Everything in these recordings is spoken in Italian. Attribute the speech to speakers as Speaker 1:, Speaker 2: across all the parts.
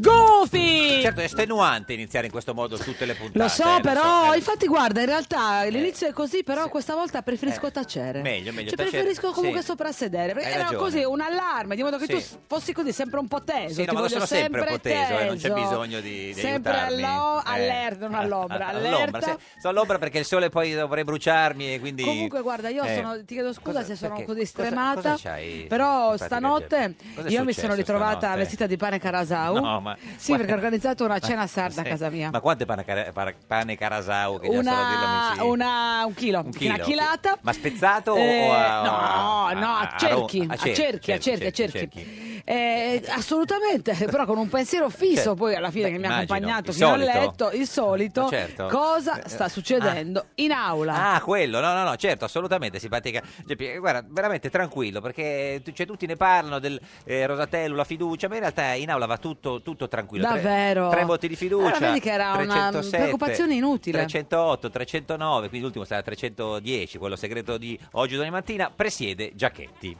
Speaker 1: Goofy!
Speaker 2: Certo, è estenuante iniziare in questo modo tutte le puntate.
Speaker 1: Lo so,
Speaker 2: eh,
Speaker 1: però,
Speaker 2: eh,
Speaker 1: infatti, guarda, in realtà l'inizio è così, però questa volta preferisco tacere.
Speaker 2: meglio, Eh. meglio
Speaker 1: Cioè,
Speaker 2: tacere,
Speaker 1: preferisco comunque
Speaker 2: sì.
Speaker 1: soprassedere. Perché
Speaker 2: Hai
Speaker 1: era
Speaker 2: ragione.
Speaker 1: così un allarme, di modo che
Speaker 2: Sì.
Speaker 1: tu s- fossi così sempre un po' teso.
Speaker 2: Sì,
Speaker 1: ti
Speaker 2: no, ma lo
Speaker 1: voglio
Speaker 2: sono sempre un po' teso, eh, non c'è
Speaker 1: teso.
Speaker 2: bisogno di- di
Speaker 1: Sempre
Speaker 2: aiutarmi.
Speaker 1: allo-
Speaker 2: Eh.
Speaker 1: allerta, non all'ombra.
Speaker 2: a-
Speaker 1: Allerta.
Speaker 2: Ah, all'ombra, se- sto all'ombra perché il sole poi dovrei bruciarmi e quindi...
Speaker 1: Comunque, guarda, io
Speaker 2: eh,
Speaker 1: sono, ti chiedo scusa
Speaker 2: cosa-
Speaker 1: se sono
Speaker 2: perché-
Speaker 1: così
Speaker 2: cosa-
Speaker 1: stremata.
Speaker 2: cosa c'hai,
Speaker 1: però
Speaker 2: simpatica
Speaker 1: stanotte
Speaker 2: Geppi? Cosa è
Speaker 1: io mi
Speaker 2: successo
Speaker 1: sono ritrovata
Speaker 2: stanotte?
Speaker 1: vestita di pane carasau.
Speaker 2: No, ma-
Speaker 1: sì,
Speaker 2: guarda-
Speaker 1: perché ho organizzato una cena
Speaker 2: Ma-
Speaker 1: sarda
Speaker 2: sì,
Speaker 1: a casa mia.
Speaker 2: Ma quante pane, cara- para- pane carasau che gli ha solo
Speaker 1: Una,
Speaker 2: dirlo
Speaker 1: una- un chilo,
Speaker 2: Un chilo,
Speaker 1: una chilata.
Speaker 2: Ma spezzato o-
Speaker 1: Eh,
Speaker 2: o a-
Speaker 1: no,
Speaker 2: a-
Speaker 1: no, a,
Speaker 2: a- a-
Speaker 1: cerchi,
Speaker 2: a
Speaker 1: a
Speaker 2: cerchi,
Speaker 1: cerchi, a cerchi, a
Speaker 2: cerchi,
Speaker 1: cerchi. Eh, assolutamente, però con un pensiero fisso
Speaker 2: Certo.
Speaker 1: poi alla fine
Speaker 2: Beh,
Speaker 1: che mi ha
Speaker 2: immagino,
Speaker 1: accompagnato
Speaker 2: il
Speaker 1: fino al
Speaker 2: solito.
Speaker 1: letto, il solito,
Speaker 2: Ma certo.
Speaker 1: cosa
Speaker 2: Eh,
Speaker 1: sta
Speaker 2: ah.
Speaker 1: succedendo in aula.
Speaker 2: Ah, quello, no, no, no, certo, assolutamente simpatica. Geppi, eh, guarda, veramente tranquillo, perché tu- cioè, tutti ne parlano del eh, Rosatello, la fiducia, ma in realtà in aula va tutto, tutto tranquillo. Tre-
Speaker 1: Davvero?
Speaker 2: Tre, voti di fiducia.
Speaker 1: Allora, vedi che era una
Speaker 2: 307,
Speaker 1: preoccupazione inutile.
Speaker 2: 308, 309, quindi l'ultimo sarà 310, quello segreto di oggi domani mattina, presiede Giachetti.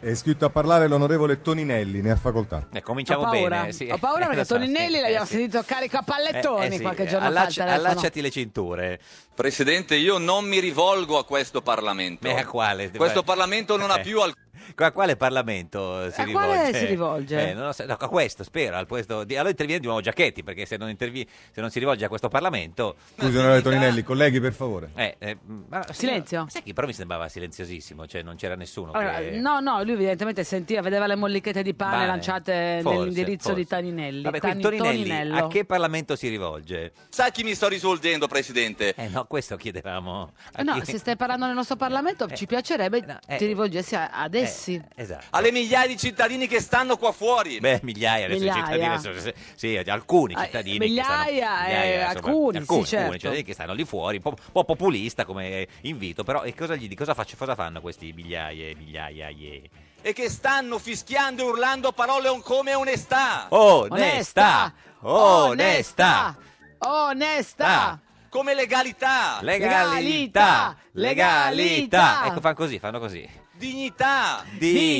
Speaker 3: È iscritto a parlare l'onorevole Toninelli, ne ha facoltà.
Speaker 2: Eh, cominciamo
Speaker 1: ho paura,
Speaker 2: bene. sì.
Speaker 1: ho paura
Speaker 2: Lo
Speaker 1: perché
Speaker 2: so,
Speaker 1: Toninelli
Speaker 2: sì,
Speaker 1: l'abbiamo
Speaker 2: eh, sì.
Speaker 1: sentito carica
Speaker 2: Eh, eh,
Speaker 1: pallettoni
Speaker 2: sì,
Speaker 1: qualche giorno
Speaker 2: allacci-
Speaker 1: fa al telefono.
Speaker 2: Allacciati le cinture.
Speaker 4: Presidente, io non mi rivolgo a questo Parlamento.
Speaker 2: Beh, a quale?
Speaker 4: Questo Parlamento non ha
Speaker 2: Eh.
Speaker 4: più alcun...
Speaker 2: A quale Parlamento si
Speaker 1: A
Speaker 2: rivolge?
Speaker 1: quale si rivolge?
Speaker 2: Eh, non lo so, no, a questo, spero. al questo- di- allora interviene di nuovo Giacchetti, perché se non, intervi- se non si rivolge a questo Parlamento...
Speaker 3: Scusi, onorevole Toninelli, colleghi, per favore.
Speaker 2: eh, eh, ma-
Speaker 1: Silenzio.
Speaker 2: Sai che però mi sembrava silenziosissimo, cioè non c'era nessuno
Speaker 1: Allora,
Speaker 2: che...
Speaker 1: no, no, lui evidentemente sentiva, vedeva le mollichette di pane
Speaker 2: Vane.
Speaker 1: lanciate
Speaker 2: Forse,
Speaker 1: nell'indirizzo
Speaker 2: forse.
Speaker 1: di Taninelli.
Speaker 2: Vabbè, quindi
Speaker 1: Tani-
Speaker 2: Toninelli,
Speaker 1: Toninello.
Speaker 2: a che Parlamento si rivolge?
Speaker 4: Sa chi mi sto risolvendo, Presidente?
Speaker 2: Eh no, questo chiedevamo. A
Speaker 1: Eh No,
Speaker 2: chi-
Speaker 1: se stai parlando nel nostro Parlamento,
Speaker 2: Eh,
Speaker 1: ci piacerebbe
Speaker 2: no, eh,
Speaker 1: ti rivolgessi a- ad essi.
Speaker 2: Eh, esatto.
Speaker 4: Alle migliaia di cittadini che stanno qua fuori.
Speaker 2: Beh, migliaia adesso i
Speaker 1: Migliaia.
Speaker 2: cittadini, sono- sì, sì, alcuni
Speaker 1: Ah,
Speaker 2: cittadini.
Speaker 1: migliaia,
Speaker 2: che stanno,
Speaker 1: eh,
Speaker 2: insomma,
Speaker 1: alcuni, sì, certo.
Speaker 2: cittadini che stanno lì fuori, un po', un po' populista come eh, invito, però e cosa, gli, di- cosa, faccio, cosa fanno questi migliaia e migliaia? ie?
Speaker 4: E che stanno fischiando e urlando parole on- come onestà,
Speaker 2: Onesta! Onesta!
Speaker 1: Onesta! Onesta!
Speaker 4: come legalità,
Speaker 2: Ah. Legalità!
Speaker 1: Legalità!
Speaker 2: Legalità! Ecco, fanno così, fanno così.
Speaker 4: dignità.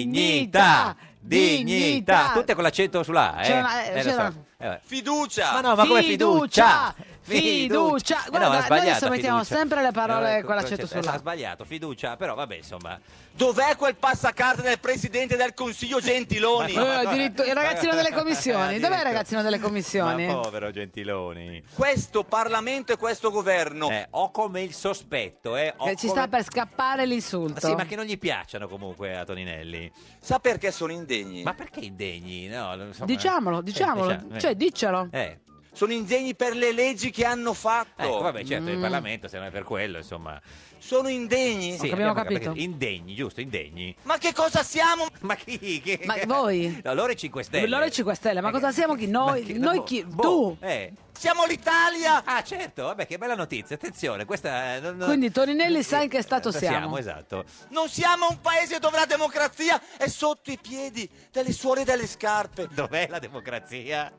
Speaker 2: Dignità! Dignità!
Speaker 1: Dignità!
Speaker 2: Tutte con l'accento sulla A, eh?
Speaker 1: C'è una-
Speaker 2: Eh, lo
Speaker 1: c'era-
Speaker 2: so. Eh, vabbè.
Speaker 4: Fiducia!
Speaker 2: Ma no, ma come fiducia?
Speaker 1: Fiducia!
Speaker 2: Eh
Speaker 1: Guarda,
Speaker 2: no, ha
Speaker 1: noi
Speaker 2: sbagliato,
Speaker 1: adesso mettiamo
Speaker 2: fiducia.
Speaker 1: sempre le parole
Speaker 2: ecco,
Speaker 1: con l'accento
Speaker 2: certo, eh,
Speaker 1: sulla-
Speaker 2: Ha sbagliato, fiducia, però vabbè, insomma.
Speaker 4: Dov'è quel passacarte del Presidente del Consiglio Gentiloni?
Speaker 2: Ma no. Eh,
Speaker 1: Eh, addirittura- il ragazzino delle commissioni. Dov'è il
Speaker 2: Addirittura.
Speaker 1: ragazzino delle commissioni?
Speaker 2: Ma povero Gentiloni.
Speaker 4: Questo Parlamento e questo governo
Speaker 2: Eh, ho come il sospetto, eh. ho
Speaker 1: Che ci
Speaker 2: come-
Speaker 1: sta per scappare l'insulto.
Speaker 2: Sì, ma che non gli piacciono comunque a Toninelli.
Speaker 4: sa perché sono indegni?
Speaker 2: Ma perché indegni? No, non so,
Speaker 1: Diciamolo,
Speaker 2: eh,
Speaker 1: diciamolo,
Speaker 2: diciamo, eh.
Speaker 1: cioè diccelo.
Speaker 2: Eh,
Speaker 4: Sono indegni per le leggi che hanno fatto.
Speaker 2: ecco, vabbè, certo, il
Speaker 1: Mm.
Speaker 2: Parlamento, se non è per quello, insomma.
Speaker 4: Sono indegni?
Speaker 2: Sì,
Speaker 1: abbiamo
Speaker 2: perché
Speaker 1: capito.
Speaker 2: Indegni, giusto, indegni.
Speaker 4: Ma che cosa siamo?
Speaker 2: Ma chi? chi-
Speaker 1: Ma voi?
Speaker 2: No, loro i 5 Stelle.
Speaker 1: Loro i 5 Stelle, ma
Speaker 2: Eh,
Speaker 1: cosa siamo chi?
Speaker 2: ma
Speaker 1: Noi- noi
Speaker 2: boh,
Speaker 1: chi?
Speaker 2: boh,
Speaker 1: Tu?
Speaker 2: eh.
Speaker 4: Siamo l'Italia!
Speaker 2: Ah, certo, vabbè, che bella notizia. Attenzione, questa. eh, non- non-
Speaker 1: Quindi Toninelli sa in che
Speaker 2: eh,
Speaker 1: stato siamo.
Speaker 2: esatto.
Speaker 4: Non siamo un paese dove la democrazia è sotto i piedi delle suore delle scarpe.
Speaker 2: Dov'è la democrazia?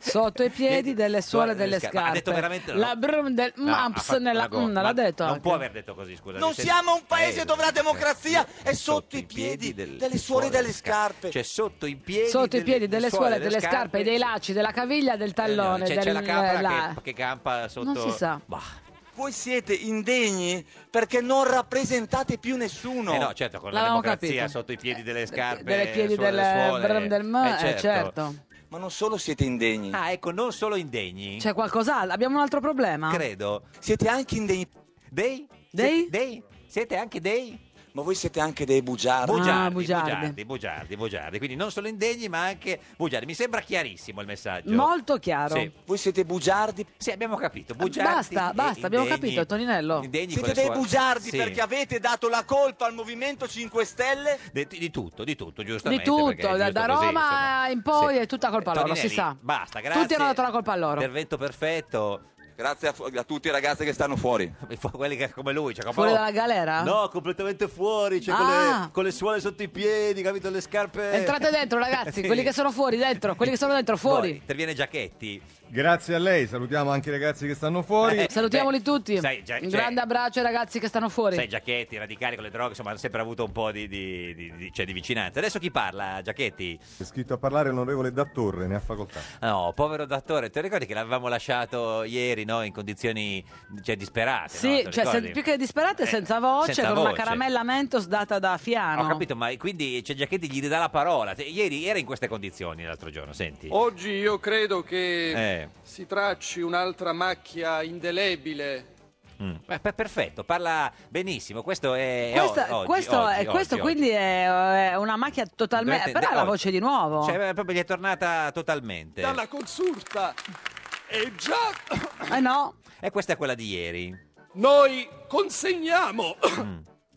Speaker 1: Sotto i piedi delle suole
Speaker 2: Suore
Speaker 1: delle
Speaker 2: delle scarpe. Ma
Speaker 1: scarpe.
Speaker 2: ha detto veramente no.
Speaker 1: La brum del
Speaker 2: No, Ah, ha
Speaker 1: mamps
Speaker 2: fatto
Speaker 1: nella
Speaker 2: una go-
Speaker 1: mm,
Speaker 2: ma
Speaker 1: l'ha detto.
Speaker 2: Non
Speaker 1: anche.
Speaker 2: può aver detto così, scusa.
Speaker 4: Non siamo un paese dove la democrazia
Speaker 2: Eh,
Speaker 4: è sotto i piedi delle suore delle scarpe.
Speaker 2: Cioè, sotto i piedi.
Speaker 1: Sotto i piedi delle
Speaker 2: suore
Speaker 1: suole, delle scarpe, dei lacci, della caviglia, del
Speaker 2: Eh, no,
Speaker 1: tallone,
Speaker 2: c'è,
Speaker 1: del
Speaker 2: c'è la capra
Speaker 1: la-
Speaker 2: che, che campa sotto.
Speaker 1: Non si sa.
Speaker 2: Bah. eh,
Speaker 4: Voi siete indegni perché non rappresentate più nessuno.
Speaker 2: Eh no, certo, con la
Speaker 1: L'avevamo
Speaker 2: democrazia
Speaker 1: capito. Eh,
Speaker 2: sotto i piedi delle scarpe.
Speaker 1: delle piedi
Speaker 2: suole
Speaker 1: del
Speaker 2: delle suole.
Speaker 1: brum del m,
Speaker 2: Eh,
Speaker 1: eh, certo.
Speaker 4: Ma non solo siete indegni,
Speaker 2: Ah, ecco, non solo indegni.
Speaker 1: C'è qualcos'altro? Abbiamo un altro problema?
Speaker 2: Credo.
Speaker 4: siete anche indegni.
Speaker 2: Dei?
Speaker 1: Dei?
Speaker 2: Se- dei? Siete anche dei?
Speaker 4: Ma voi siete anche dei bugiardi.
Speaker 1: Bu-
Speaker 2: Bugiardi,
Speaker 1: Ah, bugiardi.
Speaker 2: bugiardi, bugiardi, bugiardi. Quindi non solo indegni, ma anche bugiardi. Mi sembra chiarissimo il messaggio.
Speaker 1: Molto chiaro.
Speaker 2: Sì.
Speaker 4: Voi siete bugiardi.
Speaker 2: Sì, abbiamo capito. Bugiardi.
Speaker 1: Basta,
Speaker 2: e
Speaker 1: basta, abbiamo
Speaker 2: indegni.
Speaker 1: capito, Toninello.
Speaker 2: Indegni con
Speaker 4: Siete
Speaker 2: le
Speaker 4: dei
Speaker 2: sue-
Speaker 4: bugiardi
Speaker 2: Sì.
Speaker 4: perché avete dato la colpa al Movimento 5 Stelle
Speaker 2: De- Di, tutto, di tutto,
Speaker 1: Di
Speaker 2: giustamente.
Speaker 1: tutto,
Speaker 2: perché è
Speaker 1: da,
Speaker 2: giusto
Speaker 1: da
Speaker 2: così,
Speaker 1: Roma
Speaker 2: insomma.
Speaker 1: in poi
Speaker 2: Sì. Eh,
Speaker 1: è tutta colpa loro, si
Speaker 2: Toninelli,
Speaker 1: sa.
Speaker 2: Basta, grazie.
Speaker 1: Tutti hanno dato la colpa a loro.
Speaker 2: Intervento perfetto.
Speaker 4: Grazie a, fu- a tutti i ragazzi che stanno fuori.
Speaker 2: Quelli che, come lui, cioè,
Speaker 1: Fuori dalla galera?
Speaker 2: No, completamente fuori, cioè, con,
Speaker 1: Ah.
Speaker 2: le, con le suole sotto i piedi, capito? Le scarpe.
Speaker 1: Entrate dentro, ragazzi,
Speaker 2: eh. Sì. Eh,
Speaker 1: quelli che sono fuori, dentro, quelli che sono dentro, fuori.
Speaker 2: Poi interviene Giacchetti.
Speaker 3: Grazie a lei, salutiamo anche i ragazzi che stanno fuori.
Speaker 2: Eh,
Speaker 1: Salutiamoli
Speaker 2: beh,
Speaker 1: tutti.
Speaker 2: sai, già-
Speaker 1: Un
Speaker 2: c'è-
Speaker 1: grande abbraccio ai ragazzi che stanno fuori.
Speaker 2: Sai, Giacchetti, radicali con le droghe, insomma, hanno sempre avuto un po' di, di- di- di- cioè, di vicinanza. Adesso chi parla, Giacchetti?
Speaker 3: È scritto a parlare l'onorevole Dattorre, ne ha facoltà.
Speaker 2: No, povero Dattore, ti ricordi che l'avevamo lasciato ieri, no? In condizioni, cioè, disperate, no?
Speaker 1: Sì,
Speaker 2: Te lo
Speaker 1: cioè, se-
Speaker 2: ricordi?
Speaker 1: più che disperate,
Speaker 2: Eh,
Speaker 1: senza voce,
Speaker 2: senza
Speaker 1: con una
Speaker 2: voce.
Speaker 1: caramella mentos data da Fiano.
Speaker 2: Ho capito, ma quindi cioè, Giacchetti gli ridà la parola. Te- Ieri era in queste condizioni l'altro giorno, senti.
Speaker 5: Oggi io credo che
Speaker 2: Eh.
Speaker 5: si tracci un'altra macchia indelebile.
Speaker 2: Mm. Beh, per- perfetto, parla benissimo. Questo è. è
Speaker 1: Questa-
Speaker 2: o- Eh, oggi,
Speaker 1: questo
Speaker 2: oggi,
Speaker 1: è-
Speaker 2: oggi,
Speaker 1: questo
Speaker 2: oggi.
Speaker 1: quindi È, è una macchia totalmente...
Speaker 2: Dovete-
Speaker 1: Però ha la
Speaker 2: oggi.
Speaker 1: voce di nuovo.
Speaker 2: Cioè, eh, proprio gli è tornata totalmente.
Speaker 5: Dalla consulta. E già
Speaker 1: Eh no,
Speaker 2: E questa è quella di ieri.
Speaker 5: noi consegniamo.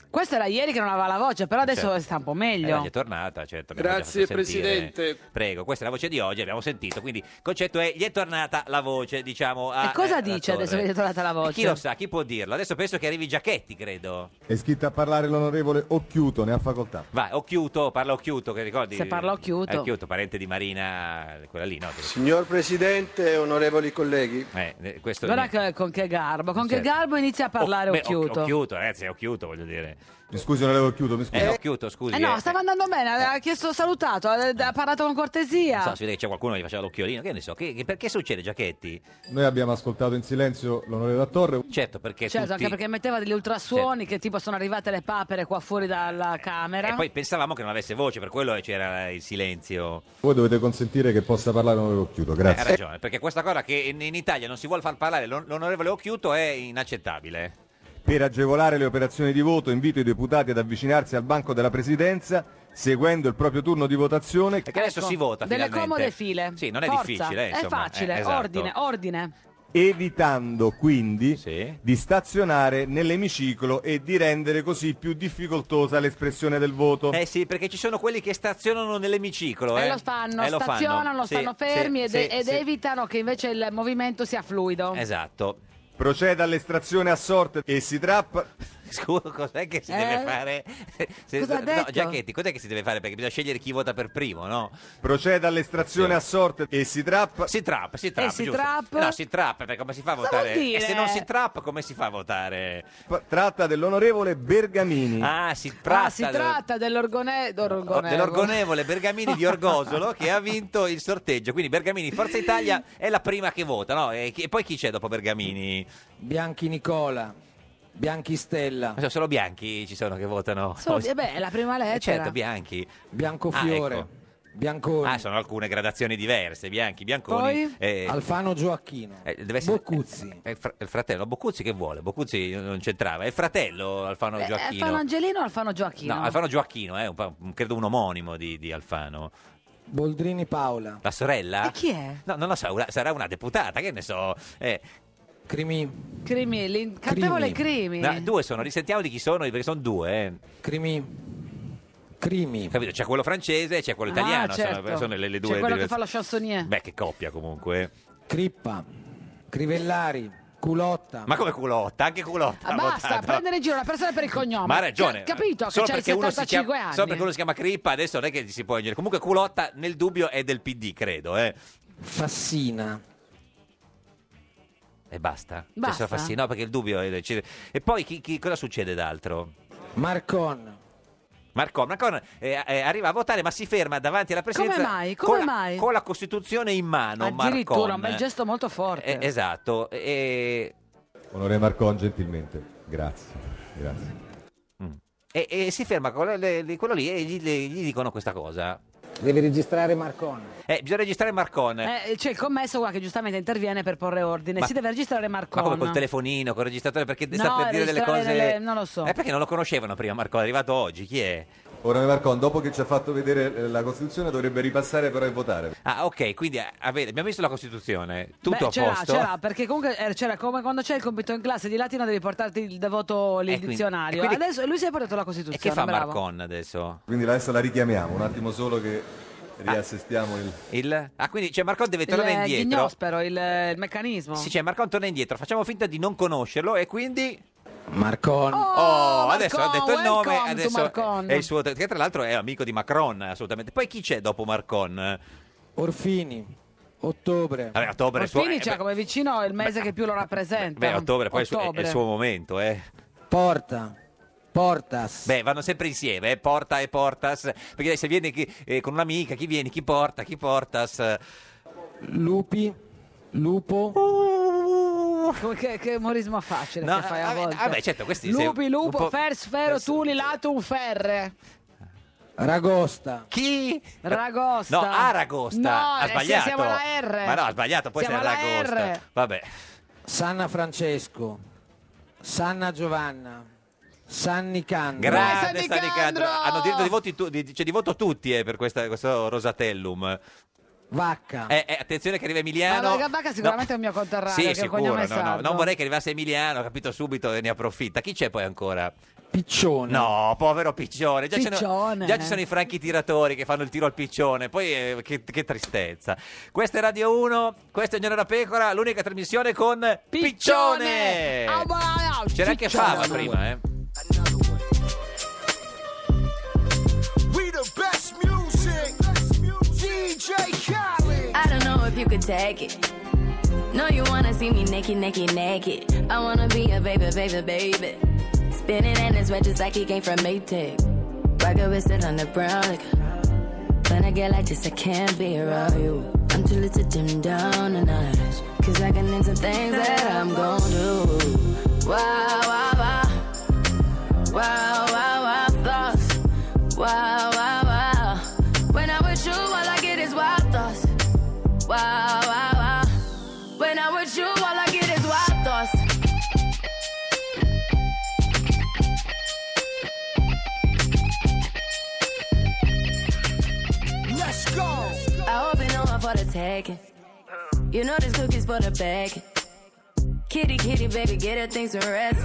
Speaker 1: questa era ieri che non aveva la voce, però adesso
Speaker 2: Certo.
Speaker 1: sta un po'
Speaker 2: Eh, gli
Speaker 1: meglio.
Speaker 2: è tornata, certo.
Speaker 5: Grazie, Presidente.
Speaker 2: Prego, questa è la voce di oggi, abbiamo sentito. Quindi il concetto è gli è tornata la voce, diciamo. A,
Speaker 1: E cosa
Speaker 2: eh,
Speaker 1: dice
Speaker 2: alla
Speaker 1: adesso
Speaker 2: torre.
Speaker 1: che gli è tornata la voce?
Speaker 2: Chi lo sa, chi può dirlo? Adesso penso che arrivi Giacchetti, credo.
Speaker 3: È scritto a parlare l'onorevole Occhiuto, ne ha facoltà.
Speaker 2: Vai, Occhiuto, parla Occhiuto, che ricordi?
Speaker 1: Se parla Occhiuto.
Speaker 2: Eh, Occhiuto, parente di Marina, quella lì, no? Che-
Speaker 5: Signor Presidente, onorevoli colleghi,
Speaker 2: Eh, eh, questo
Speaker 1: Guarda che- con che garbo, con che
Speaker 2: Certo.
Speaker 1: garbo inizia a parlare
Speaker 2: Beh,
Speaker 1: Occhiuto.
Speaker 2: Occhiuto, ragazzi, è Occhiuto, voglio dire.
Speaker 3: Mi scusi, onorevole Occhiuto, mi scusi.
Speaker 2: Eh, Occhiuto, scusi.
Speaker 1: Eh no,
Speaker 2: eh.
Speaker 1: stava andando bene, aveva chiesto salutato, ha ha parlato con cortesia.
Speaker 2: Non so, si vede che c'è qualcuno che gli faceva l'occhiolino, che ne so. Che, che- perché succede, Giacchetti?
Speaker 3: Noi abbiamo ascoltato in silenzio l'onorevole Dattorre.
Speaker 2: Certo, perché
Speaker 1: certo,
Speaker 2: tutti...
Speaker 1: anche perché metteva degli ultrasuoni che tipo sono arrivate le papere qua fuori dalla camera.
Speaker 2: Eh, E poi pensavamo che non avesse voce, per quello c'era il silenzio.
Speaker 3: Voi dovete consentire che possa parlare l'onorevole Occhiuto,
Speaker 2: Eh, Ha
Speaker 3: grazie.
Speaker 2: ragione, perché questa cosa che in, in Italia non si vuole far parlare l'on- l'onorevole Occhiuto è inaccettabile.
Speaker 3: Per agevolare le operazioni di voto invito i deputati ad avvicinarsi al banco della Presidenza seguendo il proprio turno di votazione.
Speaker 2: Perché adesso
Speaker 1: Ecco,
Speaker 2: si vota
Speaker 1: Delle
Speaker 2: finalmente.
Speaker 1: comode file.
Speaker 2: Sì, non è
Speaker 1: Forza,
Speaker 2: difficile, eh,
Speaker 1: È
Speaker 2: insomma.
Speaker 1: facile,
Speaker 2: Eh, esatto.
Speaker 1: ordine, ordine.
Speaker 3: evitando quindi
Speaker 2: Sì.
Speaker 3: di stazionare nell'emiciclo e di rendere così più difficoltosa l'espressione del voto.
Speaker 2: Eh sì, perché ci sono quelli che stazionano nell'emiciclo.
Speaker 1: E
Speaker 2: eh.
Speaker 1: lo fanno,
Speaker 2: Eh, lo fanno.
Speaker 1: stazionano,
Speaker 2: Sì,
Speaker 1: stanno
Speaker 2: sì,
Speaker 1: fermi ed,
Speaker 2: sì,
Speaker 1: ed
Speaker 2: sì.
Speaker 1: evitano che invece il movimento sia fluido.
Speaker 2: Esatto.
Speaker 3: Proceda all'estrazione a sorte e si trappa.
Speaker 2: Scusa, cos'è che si
Speaker 1: Eh?
Speaker 2: deve fare? Se-
Speaker 1: Cosa ha
Speaker 2: no,
Speaker 1: detto?
Speaker 2: Giacchetti, cos'è che si deve fare? Perché bisogna scegliere chi vota per primo, no?
Speaker 3: Proceda all'estrazione
Speaker 2: Sì.
Speaker 3: a sorte e si trappa.
Speaker 2: Si trappa, Ah, si trappa,
Speaker 1: Eh, si
Speaker 2: giusto.
Speaker 1: trappa?
Speaker 2: No, si trappa, perché come si fa a
Speaker 1: Cosa
Speaker 2: votare?
Speaker 1: vuol dire?
Speaker 2: E se non si trappa, come si fa a votare?
Speaker 3: Pa- Tratta dell'onorevole Bergamini.
Speaker 2: Ah, si tratta, Oh,
Speaker 1: Ah, si tratta dell'orgone- dell'orgonevolo.
Speaker 2: dell'orgonevole Bergamini di Orgosolo che ha vinto il sorteggio. Quindi Bergamini, Forza Italia è la prima che vota, no? E, chi- e poi chi c'è dopo Bergamini?
Speaker 6: Bianchi Nicola, Bianchi Stella,
Speaker 2: Non so, solo Bianchi ci sono che votano.
Speaker 1: Solo- eh beh, è la prima
Speaker 2: Eh,
Speaker 1: lettera.
Speaker 2: certo, Bianchi.
Speaker 6: Biancofiore,
Speaker 2: Ah, ecco.
Speaker 6: Bianconi,
Speaker 2: Ah, sono alcune gradazioni diverse. Bianchi, Bianconi.
Speaker 1: Poi?
Speaker 2: eh,
Speaker 6: Alfano Gioacchino,
Speaker 2: eh, deve essere-
Speaker 6: Boccuzzi.
Speaker 2: eh, il fr- il fratello Boccuzzi che vuole? Boccuzzi non c'entrava. È il fratello Alfano
Speaker 1: Eh,
Speaker 2: Gioacchino.
Speaker 1: Alfano Angelino o Alfano Gioacchino?
Speaker 2: No, Alfano Gioacchino, eh, un pa- un- credo un omonimo di, di Alfano.
Speaker 6: Boldrini Paola,
Speaker 2: La sorella?
Speaker 1: E chi è?
Speaker 2: No, non lo so, una- sarà una deputata, che ne so. eh,
Speaker 6: Crimi,
Speaker 1: Crimi, l'incantevole Crimi.
Speaker 2: no, due sono, risentiamo di chi sono, perché sono due. eh.
Speaker 6: Crimi, Crimi,
Speaker 2: Capito? C'è quello francese e c'è quello
Speaker 1: Ah,
Speaker 2: italiano. sono- sono,
Speaker 1: certo.
Speaker 2: le, le due.
Speaker 1: C'è quello
Speaker 2: delle-
Speaker 1: che fa lo chansonnier.
Speaker 2: Beh, che coppia comunque. eh.
Speaker 6: Crippa, Crivellari, Culotta,
Speaker 2: Ma come culotta? Anche culotta.
Speaker 1: Ah,
Speaker 2: ha
Speaker 1: basta,
Speaker 2: votato.
Speaker 1: prendere in giro la persona per il cognome.
Speaker 2: Ma ha ragione.
Speaker 1: Cioè, capito
Speaker 2: Solo
Speaker 1: che c'hai
Speaker 2: perché uno si
Speaker 1: 75
Speaker 2: chiama-
Speaker 1: anni.
Speaker 2: Solo perché uno si chiama Crippa, adesso non è che si può ingerire. Comunque culotta nel dubbio è del PD, credo, eh.
Speaker 6: Fassina,
Speaker 2: E basta.
Speaker 1: Basta?
Speaker 2: Cioè, se lo fa sì, no, perché il dubbio è... ci- E poi chi- chi- cosa succede d'altro?
Speaker 6: Marcon,
Speaker 2: Marcon, Marcon eh, eh, arriva a votare ma si ferma davanti alla presidenza
Speaker 1: Come mai?
Speaker 2: con,
Speaker 1: Come
Speaker 2: la,
Speaker 1: mai?
Speaker 2: con la Costituzione in mano
Speaker 1: Addirittura,
Speaker 2: Marcon.
Speaker 1: un bel gesto molto forte.
Speaker 2: Eh, esatto e,
Speaker 3: Onorevole Marcon, gentilmente. Grazie. Grazie.
Speaker 2: e- e si ferma con le- le- quello lì e gli, le- gli dicono questa cosa
Speaker 6: devi registrare Marcon.
Speaker 2: Eh, bisogna registrare Marcon
Speaker 1: Eh, c'è il commesso qua che giustamente interviene per porre ordine.
Speaker 2: Ma-
Speaker 1: si deve registrare
Speaker 2: ma
Speaker 1: Marcon.
Speaker 2: come col telefonino, col registratore, perché
Speaker 1: No,
Speaker 2: sta per dire delle
Speaker 1: registrare
Speaker 2: cose...
Speaker 1: nelle- non lo so.
Speaker 2: Eh, perché non lo conoscevano prima Marcon, è arrivato oggi, chi è?
Speaker 3: Onorevole Marcon, dopo che ci ha fatto vedere eh, la Costituzione dovrebbe ripassare però e votare.
Speaker 2: Ah, ok, quindi eh, avete- abbiamo visto la Costituzione,
Speaker 1: Beh,
Speaker 2: tutto
Speaker 1: c'era,
Speaker 2: a posto?
Speaker 1: c'era, perché comunque eh, c'era come quando c'è il compito in classe di latino devi portarti il devoto lì
Speaker 2: Eh,
Speaker 1: il
Speaker 2: quindi-
Speaker 1: dizionario.
Speaker 2: e quindi-
Speaker 1: Adesso lui si è portato la
Speaker 2: E
Speaker 1: Costituzione.
Speaker 2: che fa
Speaker 1: bravo.
Speaker 2: Marcon adesso?
Speaker 3: Quindi adesso la richiamiamo, un attimo solo che Riassestiamo il...
Speaker 2: Il... Ah, quindi c'è Marcon deve
Speaker 1: Il
Speaker 2: tornare
Speaker 1: eh,
Speaker 2: indietro.
Speaker 1: ghignospero, il, eh, il meccanismo.
Speaker 2: Sì, c'è Marcon torna indietro, facciamo finta di non conoscerlo e quindi...
Speaker 6: Marcon.
Speaker 2: Oh, adesso ha detto il nome,
Speaker 1: welcome to
Speaker 2: adesso
Speaker 1: Marcon.
Speaker 2: è il suo... Che tra l'altro è amico di Macron, assolutamente. Poi chi c'è dopo Marcon?
Speaker 6: Orfini. Ottobre.
Speaker 2: Vabbè, ottobre è il suo...
Speaker 1: Orfini
Speaker 2: eh,
Speaker 1: c'ha come vicino il mese che più lo rappresenta.
Speaker 2: Beh, ottobre poi è il suo- è
Speaker 1: Ottobre.
Speaker 2: il suo momento, eh.
Speaker 6: Porta. Portas.
Speaker 2: Beh, vanno sempre insieme, eh, porta e portas. Perché dai, se viene chi- eh, con un'amica, chi viene, chi porta, chi portas.
Speaker 6: Lupi. Lupo.
Speaker 1: Come- Che, che umorismo facile che
Speaker 2: No,
Speaker 1: fai
Speaker 2: ah,
Speaker 1: a
Speaker 2: beh,
Speaker 1: volte.
Speaker 2: ah, beh, certo, questi se-
Speaker 1: Lupi,
Speaker 2: un
Speaker 1: lupo,
Speaker 2: po'-
Speaker 1: fer, sfero, tuli, latum, ferre.
Speaker 6: Ragosta.
Speaker 2: Chi?
Speaker 1: Ragosta.
Speaker 2: No, Aragosta.
Speaker 1: No,
Speaker 2: ha
Speaker 1: eh, sì,
Speaker 2: sbagliato.
Speaker 1: siamo alla R.
Speaker 2: Ma no, ha sbagliato, poi
Speaker 1: Siamo
Speaker 2: c'è
Speaker 1: alla
Speaker 2: Aragosta.
Speaker 1: R.
Speaker 2: Vabbè.
Speaker 6: Sanna Francesco. Sanna Giovanna. San Nicandro.
Speaker 1: Gra-
Speaker 2: Grande
Speaker 1: San
Speaker 2: Stanicandro.
Speaker 1: Nicandro!
Speaker 2: Hanno diritto di, voti tu- di, cioè, di voto tutti eh, per questa- questo Rosatellum.
Speaker 6: Vacca.
Speaker 2: Eh, eh, attenzione che arriva
Speaker 1: Ah. Ma
Speaker 2: Emiliano.
Speaker 1: la Gabacca sicuramente è un mio conterraneo.
Speaker 2: Sì,
Speaker 1: che il
Speaker 2: sicuro.
Speaker 1: cognome è
Speaker 2: no, no.
Speaker 1: sardo.
Speaker 2: Non vorrei che arrivasse Emiliano, ho capito subito e ne approfitta. Chi c'è poi ancora?
Speaker 6: Piccione.
Speaker 2: No, povero piccione. Già, ci sono-
Speaker 1: Piccione.
Speaker 2: già ci sono i franchi tiratori che fanno il tiro al piccione. Poi eh, che, che tristezza. Questa è Radio 1, questa è Giorno da Pecora, l'unica trasmissione con Piccione.
Speaker 1: Ah, ma- ah,
Speaker 2: C'era anche
Speaker 1: Piccione.
Speaker 2: Fava prima, eh.
Speaker 7: We the best music. DJ Khaled.
Speaker 8: I don't know if you could take it. No, you wanna see me naked, naked, naked. I wanna be a baby, baby, baby. Spinning in his red just like he came from Maytag. Rocket with it on the brown. Like, when I get like this, I can't be around you. I'm too little to dim down and out. Cause I can name some things that I'm gonna do. Wow, wow, wow. Wow, wow, wow, thoughts. Wow, wow, wow. Uh, When I'm with you, all I get is wild thoughts. Wow, wow, wow. When I'm with you, all I get is wild thoughts.
Speaker 7: Let's go.
Speaker 8: I hope you know I'm for the taking. You know this cookie's for the bag. Kitty, kitty, baby, get her things some rest.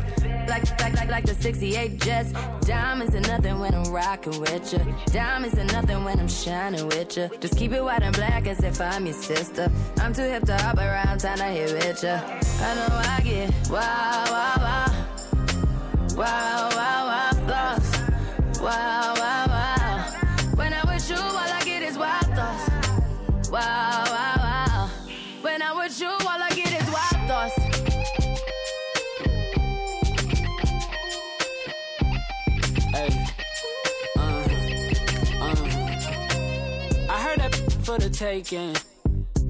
Speaker 8: Like, like, like, like the 68 Jets. Diamonds are nothing when I'm rocking with ya. Diamonds are nothing when I'm shining with ya. Just keep it white and black as if I'm your sister. I'm too hip to hop around, time to hit with ya. I know I get wow, wow, wow. Wow, wow, wow, thoughts. Wow, wow, wow. When I'm with you, all I get is wild thoughts. Wow, wow, wow. When I'm with you, all I get is wild thoughts.
Speaker 9: Hey. Uh, uh. I heard that for the taking.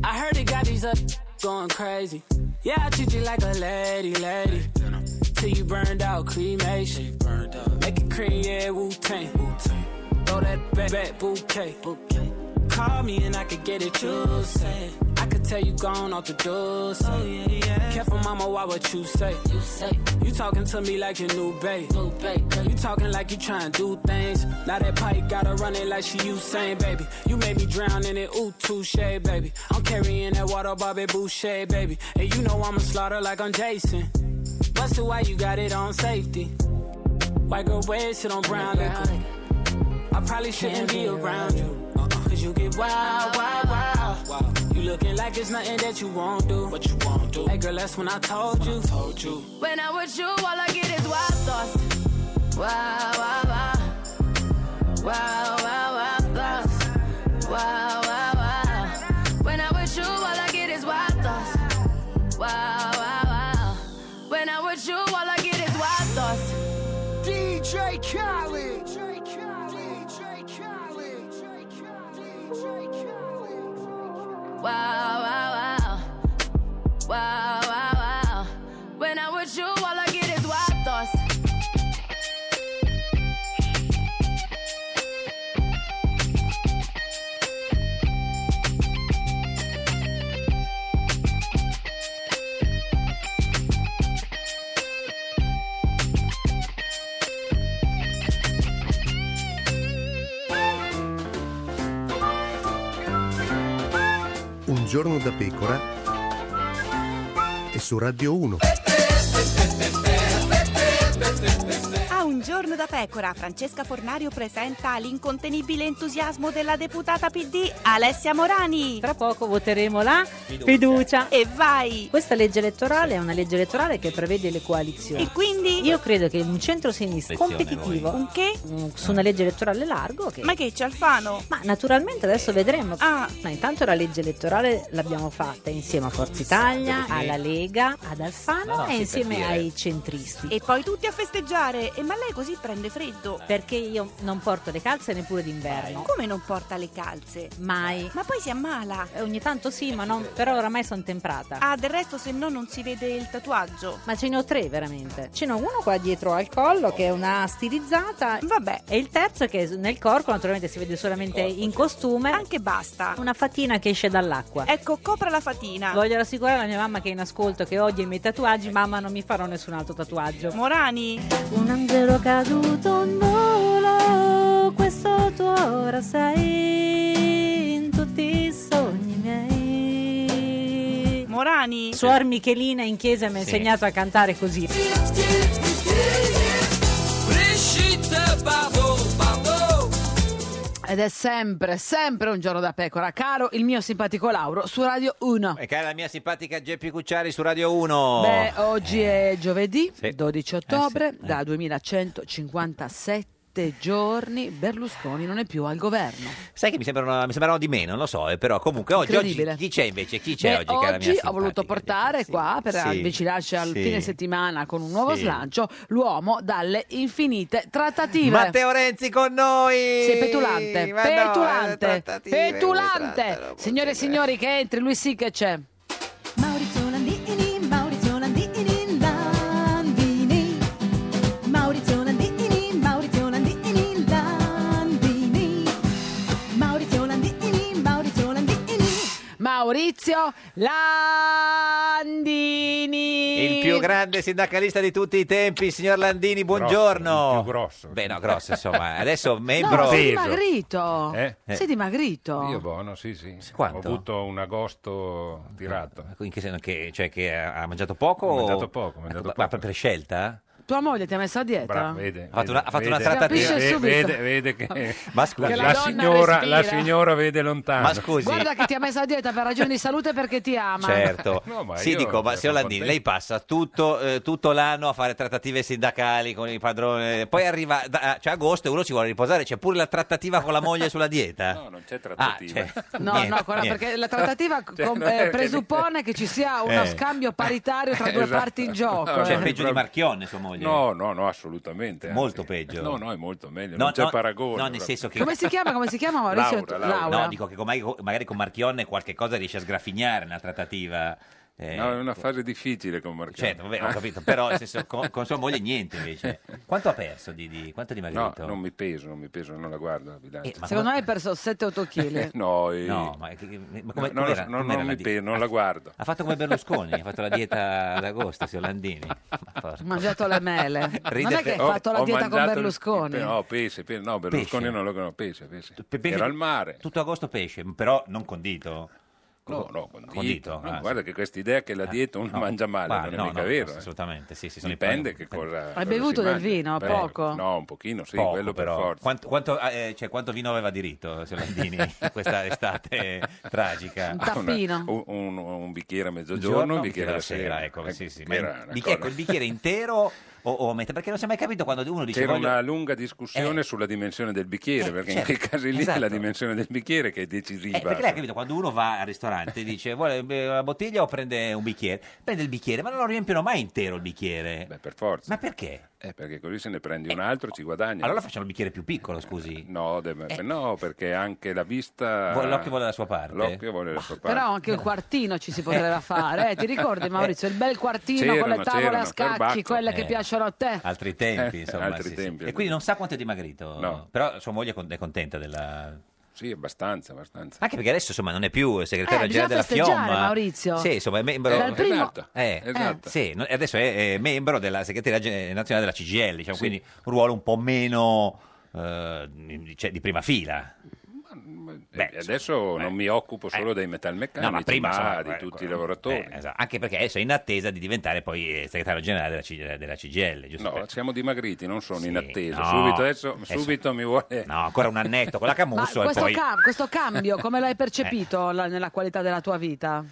Speaker 9: I heard it got these up going crazy. Yeah, I treat you like a lady, lady. Till you burned out, cremation. Make it cream, yeah, Wu Tang. Throw that back, back bouquet. Call me and I could get it, you say. I could tell you gone off the door. Oh, yeah, yeah. Careful, mama, why what you say? You say. You talking to me like your new babe. New babe you talking like you trying to do things. Now that pipe gotta run it like she Usain, baby. You made me drown in it, ooh, touche, baby. I'm carrying that water, Bobby Boucher, baby. And you know I'ma slaughter like I'm Jason. Busted, why you got it on safety? White girl, red shit on brown liquor. I probably shouldn't be around you. uh Cause you get wild, wild, wild. You looking like it's nothing that you won't do. What you won't do. Hey girl, that's when I told you. told you.
Speaker 8: When I'm with you, all I get is wild thoughts. Wow, wow, wow. Wow, wow, wow, thoughts. Wow, wow, wow. When I'm with you, all I get is wild thoughts. Wow, wow, wow. When I'm with you, all I get is wild thoughts.
Speaker 7: DJ Khaled. DJ Khaled. DJ Khaled.
Speaker 8: Wow, wow, wow. Wow, wow, wow. When I'm with you, all I get is wild thoughts.
Speaker 10: Un giorno da pecora e su Radio 1.
Speaker 1: Ah,
Speaker 11: Un giorno da pecora, Francesca Fornario presenta l'incontenibile entusiasmo della deputata PD Alessia Morani. Tra poco voteremo la
Speaker 12: Fiducia.
Speaker 11: E vai!
Speaker 12: Questa legge elettorale è una legge elettorale che prevede le coalizioni.
Speaker 11: E quindi?
Speaker 12: Io credo che un centro-sinistra
Speaker 11: Lezione,
Speaker 12: competitivo,
Speaker 11: un che?
Speaker 12: un- su una legge elettorale largo, che
Speaker 11: Ma che c'è Alfano?
Speaker 12: Ma naturalmente adesso vedremo.
Speaker 11: Ah.
Speaker 12: Ma intanto la legge elettorale l'abbiamo fatta insieme a Forza Italia,
Speaker 11: Sì.
Speaker 12: alla Lega, ad Alfano
Speaker 11: No, no, sì,
Speaker 12: e
Speaker 11: per
Speaker 12: insieme
Speaker 11: dire.
Speaker 12: ai centristi.
Speaker 11: E poi tutti a festeggiare. E ma lei così prende freddo.
Speaker 12: Perché io non porto le calze neppure d'inverno.
Speaker 11: Come non porta le calze?
Speaker 12: Mai. Eh,
Speaker 11: Ma poi si ammala.
Speaker 12: Ogni tanto sì, ma non, però oramai sono temprata.
Speaker 11: Ah, del resto se no non si vede il tatuaggio.
Speaker 12: Ma ce ne ho tre veramente. Ce n'ho uno qua dietro al collo che è una stilizzata.
Speaker 11: Vabbè.
Speaker 12: E il terzo che è nel corpo naturalmente si vede solamente in costume.
Speaker 11: Anche basta.
Speaker 12: Una fatina che esce dall'acqua.
Speaker 11: Ecco, copra la fatina.
Speaker 12: Voglio rassicurare la mia mamma che è in ascolto, che odia i miei tatuaggi. Mamma, non mi farò nessun altro tatuaggio.
Speaker 11: Eh. Morani.
Speaker 12: Un angelo caduto in volo, questo tuo ora sei in tutti i sogni miei.
Speaker 11: Morani.
Speaker 12: Suor Michelina in chiesa mi ha
Speaker 11: Sì.
Speaker 12: insegnato a cantare così.
Speaker 13: Brigitte Bardot, Bardot.
Speaker 1: Ed è sempre, sempre un giorno da pecora, caro il mio simpatico Lauro su Radio 1.
Speaker 2: E cara la mia simpatica Geppi Cucciari su Radio 1.
Speaker 1: Beh, oh. oggi è giovedì
Speaker 2: Eh. Sì.
Speaker 1: 12 ottobre, da 2157 giorni Berlusconi non è più al governo.
Speaker 2: Sai che mi sembrano, mi sembrano di meno, non lo so, eh, però comunque oggi, oggi
Speaker 1: Incredibile.
Speaker 2: chi c'è invece? Chi c'è
Speaker 1: Beh,
Speaker 2: oggi, cara mia
Speaker 1: ho voluto portare qua per
Speaker 2: Sì.
Speaker 1: avvicinarci al
Speaker 2: Sì.
Speaker 1: fine settimana con un nuovo
Speaker 2: Sì.
Speaker 1: slancio l'uomo dalle infinite trattative.
Speaker 2: Matteo Renzi con noi!
Speaker 1: Sei petulante,
Speaker 2: Ma no, le
Speaker 1: petulante,
Speaker 2: trattative,
Speaker 1: petulante. Signore e signori, che entri, lui sì che c'è.
Speaker 14: Maurizio Landini, Maurizio Landini, Landini. Maurizio Landini, Maurizio Landini, Landini. Maurizio Landini, Maurizio Landini.
Speaker 1: Maurizio Landini.
Speaker 2: Il più grande sindacalista di tutti i tempi, signor Landini, buongiorno.
Speaker 15: il più grosso.
Speaker 2: Beh, no, grosso, insomma, adesso
Speaker 1: No,
Speaker 2: membro.
Speaker 1: sei dimagrito.
Speaker 15: Eh?
Speaker 1: Sei
Speaker 15: Eh.
Speaker 1: dimagrito.
Speaker 15: Io buono, sì, sì.
Speaker 2: Quanto?
Speaker 15: Ho avuto un agosto tirato.
Speaker 2: In che senso che, cioè, che ha ha mangiato poco?
Speaker 15: Ho
Speaker 2: o- Ecco,
Speaker 15: mangiato poco, ho mangiato
Speaker 2: Ma- Ma per scelta?
Speaker 1: Tua moglie ti ha messo a dieta?
Speaker 15: Bra- vede,
Speaker 2: Ha fatto una- ha fatto una
Speaker 15: vede,
Speaker 2: trattativa.
Speaker 15: Vede,
Speaker 2: Capisce
Speaker 15: vede,
Speaker 2: subito.
Speaker 15: vede che
Speaker 2: Ma scusi.
Speaker 15: la,
Speaker 2: Che la
Speaker 15: la
Speaker 2: donna
Speaker 15: signora,
Speaker 1: respira.
Speaker 15: la signora vede lontano.
Speaker 2: Ma scusi.
Speaker 1: Guarda che ti ha messo a dieta per ragioni di salute perché ti ama.
Speaker 2: Certo,
Speaker 15: No, ma
Speaker 2: sì,
Speaker 15: io
Speaker 2: dico, ma
Speaker 15: sono
Speaker 2: signor Landini,
Speaker 15: contento.
Speaker 2: lei passa tutto, eh, tutto l'anno a fare trattative sindacali con i padroni, poi arriva da- cioè, agosto e uno ci vuole riposare, c'è pure la trattativa con la moglie sulla dieta. Ah, No,
Speaker 15: non c'è
Speaker 2: trattativa.
Speaker 1: No, no, ancora perché la trattativa
Speaker 2: Cioè,
Speaker 1: com-
Speaker 2: non è
Speaker 1: eh,
Speaker 2: che-
Speaker 1: presuppone che ci sia uno
Speaker 2: Eh.
Speaker 1: scambio paritario tra due
Speaker 15: Esatto.
Speaker 1: parti in gioco.
Speaker 15: No,
Speaker 2: Cioè,
Speaker 15: no,
Speaker 2: peggio di Marchionne sua moglie.
Speaker 15: No, no, no, assolutamente.
Speaker 2: Molto peggio.
Speaker 15: No, no, è molto meglio.
Speaker 2: No,
Speaker 15: non c'è
Speaker 2: no,
Speaker 15: paragone.
Speaker 2: no, nel
Speaker 15: proprio.
Speaker 2: senso che-
Speaker 1: Come si chiama? Come si
Speaker 2: Oh,
Speaker 1: chiama Maurizio?
Speaker 2: No, dico che con- magari, magari con Marchionne qualche cosa riesce a sgraffignare nella trattativa. eh,
Speaker 15: No, è una fase difficile con Marchionne.
Speaker 2: Certo, vabbè, ho capito, però nel senso, con, con sua moglie niente invece. Quanto ha perso di, di- quanto è
Speaker 15: No,
Speaker 2: dimagrito?
Speaker 15: non mi peso, non mi peso, non la guardo la bilancia.
Speaker 2: Eh, ma
Speaker 1: Secondo me hai perso 7-8 kg.
Speaker 15: No, eh.
Speaker 2: No, ma, che- che- ma come,
Speaker 15: No,
Speaker 2: com'era-
Speaker 15: non, lo so, non-
Speaker 2: com'era
Speaker 15: non
Speaker 2: la
Speaker 15: mi
Speaker 2: di-
Speaker 15: peso, non la guardo.
Speaker 2: Ha fatto come Berlusconi, ha fatto la dieta ad agosto, signor Landini. Ma porca-
Speaker 1: Ho mangiato le mele. non è che hai
Speaker 15: Ho-
Speaker 1: fatto la
Speaker 15: ho
Speaker 1: dieta con
Speaker 15: mangiato il-
Speaker 1: Berlusconi.
Speaker 15: No, pesce, pesce, no, Berlusconi
Speaker 2: Pesce?
Speaker 15: non lo conosco, pesce, pesce.
Speaker 2: pesce-
Speaker 15: Era al mare.
Speaker 2: Tutto agosto pesce, però non condito.
Speaker 15: No, no,
Speaker 2: condito.
Speaker 15: condito.
Speaker 2: ah,
Speaker 15: No,
Speaker 2: sì.
Speaker 15: guarda che questa idea che la dieta uno
Speaker 2: no,
Speaker 15: mangia male
Speaker 2: guarda,
Speaker 15: non è
Speaker 2: no,
Speaker 15: mica
Speaker 2: no,
Speaker 15: vero. eh.
Speaker 2: assolutamente, sì, sì, sono
Speaker 15: Dipende
Speaker 2: i-
Speaker 15: che cosa...
Speaker 1: Hai
Speaker 15: cosa
Speaker 1: bevuto
Speaker 15: si
Speaker 1: del
Speaker 15: mangia.
Speaker 1: vino?
Speaker 15: Beh,
Speaker 1: Poco?
Speaker 15: No, un pochino, sì,
Speaker 2: Poco,
Speaker 15: quello
Speaker 2: però.
Speaker 15: per forza.
Speaker 2: Quanto, quanto- eh, cioè, quanto vino aveva diritto, signor Landini, in questa estate tragica?
Speaker 15: Ah, una- un, un- un bicchiere a mezzogiorno, un bicchiere alla sera.
Speaker 2: ecco, sì, sì. Ma
Speaker 15: era
Speaker 2: il
Speaker 15: una
Speaker 2: bicchiere,
Speaker 15: cosa-
Speaker 2: il bicchiere intero o, o a metà? Perché non si è mai capito quando uno dice...
Speaker 15: C'era
Speaker 2: voglio-
Speaker 15: una lunga discussione sulla dimensione del bicchiere, perché
Speaker 2: Eh, certo,
Speaker 15: in quei casi lì è
Speaker 2: esatto.
Speaker 15: la dimensione del bicchiere che è decisiva.
Speaker 2: Eh, perché lei ha capito, quando uno va al ristorante e dice vuole eh, una bottiglia o prende un bicchiere, prende il bicchiere, ma non lo riempiono mai intero il bicchiere. Beh,
Speaker 15: per forza.
Speaker 2: Ma perché? Eh,
Speaker 15: Eh, perché così se ne prendi un altro ci guadagni.
Speaker 2: Allora facciamo il bicchiere più piccolo, scusi. Eh.
Speaker 15: No, de- no, perché anche la vista...
Speaker 2: Vuole- l'occhio vuole la sua parte.
Speaker 15: L'occhio vuole la sua parte.
Speaker 1: Però anche il quartino ci si poteva fare, eh, ti ricordi Maurizio? Il bel quartino con
Speaker 15: C'erano,
Speaker 1: le tavole a
Speaker 15: c'erano,
Speaker 1: scacchi,
Speaker 15: perbacco.
Speaker 1: quelle che
Speaker 2: Eh.
Speaker 1: piacciono a te.
Speaker 2: Altri tempi,
Speaker 15: Eh,
Speaker 2: insomma.
Speaker 15: altri
Speaker 2: sì,
Speaker 15: tempi.
Speaker 2: sì. E quindi non sa quanto è dimagrito.
Speaker 15: No.
Speaker 2: Però sua moglie è con- è contenta della...
Speaker 15: Sì, abbastanza, abbastanza.
Speaker 2: Anche perché adesso insomma non è più segretario
Speaker 1: Eh, bisogna
Speaker 2: generale della
Speaker 1: festeggiare,
Speaker 2: Fiomma.
Speaker 1: Maurizio.
Speaker 2: Sì, insomma è membro.
Speaker 1: Eh, dal primo- Esatto,
Speaker 2: Eh,
Speaker 1: esatto.
Speaker 2: sì, no- e adesso è, è membro della segreteria gen- nazionale della CGL, diciamo, quindi un ruolo un po' meno eh, di- cioè, di prima fila.
Speaker 15: Ma- ma- Eh, adesso non mi occupo solo dei metalmeccanici,
Speaker 2: Eh. No, ma prima insomma,
Speaker 15: di
Speaker 2: eh,
Speaker 15: tutti i
Speaker 2: quello-
Speaker 15: lavoratori.
Speaker 2: eh, esatto. Anche perché adesso è in attesa di diventare poi eh, segretario generale della, C- della CGL, giusto?
Speaker 15: No,
Speaker 2: Per-
Speaker 15: siamo dimagriti, non sono in attesa.
Speaker 2: no.
Speaker 15: Subito, adesso,
Speaker 2: Adesso-
Speaker 15: subito mi vuole.
Speaker 2: No, ancora un annetto con la
Speaker 1: Ma
Speaker 2: Camusso e
Speaker 1: questo,
Speaker 2: poi...
Speaker 1: cam- questo cambio come l'hai percepito la- nella qualità della tua vita?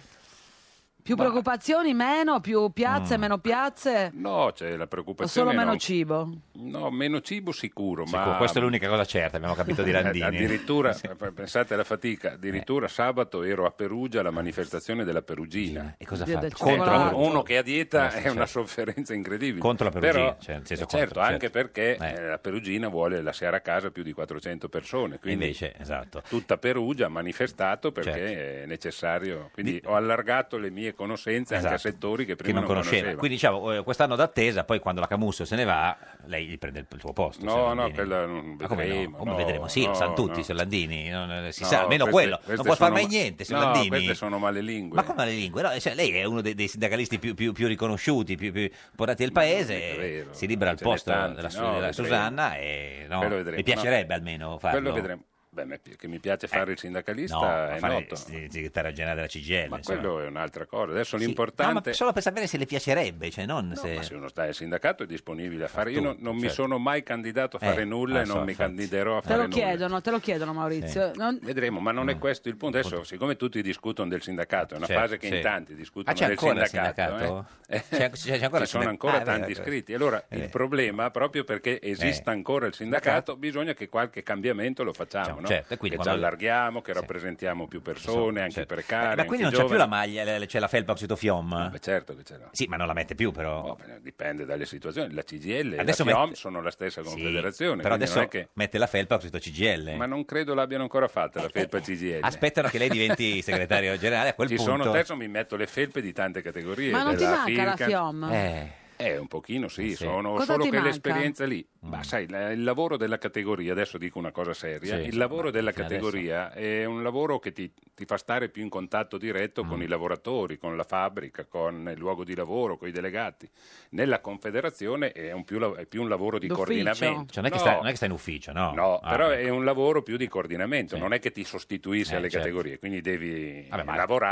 Speaker 1: Più
Speaker 15: Eh. Ma-
Speaker 1: preoccupazioni, meno, più piazze,
Speaker 15: Mm.
Speaker 1: meno piazze?
Speaker 15: No, c'è la
Speaker 1: O
Speaker 15: preoccupazione.
Speaker 1: solo meno
Speaker 15: no.
Speaker 1: cibo?
Speaker 15: No, meno cibo sicuro,
Speaker 2: Sicuro,
Speaker 15: ma...
Speaker 2: questa è l'unica cosa certa, abbiamo capito di Eh. Landini.
Speaker 15: Eh, Addirittura, eh, pensate alla fatica, addirittura sabato ero a Perugia alla manifestazione della Perugina. E
Speaker 2: cosa Dio ha del fatto?
Speaker 15: Contro
Speaker 2: cioccolato.
Speaker 15: uno che a dieta
Speaker 2: Eh, sì,
Speaker 15: è
Speaker 2: certo.
Speaker 15: una sofferenza incredibile.
Speaker 2: Contro la Perugina,
Speaker 15: Però,
Speaker 2: cioè, nel senso
Speaker 15: eh, certo,
Speaker 2: contro,
Speaker 15: anche perché eh, la Perugina vuole lasciare a casa più di 400 persone. Quindi
Speaker 2: Invece, esatto. Certo.
Speaker 15: tutta Perugia ha manifestato perché è necessario. Quindi ho allargato le mie conoscenze anche
Speaker 2: Esatto.
Speaker 15: a settori che
Speaker 2: Che
Speaker 15: prima
Speaker 2: non conosceva. Quindi diciamo, eh, quest'anno d'attesa, poi quando la Camusso se ne va, lei gli prende il il suo posto.
Speaker 15: No,
Speaker 2: signor
Speaker 15: no,
Speaker 2: Landini.
Speaker 15: quella non
Speaker 2: Ma come no?
Speaker 15: vedremo,
Speaker 2: Come
Speaker 15: no,
Speaker 2: vedremo? Sì, lo
Speaker 15: no,
Speaker 2: sanno tutti,
Speaker 15: no.
Speaker 2: signor Landini. non- eh, si
Speaker 15: No,
Speaker 2: sa, almeno
Speaker 15: queste-
Speaker 2: quello. Non
Speaker 15: queste
Speaker 2: può far
Speaker 15: sono
Speaker 2: mai
Speaker 15: ma-
Speaker 2: niente, signor
Speaker 15: No,
Speaker 2: Landini.
Speaker 15: queste sono malelingue.
Speaker 2: Ma come malelingue? No, cioè, lei è uno dei, dei sindacalisti più, più- più riconosciuti, più, più importanti del paese. si libera il
Speaker 15: ce n'è
Speaker 2: posto
Speaker 15: tanti,
Speaker 2: della, su-
Speaker 15: no,
Speaker 2: della
Speaker 15: vedremo.
Speaker 2: Susanna e no,
Speaker 15: Quello vedremo,
Speaker 2: mi piacerebbe
Speaker 15: no.
Speaker 2: almeno farlo. Eh,
Speaker 15: Quello vedremo. Beh, mi pi- che mi piace fare il sindacalista
Speaker 2: No, ma
Speaker 15: è
Speaker 2: fare
Speaker 15: noto.
Speaker 2: il segretario generale della CGL.
Speaker 15: Ma
Speaker 2: insomma.
Speaker 15: quello è un'altra cosa. Adesso
Speaker 2: Sì, no,
Speaker 15: l'importante
Speaker 2: ma solo per sapere se le piacerebbe, cioè non se...
Speaker 15: ma se uno sta al sindacato è disponibile a fare. Io
Speaker 2: Tutto,
Speaker 15: non, non mi
Speaker 2: certo.
Speaker 15: sono mai candidato a fare
Speaker 2: Eh,
Speaker 15: nulla
Speaker 2: lo
Speaker 15: e
Speaker 2: so,
Speaker 15: non mi
Speaker 2: infatti.
Speaker 15: candiderò a
Speaker 1: Te
Speaker 15: fare
Speaker 1: lo
Speaker 15: nulla.
Speaker 1: chiedono, te lo chiedono Maurizio. Non-
Speaker 15: Vedremo, ma non è questo il punto. Adesso, siccome tutti discutono del sindacato, è una
Speaker 2: Mm. Certo,
Speaker 15: fase che
Speaker 2: sì.
Speaker 15: in tanti discutono
Speaker 2: Ah, c'è
Speaker 15: del
Speaker 2: ancora il
Speaker 15: sindacato.
Speaker 2: sindacato?
Speaker 15: eh.
Speaker 2: C'è- c'è- c'è ancora il
Speaker 15: Ci sono
Speaker 2: sindac-
Speaker 15: ancora
Speaker 2: Ah, è vero,
Speaker 15: tanti
Speaker 2: è vero.
Speaker 15: iscritti. Allora,
Speaker 2: È
Speaker 15: il
Speaker 2: vero.
Speaker 15: problema, proprio perché esista
Speaker 2: Eh.
Speaker 15: ancora il sindacato, bisogna che qualche cambiamento lo facciamo, no?
Speaker 2: certo, e quindi
Speaker 15: che ci
Speaker 2: quando-
Speaker 15: allarghiamo, che rappresentiamo più persone, anche
Speaker 2: Certo.
Speaker 15: precari,
Speaker 2: Eh, ma quindi
Speaker 15: anche
Speaker 2: non c'è più la
Speaker 15: giovani.
Speaker 2: maglia, le- c'è la felpa oxitofiom?
Speaker 15: Beh, certo che ce l'ho. Boh,
Speaker 2: Sì, ma non la mette più però.
Speaker 15: Dipende dalle situazioni. La CGL e
Speaker 2: Adesso
Speaker 15: la FIOM
Speaker 2: mette-
Speaker 15: sono la stessa
Speaker 2: Sì,
Speaker 15: confederazione.
Speaker 2: però
Speaker 15: quindi
Speaker 2: adesso
Speaker 15: non è che-
Speaker 2: mette la felpa oxito CGL.
Speaker 15: Ma non credo l'abbiano ancora fatta la felpa CGL.
Speaker 2: Eh, Aspettano che lei diventi segretario generale, a quel
Speaker 15: Ci sono
Speaker 2: punto-
Speaker 15: adesso mi metto le felpe di tante categorie.
Speaker 1: Ma non ti
Speaker 15: della
Speaker 1: manca la
Speaker 15: Fircan.
Speaker 1: FIOM?
Speaker 2: Eh.
Speaker 15: Eh, un pochino sì, sono
Speaker 1: Cosa
Speaker 15: solo
Speaker 1: ti
Speaker 15: che
Speaker 1: manca?
Speaker 15: l'esperienza lì.
Speaker 2: Mm.
Speaker 15: Ma sai, la- il lavoro della categoria, adesso dico una cosa seria,
Speaker 2: Sì,
Speaker 15: il
Speaker 2: sì,
Speaker 15: lavoro
Speaker 2: ma
Speaker 15: della
Speaker 2: fino adesso-
Speaker 15: categoria è un lavoro che ti, ti fa stare più in contatto diretto
Speaker 2: Mm.
Speaker 15: con i lavoratori, con la fabbrica, con il luogo di lavoro, con i delegati. Nella confederazione è, un più, la- è più un lavoro di coordinamento.
Speaker 2: Cioè, non, è che
Speaker 15: No,
Speaker 2: sta, non è che sta in ufficio, no?
Speaker 15: No,
Speaker 2: Ah,
Speaker 15: però
Speaker 2: ecco.
Speaker 15: è un lavoro più di coordinamento, non è che ti sostituisci
Speaker 2: Eh,
Speaker 15: alle
Speaker 2: certo.
Speaker 15: categorie, quindi devi
Speaker 2: ma-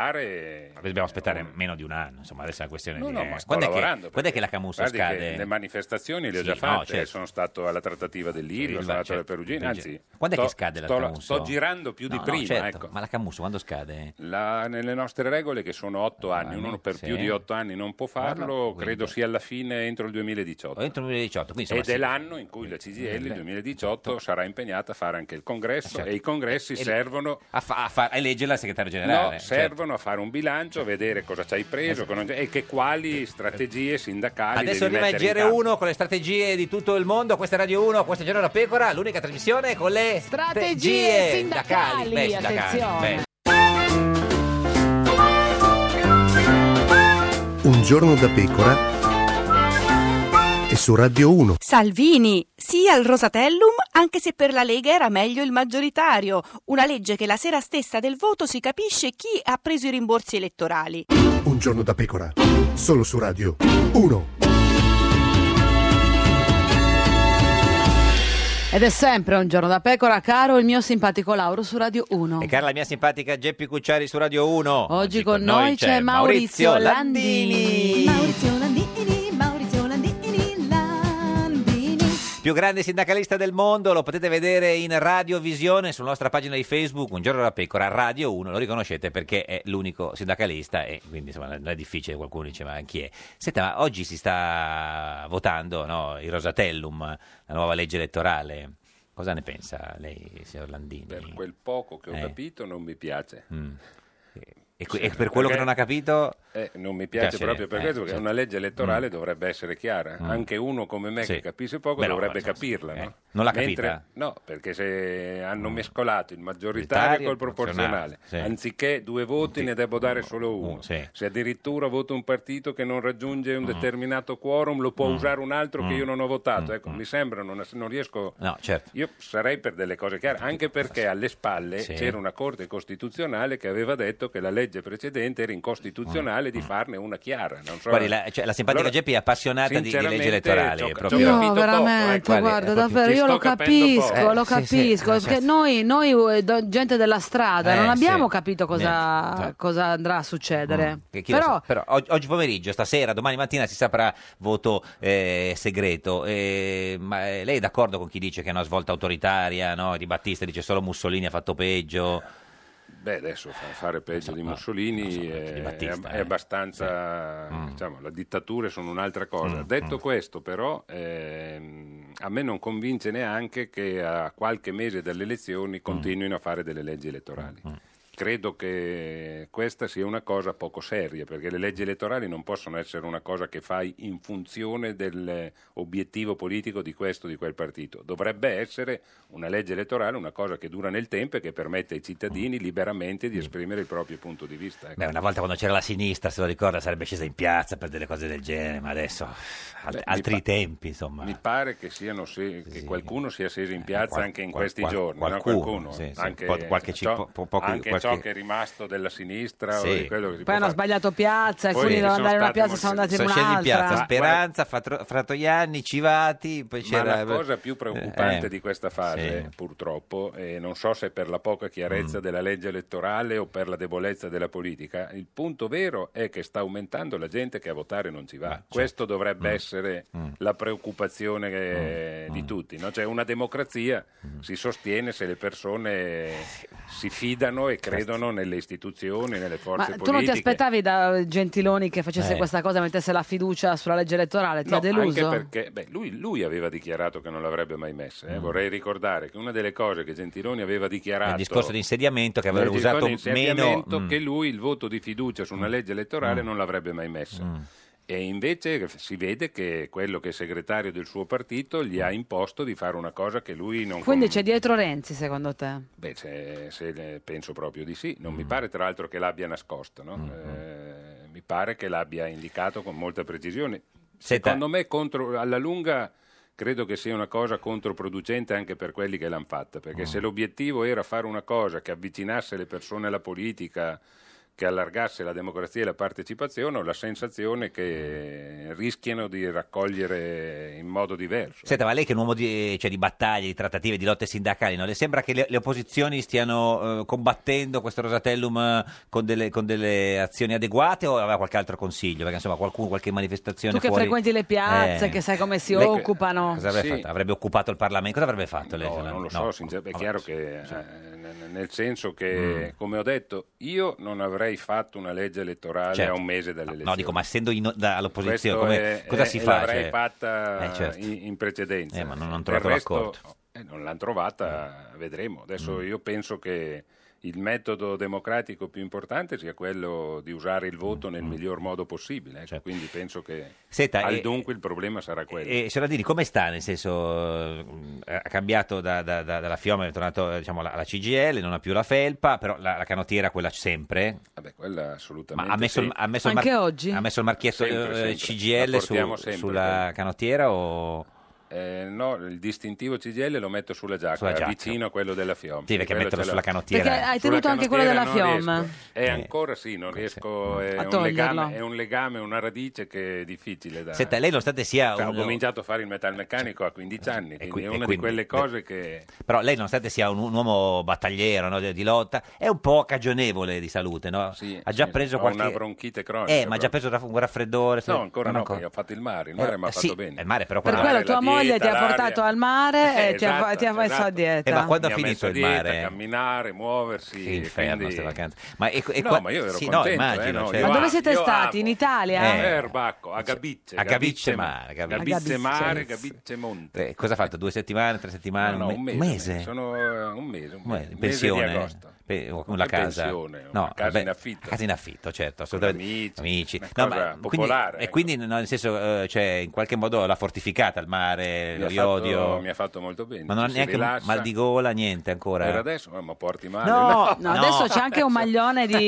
Speaker 15: lavorare.
Speaker 2: Vabbè, Dobbiamo aspettare meno di un anno, insomma, adesso è una questione
Speaker 15: No,
Speaker 2: di...
Speaker 15: no,
Speaker 2: eh,
Speaker 15: ma sto
Speaker 2: quando, è che,
Speaker 15: lavorando,
Speaker 2: quando è che la Camusso
Speaker 15: Guardi
Speaker 2: scade?
Speaker 15: che le manifestazioni le ho
Speaker 2: Sì,
Speaker 15: già
Speaker 2: no,
Speaker 15: fatte,
Speaker 2: certo.
Speaker 15: sono stato alla trattativa dell'Ilva,
Speaker 2: Ilva,
Speaker 15: sono stato
Speaker 2: certo.
Speaker 15: alla Perugina, anzi,
Speaker 2: Quando è che
Speaker 15: sto-
Speaker 2: scade la
Speaker 15: sto,
Speaker 2: Camusso?
Speaker 15: sto girando più
Speaker 2: No,
Speaker 15: di
Speaker 2: no,
Speaker 15: prima,
Speaker 2: certo,
Speaker 15: ecco.
Speaker 2: Ma la Camusso quando scade?
Speaker 15: La- nelle nostre regole che sono otto anni, uno per
Speaker 2: sì.
Speaker 15: più di otto anni non può farlo,
Speaker 2: quindi-
Speaker 15: credo sia alla fine entro il 2018.
Speaker 2: Entro il 2018, quindi insomma,
Speaker 15: Ed è
Speaker 2: sì. Eh,
Speaker 15: l'anno in cui la CGL il 2018 sarà impegnata a fare anche il congresso
Speaker 2: Certo.
Speaker 15: e i congressi
Speaker 2: E-
Speaker 15: servono
Speaker 2: A, fa- a fa- a eleggere il segretario Eh, generale.
Speaker 15: No,
Speaker 2: certo.
Speaker 15: servono a fare un bilancio, a vedere cosa ci hai preso che non- e che quali strategie sindacali
Speaker 2: Eh, Adesso
Speaker 15: devi
Speaker 2: arriva il
Speaker 15: mettere in campo.
Speaker 2: GR1 con le strategie di tutto il mondo, questa è Radio 1, questa è Giorno da Pecora, l'unica trasmissione con le
Speaker 1: Strategie
Speaker 2: strategie
Speaker 1: sindacali,
Speaker 2: Beh, sindacali,
Speaker 1: attenzione.
Speaker 2: beh.
Speaker 10: Un giorno da pecora e su Radio 1.
Speaker 11: Salvini, sì al Rosatellum, anche se per la Lega era meglio il maggioritario. Una legge che la sera stessa del voto si capisce chi ha preso i rimborsi elettorali.
Speaker 10: Un giorno da pecora, solo su Radio 1.
Speaker 1: Ed è sempre un giorno da pecora, caro il mio simpatico Lauro su Radio 1.
Speaker 2: E cara la mia simpatica Geppi Cucciari su Radio 1.
Speaker 1: Oggi con noi c'è Maurizio Landini.
Speaker 14: Maurizio Landini, Maurizio Landini, Landini.
Speaker 2: più grande sindacalista del mondo, lo potete vedere in radiovisione sulla nostra pagina di Facebook, Un giorno da pecora, Radio 1, lo riconoscete perché è l'unico sindacalista e quindi insomma non è difficile, qualcuno dice ma chi è? Senta, ma oggi si sta votando no, il Rosatellum, la nuova legge elettorale, cosa ne pensa lei, signor Landini?
Speaker 15: Per quel poco che ho
Speaker 2: Eh.
Speaker 15: capito non mi piace.
Speaker 2: Mm. E, que- e per quello che
Speaker 15: Perché-
Speaker 2: non ha capito...
Speaker 15: Eh, non mi piace
Speaker 2: Piace,
Speaker 15: proprio per
Speaker 2: eh,
Speaker 15: questo, perché
Speaker 2: certo.
Speaker 15: una legge elettorale
Speaker 2: Mm.
Speaker 15: dovrebbe essere chiara.
Speaker 2: Mm.
Speaker 15: Anche uno come me
Speaker 2: Sì.
Speaker 15: che capisce poco
Speaker 2: Beh, no,
Speaker 15: dovrebbe
Speaker 2: nel senso,
Speaker 15: capirla.
Speaker 2: eh,
Speaker 15: no?
Speaker 2: non l'ha
Speaker 15: Mentre-
Speaker 2: capita?
Speaker 15: No, perché se hanno
Speaker 2: Mm.
Speaker 15: mescolato il maggioritario
Speaker 2: Maggioritario,
Speaker 15: col proporzionale,
Speaker 2: proporzionale, sì. Mm,
Speaker 15: anziché due voti ne devo dare solo uno.
Speaker 2: sì.
Speaker 15: Se addirittura voto un partito che non raggiunge un determinato quorum, lo può usare un altro che
Speaker 2: Mm.
Speaker 15: io non ho votato. Ecco, mi sembra, non, non riesco...
Speaker 2: No, certo.
Speaker 15: Io sarei per delle cose chiare, anche perché alle spalle
Speaker 2: Sì.
Speaker 15: c'era una Corte Costituzionale che aveva detto che la legge legge precedente era incostituzionale di farne una chiara. Non so-
Speaker 2: Mm. Guardi, la, cioè, la simpatica
Speaker 15: Allora,
Speaker 2: Geppi è appassionata di, di leggi
Speaker 15: sinceramente,
Speaker 2: elettorali.
Speaker 15: ci ho- ci ho
Speaker 2: proprio.
Speaker 1: No, veramente, guarda, davvero, io lo capisco,
Speaker 2: Eh,
Speaker 1: lo
Speaker 2: sì, sì,
Speaker 1: capisco,
Speaker 2: no,
Speaker 1: perché
Speaker 2: certo.
Speaker 1: noi, noi, eh, do- gente della strada,
Speaker 2: Eh,
Speaker 1: non abbiamo
Speaker 2: sì.
Speaker 1: capito cosa, Cioè,
Speaker 2: Niente.
Speaker 1: cosa andrà a succedere.
Speaker 2: Che chi lo
Speaker 1: Però
Speaker 2: sa. Però og- oggi pomeriggio, stasera, domani mattina si saprà voto eh, segreto. Eh, ma eh, lei è d'accordo con chi dice che è una svolta autoritaria? No? Di Battista dice solo Mussolini ha fatto peggio.
Speaker 15: Beh, adesso fa- fare peggio di Mussolini è,
Speaker 2: Battista,
Speaker 15: è
Speaker 2: eh.
Speaker 15: abbastanza. Diciamo, le dittature sono un'altra cosa.
Speaker 2: Mm,
Speaker 15: Detto questo, però, ehm, a me non convince neanche che a qualche mese dalle
Speaker 2: Mm.
Speaker 15: elezioni continuino a fare delle leggi elettorali. Credo che questa sia una cosa poco seria, perché le leggi elettorali non possono essere una cosa che fai in funzione dell'obiettivo politico di questo o di quel partito. Dovrebbe essere una legge elettorale, una cosa che dura nel tempo e che permette ai cittadini liberamente di esprimere il proprio punto di vista. ecco.
Speaker 2: Beh, una volta quando c'era la sinistra, se lo ricorda, sarebbe scesa in piazza per delle cose del genere, ma adesso alt-
Speaker 15: Beh, mi
Speaker 2: altri
Speaker 15: pa-
Speaker 2: tempi, insomma. Eh,
Speaker 15: Mi pare che, siano se- che qualcuno sia sceso in piazza
Speaker 2: qual-
Speaker 15: anche in
Speaker 2: qual-
Speaker 15: questi
Speaker 2: qual-
Speaker 15: giorni. no?
Speaker 2: qualcuno,
Speaker 15: Qualcuno,
Speaker 2: sì, sì,
Speaker 15: anche,
Speaker 2: po- qualche ci-
Speaker 15: ciò,
Speaker 2: po- pochi-
Speaker 15: anche ciò
Speaker 2: qualche-
Speaker 15: che è rimasto della sinistra o
Speaker 2: Sì.
Speaker 15: di quello che
Speaker 1: poi
Speaker 15: si può
Speaker 1: hanno
Speaker 15: fare.
Speaker 1: sbagliato piazza,
Speaker 15: Poi
Speaker 1: alcuni
Speaker 15: ci
Speaker 1: devono
Speaker 15: sono
Speaker 1: andare in una
Speaker 15: stati
Speaker 1: piazza, sono andati in
Speaker 2: Sono scesi in piazza
Speaker 1: un'altra.
Speaker 2: Speranza, Fatro- Fratoianni, Civati, poi
Speaker 15: Ma
Speaker 2: c'era...
Speaker 15: la cosa più preoccupante
Speaker 2: Eh,
Speaker 15: di questa fase,
Speaker 2: sì.
Speaker 15: purtroppo, e non so se per la poca
Speaker 1: Mm.
Speaker 15: chiarezza della legge elettorale o per la debolezza della politica, il punto vero è che sta aumentando la gente che a votare non ci va.
Speaker 1: certo.
Speaker 15: Questo
Speaker 1: Mm.
Speaker 15: dovrebbe essere la preoccupazione eh, di tutti. no? Cioè una democrazia
Speaker 1: Mm.
Speaker 15: si sostiene se le persone si fidano e credono nelle istituzioni, nelle
Speaker 1: Certo. Ma
Speaker 15: forze
Speaker 1: tu non ti
Speaker 15: politiche.
Speaker 1: aspettavi da Gentiloni che facesse
Speaker 15: Eh.
Speaker 1: questa cosa, mettesse la fiducia sulla legge elettorale? Ti
Speaker 15: No,
Speaker 1: ha deluso?
Speaker 15: Anche perché beh, lui, lui aveva dichiarato che non l'avrebbe mai messa.
Speaker 2: Mm.
Speaker 15: eh. Vorrei ricordare che una delle cose che Gentiloni aveva dichiarato
Speaker 2: Il discorso di insediamento che aveva
Speaker 15: nel discorso
Speaker 2: usato
Speaker 15: di
Speaker 2: meno...
Speaker 15: insediamento
Speaker 2: mm.
Speaker 15: che lui il voto di fiducia su una legge elettorale non l'avrebbe mai messa.
Speaker 2: Mm.
Speaker 15: E invece si vede che quello che è segretario del suo partito
Speaker 2: Mm.
Speaker 15: gli ha imposto di fare una cosa che lui non
Speaker 1: Quindi
Speaker 15: con-
Speaker 1: c'è dietro Renzi, secondo te?
Speaker 15: Beh, se, se ne- penso proprio di sì. Non mi pare tra l'altro che l'abbia nascosto, no? Eh, mi pare che l'abbia indicato con molta precisione. Secondo me, contro- alla lunga, credo che sia una cosa controproducente anche per quelli che l'hanno fatta, perché se l'obiettivo era fare una cosa che avvicinasse le persone alla politica, che allargasse la democrazia e la partecipazione, ho la sensazione che rischiano di raccogliere in modo diverso.
Speaker 1: Cioè.
Speaker 2: Senta, ma lei che è un uomo di, cioè, di battaglie, di trattative, di lotte sindacali, non le sembra che le, le opposizioni stiano eh, combattendo questo Rosatellum eh, con delle, con delle azioni adeguate o aveva qualche altro consiglio? Perché insomma qualcuno, qualche manifestazione
Speaker 1: Tu che
Speaker 2: fuori...
Speaker 1: frequenti le piazze,
Speaker 2: Eh.
Speaker 1: che sai come si
Speaker 2: Lei che-
Speaker 1: occupano.
Speaker 2: Cosa avrebbe fatto? Avrebbe occupato il Parlamento? Cosa avrebbe fatto lei?
Speaker 15: No, non lo so, sincer- Oh, è chiaro che eh, n- nel senso che,
Speaker 2: Mm.
Speaker 15: come ho detto, io non avrei fatto una legge elettorale
Speaker 2: Certo.
Speaker 15: a un mese dalle elezioni.
Speaker 2: No, dico, ma essendo in- da- all'opposizione,
Speaker 15: Questo
Speaker 2: come-
Speaker 15: è-
Speaker 2: cosa
Speaker 15: è-
Speaker 2: si
Speaker 15: è
Speaker 2: fa?
Speaker 15: L'avrei
Speaker 2: Cioè-
Speaker 15: fatta
Speaker 2: Eh, certo.
Speaker 15: in, in precedenza.
Speaker 2: Eh, ma non hanno
Speaker 15: Del
Speaker 2: trovato Mm.
Speaker 15: resto,
Speaker 2: l'accordo.
Speaker 15: eh, non l'hanno trovata, vedremo. Adesso io penso che il metodo democratico più importante sia quello di usare
Speaker 2: Mm,
Speaker 15: il voto nel miglior modo possibile. ecco. Quindi penso che
Speaker 2: Certo. Senta,
Speaker 15: al
Speaker 2: e-
Speaker 15: dunque il problema sarà quello.
Speaker 2: E Serradini come sta? Nel senso, eh, ha cambiato da- da- da- dalla Fioma, è tornato eh, diciamo, alla, alla CGL, non ha più la felpa, però la, la canottiera quella c'è sempre.
Speaker 15: Vabbè, quella assolutamente
Speaker 2: Ma ha messo, il,
Speaker 15: sì.
Speaker 2: ha messo il mar- Ha messo il marchietto
Speaker 15: Sempre,
Speaker 2: eh,
Speaker 15: sempre. La
Speaker 2: CGL su-
Speaker 15: portiamo sempre,
Speaker 2: sulla canottiera o...
Speaker 15: Eh, no, il distintivo CGL lo metto sulla giacca,
Speaker 2: Sulla giacca.
Speaker 15: vicino a quello della FIOM.
Speaker 2: Sì, perché
Speaker 15: Quello
Speaker 2: metterlo
Speaker 15: ce
Speaker 2: sulla
Speaker 15: l'ho.
Speaker 2: canottiera. Perché
Speaker 1: hai
Speaker 15: Sulla
Speaker 1: tenuto anche quello
Speaker 15: canottiera
Speaker 1: della
Speaker 15: non
Speaker 1: FIOM?
Speaker 15: riesco. Eh, ancora sì, non riesco. eh, È, un
Speaker 1: toglierlo.
Speaker 15: legame, è un legame, una radice che è difficile da.
Speaker 2: Senta, lei nonostante sia
Speaker 15: Cioè, Ho
Speaker 2: un-
Speaker 15: cominciato a fare il metalmeccanico a 15 anni, quindi
Speaker 2: qui-
Speaker 15: è
Speaker 2: e
Speaker 15: una di
Speaker 2: quindi-
Speaker 15: quelle cose che.
Speaker 2: Però lei nonostante sia un, un uomo battagliero, no, di, di lotta, è un po' cagionevole di salute, no? ha già
Speaker 15: sì,
Speaker 2: preso
Speaker 15: ho
Speaker 2: qualche...
Speaker 15: una bronchite cronica,
Speaker 2: Eh, ma ha già preso raff- un raffreddore? se-
Speaker 15: No, ancora
Speaker 2: non
Speaker 15: no, perché ho fatto il mare. Il mare mi ha
Speaker 2: Eh,
Speaker 15: fatto
Speaker 2: sì,
Speaker 15: bene.
Speaker 2: Il mare però
Speaker 1: Per
Speaker 2: quando-
Speaker 1: quello tua moglie ti ha portato al mare e
Speaker 15: Eh,
Speaker 1: ti, ha, fa-
Speaker 15: esatto,
Speaker 1: ti ha messo a
Speaker 15: esatto.
Speaker 1: dieta.
Speaker 2: Eh, ma quando ha
Speaker 15: Mi ha
Speaker 2: finito
Speaker 15: messo
Speaker 2: il
Speaker 15: dieta,
Speaker 2: mare?
Speaker 15: camminare, muoversi.
Speaker 2: Che inferno
Speaker 15: quindi-
Speaker 2: ste vacanze. Ma, e- e
Speaker 15: No,
Speaker 2: qua-
Speaker 15: ma io ero
Speaker 2: sì,
Speaker 15: contento,
Speaker 2: no, immagino,
Speaker 15: eh, no,
Speaker 2: cioè-
Speaker 15: io
Speaker 1: Ma dove siete
Speaker 15: io
Speaker 1: stati? In Italia?
Speaker 2: Eh.
Speaker 15: Erbacco, a Gabicce.
Speaker 2: A Gabicce mare, Gabicce.
Speaker 15: Gabicce mare,
Speaker 2: Gabicce.
Speaker 15: Gabicce monte.
Speaker 2: Eh, cosa ha fatto? Due settimane, tre settimane?
Speaker 15: No, no,
Speaker 2: me-
Speaker 15: un mese. Sono eh, un mese. Un
Speaker 2: Un mese,
Speaker 15: mese, un mese di
Speaker 2: pensione,
Speaker 15: agosto.
Speaker 2: pe- o-
Speaker 15: Che
Speaker 2: una casa,
Speaker 15: pensione,
Speaker 2: no,
Speaker 15: una casa
Speaker 2: vabbè,
Speaker 15: in affitto.
Speaker 2: casa in affitto, certo, assolutamente.
Speaker 15: amici, una
Speaker 2: No,
Speaker 15: cosa
Speaker 2: ma-
Speaker 15: popolare, ecco.
Speaker 2: quindi, E quindi, no, nel senso, eh, cioè, in qualche modo l'ha fortificata il mare,
Speaker 15: Mi
Speaker 2: lo
Speaker 15: ha fatto-
Speaker 2: iodio.
Speaker 15: mi ha fatto molto bene,
Speaker 2: Ma non ha
Speaker 15: ci si
Speaker 2: neanche
Speaker 15: rilassa.
Speaker 2: mal di gola, niente ancora.
Speaker 15: Per adesso eh, ma porti male.
Speaker 1: No, no, adesso c'è anche un maglione di,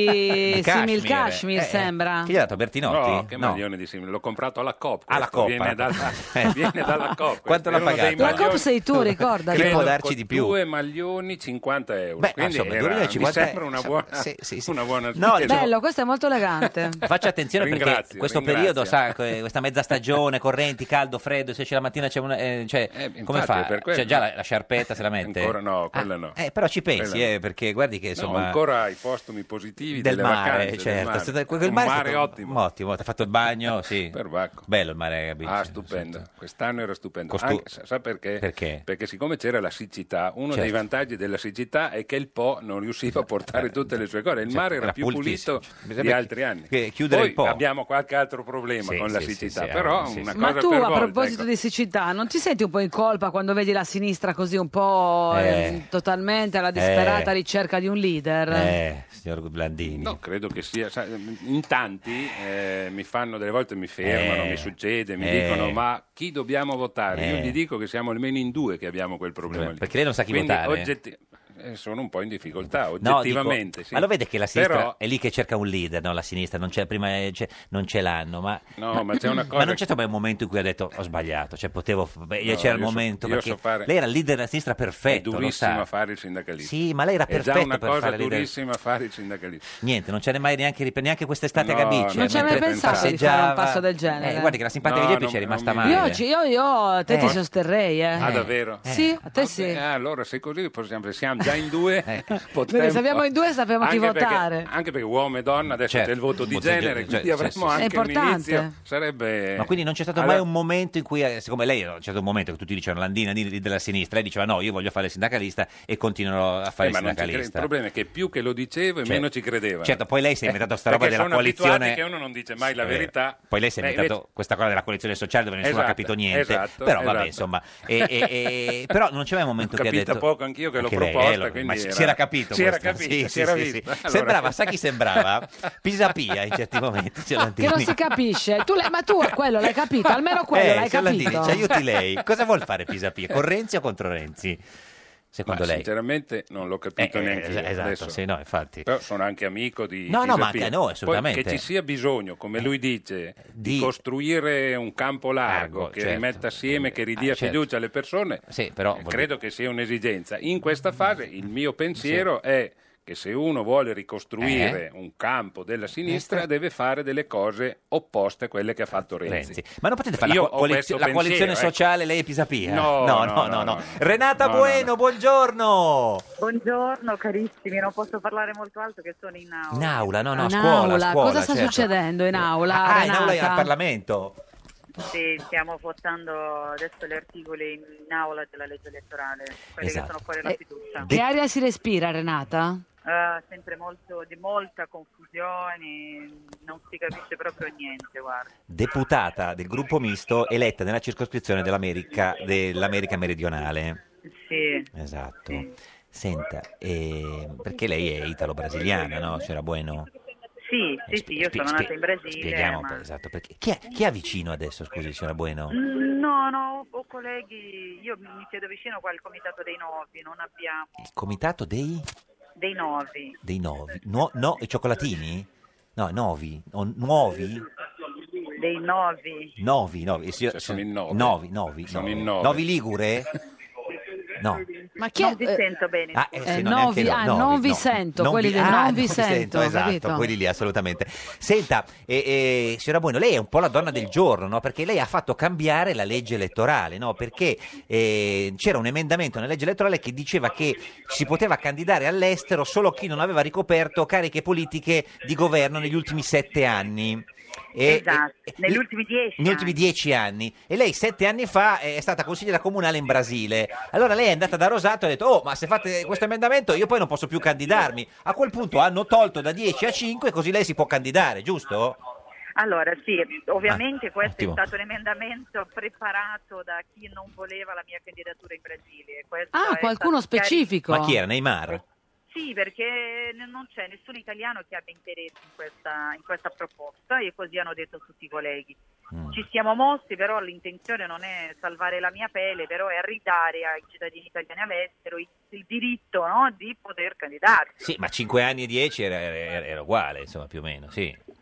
Speaker 1: simil
Speaker 2: Di cashmere.
Speaker 1: cashmere,
Speaker 2: Eh, eh,
Speaker 1: sembra.
Speaker 2: Chi gli ha dato Bertinotti?
Speaker 15: No, che maglione di simile. L'ho comprato alla COP.
Speaker 2: Alla
Speaker 15: questo,
Speaker 2: Coop,
Speaker 15: Viene
Speaker 2: alla
Speaker 15: dalla,
Speaker 2: Coop.
Speaker 15: Eh, viene dalla COP.
Speaker 2: Quanto l'ha
Speaker 15: Era uno dei
Speaker 2: pagato? La
Speaker 1: La
Speaker 15: maglioni-
Speaker 1: cop sei tu, ricordati.
Speaker 15: Credo
Speaker 2: può darci
Speaker 15: con
Speaker 2: di più?
Speaker 15: Due maglioni 50 euro.
Speaker 2: Beh,
Speaker 15: Quindi
Speaker 2: insomma,
Speaker 15: era-
Speaker 2: 2.000 e 50
Speaker 15: mi sembra una
Speaker 2: insomma,
Speaker 15: buona,
Speaker 2: sì, sì, sì.
Speaker 15: una buona
Speaker 2: No,
Speaker 15: spesa.
Speaker 2: diciamo-
Speaker 1: Bello, questo è molto elegante.
Speaker 2: Faccia attenzione perché
Speaker 15: Ringrazio,
Speaker 2: questo
Speaker 15: ringrazio.
Speaker 2: periodo, sa, que- questa mezza stagione, correnti, caldo, freddo, se c'è la mattina c'è una... eh, cioè, come
Speaker 15: infatti,
Speaker 2: fa?
Speaker 15: è per quello.
Speaker 2: C'è già la, la sciarpetta, se la mette?
Speaker 15: Ancora no, quella
Speaker 2: Ah,
Speaker 15: no.
Speaker 2: eh, però ci pensi,
Speaker 15: Quella no.
Speaker 2: eh, perché guardi che
Speaker 15: No,
Speaker 2: insomma...
Speaker 15: ancora i postumi positivi
Speaker 2: del
Speaker 15: delle
Speaker 2: mare,
Speaker 15: vacanze, del
Speaker 2: certo.
Speaker 15: mare.
Speaker 2: È stato- quel
Speaker 15: un
Speaker 2: mare è
Speaker 15: mare
Speaker 2: stato
Speaker 15: ottimo.
Speaker 2: Ottimo, ti ha fatto il bagno, sì. Bello il mare, eh, Gabriele.
Speaker 15: Ah, stupendo. Quest'anno era stupendo.
Speaker 2: certo, Costu-
Speaker 15: Anche- sa sa perché?
Speaker 2: Perché?
Speaker 15: siccome c'era la siccità, uno
Speaker 2: Certo.
Speaker 15: dei vantaggi della siccità è che il Po non riusciva a portare tutte le sue cose. Il
Speaker 2: Certo,
Speaker 15: mare era,
Speaker 2: era
Speaker 15: più
Speaker 2: pulitissimo.
Speaker 15: pulito
Speaker 2: Cioè,
Speaker 15: di
Speaker 2: bisogna
Speaker 15: altri anni.
Speaker 2: chi- chiudere
Speaker 15: Poi
Speaker 2: il Po.
Speaker 15: abbiamo qualche altro problema
Speaker 2: Sì,
Speaker 15: con la
Speaker 2: sì, sì,
Speaker 15: siccità,
Speaker 2: sì,
Speaker 15: però
Speaker 2: sì, sì.
Speaker 15: una
Speaker 2: Ma
Speaker 15: cosa
Speaker 1: Tu,
Speaker 15: per
Speaker 1: a
Speaker 15: volta.
Speaker 1: proposito
Speaker 2: ecco.
Speaker 1: di siccità, non ti senti un po' in colpa quando vedi la sinistra così un po'
Speaker 2: Eh.
Speaker 1: eh, totalmente alla disperata
Speaker 15: Eh.
Speaker 1: ricerca di un leader?
Speaker 2: Eh, signor Blandini.
Speaker 15: No, credo che sia. sa- in tanti eh, mi fanno delle volte mi fermano,
Speaker 2: Eh.
Speaker 15: mi succede, mi
Speaker 2: Eh.
Speaker 15: dicono ma chi dobbiamo votare?
Speaker 2: Eh.
Speaker 15: Io gli dico che siamo almeno in due che abbiamo quel problema lì.
Speaker 2: Perché lei non sa chi
Speaker 15: Quindi
Speaker 2: votare.
Speaker 15: oggetti- eh, sono un po' in difficoltà,
Speaker 2: No,
Speaker 15: oggettivamente.
Speaker 2: dico,
Speaker 15: sì.
Speaker 2: Ma lo vede che la sinistra
Speaker 15: Però-
Speaker 2: è lì che cerca un leader, no? La sinistra non c'è, prima eh, c'è- non ce l'hanno, ma,
Speaker 15: No, ma c'è una cosa
Speaker 2: non c'è
Speaker 15: che-
Speaker 2: stato mai un momento in cui ha detto ho sbagliato, cioè potevo, f- beh,
Speaker 15: No,
Speaker 2: c'era il
Speaker 15: io so-
Speaker 2: momento
Speaker 15: io
Speaker 2: perché
Speaker 15: so fare-
Speaker 2: lei era il leader della sinistra perfetto,
Speaker 15: è
Speaker 2: lo
Speaker 15: durissimo
Speaker 2: sa.
Speaker 15: a fare il sindacalista.
Speaker 2: Sì, ma lei era
Speaker 15: è già
Speaker 2: perfetto
Speaker 15: una
Speaker 2: per
Speaker 15: cosa
Speaker 2: fare l'idea.
Speaker 15: durissima a fare il sindacalista.
Speaker 2: Niente, non c'è mai neanche rip- neanche quest'estate
Speaker 15: No,
Speaker 2: a Gabici.
Speaker 15: non ci hai mai
Speaker 2: mentre
Speaker 15: pensato di
Speaker 2: passeggiava-
Speaker 1: fare un passo del genere?
Speaker 2: Eh, guardi che la simpatica
Speaker 15: No,
Speaker 2: di Geppi
Speaker 15: non-
Speaker 2: ci è rimasta
Speaker 15: non
Speaker 2: male.
Speaker 15: mi-
Speaker 1: Io, ci- io, io te ti
Speaker 2: Eh.
Speaker 1: sosterrei, eh.
Speaker 15: Ah, davvero?
Speaker 1: Sì, a te sì.
Speaker 15: Eh, allora, se così possiamo, se siamo già in due,
Speaker 2: Eh.
Speaker 15: potremmo-
Speaker 1: Perché sappiamo in due, sappiamo chi
Speaker 15: Anche perché-
Speaker 1: votare.
Speaker 15: Anche perché uomo e donna adesso
Speaker 2: Certo.
Speaker 15: c'è il voto di
Speaker 2: Voto di-
Speaker 15: genere,
Speaker 2: cioè,
Speaker 15: quindi
Speaker 2: sì,
Speaker 15: avremmo
Speaker 2: sì, sì. È
Speaker 15: anche un
Speaker 2: importante.
Speaker 15: inizio. Sarebbe...
Speaker 2: Ma quindi non c'è stato mai un momento in cui, eh, siccome lei c'è stato un momento che tutti dicevano Landina di- di- della sinistra, lei diceva no, io voglio fare il sindacalista e continuerò a fare il
Speaker 15: Eh, ma non ci cre- il
Speaker 2: sindacalista.
Speaker 15: problema Eh, è che più che lo dicevo e
Speaker 2: Cioè,
Speaker 15: meno ci credeva.
Speaker 2: certo, poi lei si è inventata sta roba della coalizione-
Speaker 15: che uno non dice mai la
Speaker 2: È vero.
Speaker 15: verità.
Speaker 2: Poi lei si è
Speaker 15: Eh,
Speaker 2: inventato
Speaker 15: invece-
Speaker 2: questa cosa della coalizione sociale dove nessuno ha
Speaker 15: Esatto,
Speaker 2: capito niente.
Speaker 15: esatto,
Speaker 2: però vabbè,
Speaker 15: esatto.
Speaker 2: insomma. E- e- e- però non c'è mai un momento
Speaker 15: Ho
Speaker 2: che ha
Speaker 15: capito
Speaker 2: detto...
Speaker 15: poco anch'io che l'ho
Speaker 2: Anche lei,
Speaker 15: proposta,
Speaker 2: eh, lo-
Speaker 15: quindi
Speaker 2: ma si-
Speaker 15: era-
Speaker 2: si era capito
Speaker 15: si era
Speaker 2: questo.
Speaker 15: capito,
Speaker 2: Sì,
Speaker 15: si
Speaker 2: sì,
Speaker 15: era
Speaker 2: sì, sì.
Speaker 15: vista. Allora-
Speaker 2: Sembrava, sa chi sembrava? Pisapia in certi momenti. signor
Speaker 1: Che non
Speaker 2: Landini.
Speaker 1: si capisce. Tu l'hai- ma tu quello l'hai capito, almeno quello
Speaker 2: Eh,
Speaker 1: l'hai
Speaker 2: signor Landini,
Speaker 1: capito. Esatto.
Speaker 2: ci aiuti lei. Cosa vuol fare Pisapia? Con Renzi o contro Renzi? Secondo
Speaker 15: Ma
Speaker 2: lei?
Speaker 15: Sinceramente non l'ho capito
Speaker 2: Eh, eh,
Speaker 15: neanche io.
Speaker 2: es- esatto,
Speaker 15: adesso.
Speaker 2: sì, no, infatti.
Speaker 15: Però sono anche amico di
Speaker 2: No, no, ma
Speaker 15: Pisapia.
Speaker 2: anche a noi,
Speaker 15: Poi
Speaker 2: assolutamente. Eh,
Speaker 15: che ci sia bisogno, come lui dice, di,
Speaker 2: di-
Speaker 15: costruire un campo largo
Speaker 2: Largo,
Speaker 15: che
Speaker 2: certo.
Speaker 15: rimetta assieme, che ridia
Speaker 2: ah, certo.
Speaker 15: fiducia alle persone,
Speaker 2: Sì, però
Speaker 15: eh,
Speaker 2: voglio-
Speaker 15: credo che sia un'esigenza. In questa fase il mio pensiero è che se uno vuole ricostruire
Speaker 2: Eh. certo.
Speaker 15: un campo della sinistra deve fare delle cose opposte a quelle che ha fatto Renzi.
Speaker 2: Renzi. Ma non potete fare la,
Speaker 15: Io
Speaker 2: co-
Speaker 15: ho
Speaker 2: coalizio-
Speaker 15: questo
Speaker 2: la coalizione
Speaker 15: pensiero, eh.
Speaker 2: sociale lei e Pisapia?
Speaker 15: No,
Speaker 2: no, no.
Speaker 15: no,
Speaker 2: no,
Speaker 15: no,
Speaker 2: no.
Speaker 15: no.
Speaker 2: Renata
Speaker 15: No, no,
Speaker 2: Bueno, buongiorno.
Speaker 16: Buongiorno carissimi, non posso parlare molto alto che sono in aula.
Speaker 2: In aula, no, no, a
Speaker 1: In
Speaker 2: scuola,
Speaker 1: aula,
Speaker 2: a scuola,
Speaker 1: cosa sta
Speaker 2: certo.
Speaker 1: succedendo in aula?
Speaker 2: Ah, in
Speaker 1: Renata?
Speaker 2: aula al Parlamento.
Speaker 16: Sì, stiamo votando adesso gli articoli in, in aula della legge elettorale, quelli
Speaker 2: Esatto.
Speaker 16: che sono fuori la fiducia.
Speaker 1: Eh, Che aria si respira, Renata?
Speaker 16: Eh, sempre molto, di molta confusione, non si capisce proprio niente, guarda.
Speaker 2: Deputata del gruppo misto eletta nella circoscrizione dell'America, dell'America meridionale.
Speaker 16: Sì,
Speaker 2: Esatto. Senta, eh, perché lei è italo-brasiliana, no? C'era Bueno.
Speaker 16: sì, sì, sì, io
Speaker 2: Spie-
Speaker 16: sono
Speaker 2: spie-
Speaker 16: nata in Brasile.
Speaker 2: Spieghiamo,
Speaker 16: ma- Eh,
Speaker 2: per- esatto, perché. Chi è, chi ha vicino adesso, scusi, signora Bueno?
Speaker 16: Mm, No, no, ho- ho colleghi, io mi mi chiedo vicino qua al comitato dei novi, non abbiamo
Speaker 2: Il comitato dei,
Speaker 16: dei novi.
Speaker 2: dei novi. No, no, i cioccolatini? No, novi. O
Speaker 16: Eh,
Speaker 2: nuovi?
Speaker 16: Dei novi.
Speaker 2: Novi, novi. Il signor-
Speaker 15: sono in nove.
Speaker 2: Novi, novi.
Speaker 15: Sono
Speaker 2: novi.
Speaker 15: in nove.
Speaker 2: Novi Ligure? No.
Speaker 1: Ma chi
Speaker 16: non vi sento bene.
Speaker 2: Ah, eh, sì,
Speaker 1: Eh,
Speaker 2: no,
Speaker 1: non
Speaker 2: neanche
Speaker 1: vi-
Speaker 2: no,
Speaker 1: ah,
Speaker 2: no,
Speaker 1: non
Speaker 2: no.
Speaker 1: vi sento,
Speaker 2: Non
Speaker 1: quelli del
Speaker 2: ah,
Speaker 1: non vi sento,
Speaker 2: esatto,
Speaker 1: capito?
Speaker 2: quelli lì assolutamente. Senta, eh, eh, signora Bueno, lei è un po' la donna del giorno, no? perché lei ha fatto cambiare la legge elettorale, no? perché eh, c'era un emendamento nella legge elettorale che diceva che si poteva candidare all'estero solo chi non aveva ricoperto cariche politiche di governo negli ultimi sette anni. E-
Speaker 16: esatto,
Speaker 2: e-
Speaker 16: negli ultimi dieci.
Speaker 2: negli ultimi dieci anni e lei sette anni fa eh, è stata consigliera comunale in Brasile. Allora lei è andata da Rosato e ha detto: Oh, ma se fate questo emendamento io poi non posso più candidarmi. A quel punto hanno tolto da 10 a 5, così lei si può candidare, giusto?
Speaker 16: Allora sì, ovviamente
Speaker 2: Ah,
Speaker 16: questo è
Speaker 2: ottimo.
Speaker 16: stato un emendamento preparato da chi non voleva la mia candidatura in Brasile. Questo
Speaker 1: Ah,
Speaker 16: è
Speaker 1: qualcuno
Speaker 16: stato chiari-
Speaker 1: specifico.
Speaker 2: Ma chi era? Neymar?
Speaker 16: Sì, perché n- non c'è nessun italiano che abbia interesse in questa, in questa proposta e così hanno detto tutti i colleghi.
Speaker 2: Mm.
Speaker 16: Ci siamo mossi, però l'intenzione non è salvare la mia pelle, però è ridare ai cittadini italiani all'estero il, il diritto no, di poter candidarsi.
Speaker 2: Sì, ma 5 anni e 10 era, era- era uguale, insomma, più o meno, sì.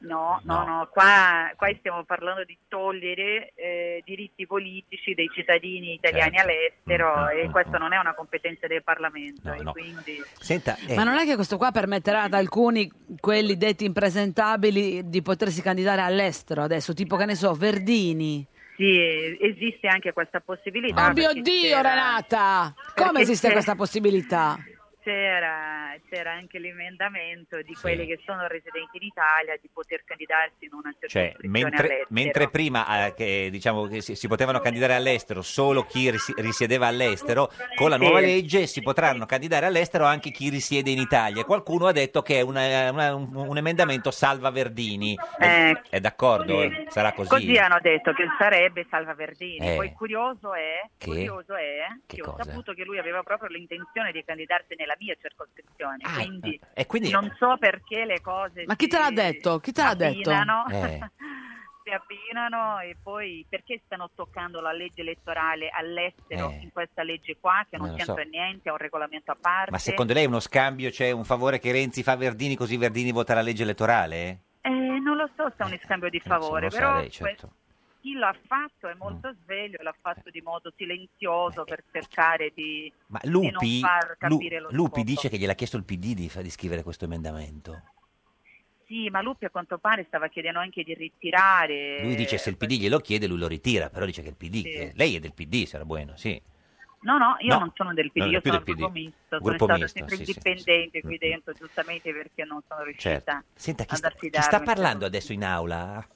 Speaker 16: No, no, no, qua, qua stiamo parlando di togliere eh, diritti politici dei cittadini italiani
Speaker 2: Certo.
Speaker 16: all'estero
Speaker 2: Mm, mm,
Speaker 16: e
Speaker 2: mm,
Speaker 16: questa non è una competenza del Parlamento.
Speaker 2: No,
Speaker 16: e
Speaker 2: no.
Speaker 16: quindi...
Speaker 2: Senta, eh,
Speaker 1: Ma non è che questo qua permetterà ad alcuni, quelli detti impresentabili, di potersi candidare all'estero adesso, tipo che ne so, Verdini.
Speaker 16: Sì, eh, esiste anche questa possibilità.
Speaker 1: Oh mio
Speaker 16: perché
Speaker 1: Dio,
Speaker 16: c'era-
Speaker 1: Renata! Come
Speaker 16: perché
Speaker 1: esiste
Speaker 16: c'è-
Speaker 1: questa possibilità?
Speaker 16: C'era, c'era anche l'emendamento di quelli che sono residenti in Italia di poter candidarsi in una
Speaker 2: cioè,
Speaker 16: circoscrizione
Speaker 2: mentre,
Speaker 16: all'estero.
Speaker 2: mentre prima eh, che, diciamo, che si, si potevano candidare all'estero solo chi risi- risiedeva all'estero, con la
Speaker 16: Sì.
Speaker 2: nuova legge si potranno candidare all'estero anche chi risiede in Italia. Qualcuno ha detto che è una- una- un, un emendamento salva Verdini.
Speaker 16: Eh,
Speaker 2: È d'accordo?
Speaker 16: sì.
Speaker 2: Sarà così?
Speaker 16: Così hanno detto che sarebbe Salva Verdini.
Speaker 2: Eh.
Speaker 16: Poi curioso è
Speaker 2: Che?
Speaker 16: curioso è che, ho
Speaker 2: cosa?
Speaker 16: saputo che lui aveva proprio l'intenzione di candidarsi nella mia circoscrizione.
Speaker 2: Ah,
Speaker 16: quindi
Speaker 2: E eh, quindi...
Speaker 16: non so perché le cose
Speaker 1: Ma chi te l'ha detto? Chi te l'ha detto?
Speaker 16: abbinano.
Speaker 2: Eh.
Speaker 16: si abbinano e poi perché stanno toccando la legge elettorale all'estero
Speaker 2: Eh.
Speaker 16: in questa legge qua che non
Speaker 2: Non lo
Speaker 16: c'entra
Speaker 2: so.
Speaker 16: niente, è un regolamento a parte.
Speaker 2: Ma secondo lei è uno scambio, c'è un favore che Renzi fa a Verdini così Verdini vota la legge elettorale?
Speaker 16: Eh, non lo so se è un scambio di favore,
Speaker 2: Eh, lo sa
Speaker 16: però
Speaker 2: lei, certo. Mm.
Speaker 16: que- chi l'ha fatto è molto sveglio, l'ha fatto di modo silenzioso per cercare di,
Speaker 2: Eh. Ma
Speaker 16: di non
Speaker 2: Lupi,
Speaker 16: far
Speaker 2: Lu-
Speaker 16: capire lo
Speaker 2: Lupi
Speaker 16: scopo.
Speaker 2: dice che gliel'ha chiesto il PD di, fa- di scrivere questo emendamento.
Speaker 16: Sì, ma Lupi a quanto pare stava chiedendo anche di ritirare.
Speaker 2: Lui dice se il PD glielo chiede lui lo ritira, però dice che il PD...
Speaker 16: Sì.
Speaker 2: eh, lei è del PD, sarà buono, sì.
Speaker 16: No, no, io
Speaker 2: No,
Speaker 16: non sono del PD,
Speaker 2: non è
Speaker 16: io
Speaker 2: più
Speaker 16: sono del
Speaker 2: del PD.
Speaker 16: gruppo misto,
Speaker 2: Gruppo
Speaker 16: sono
Speaker 2: misto,
Speaker 16: stata sempre
Speaker 2: sì, sì,
Speaker 16: indipendente
Speaker 2: sì.
Speaker 16: qui
Speaker 2: Mm.
Speaker 16: dentro, giustamente perché non sono riuscita
Speaker 2: Certo. Senta, chi
Speaker 16: ad
Speaker 2: sta, chi
Speaker 16: affidarmi. certo.
Speaker 2: sta parlando adesso in aula?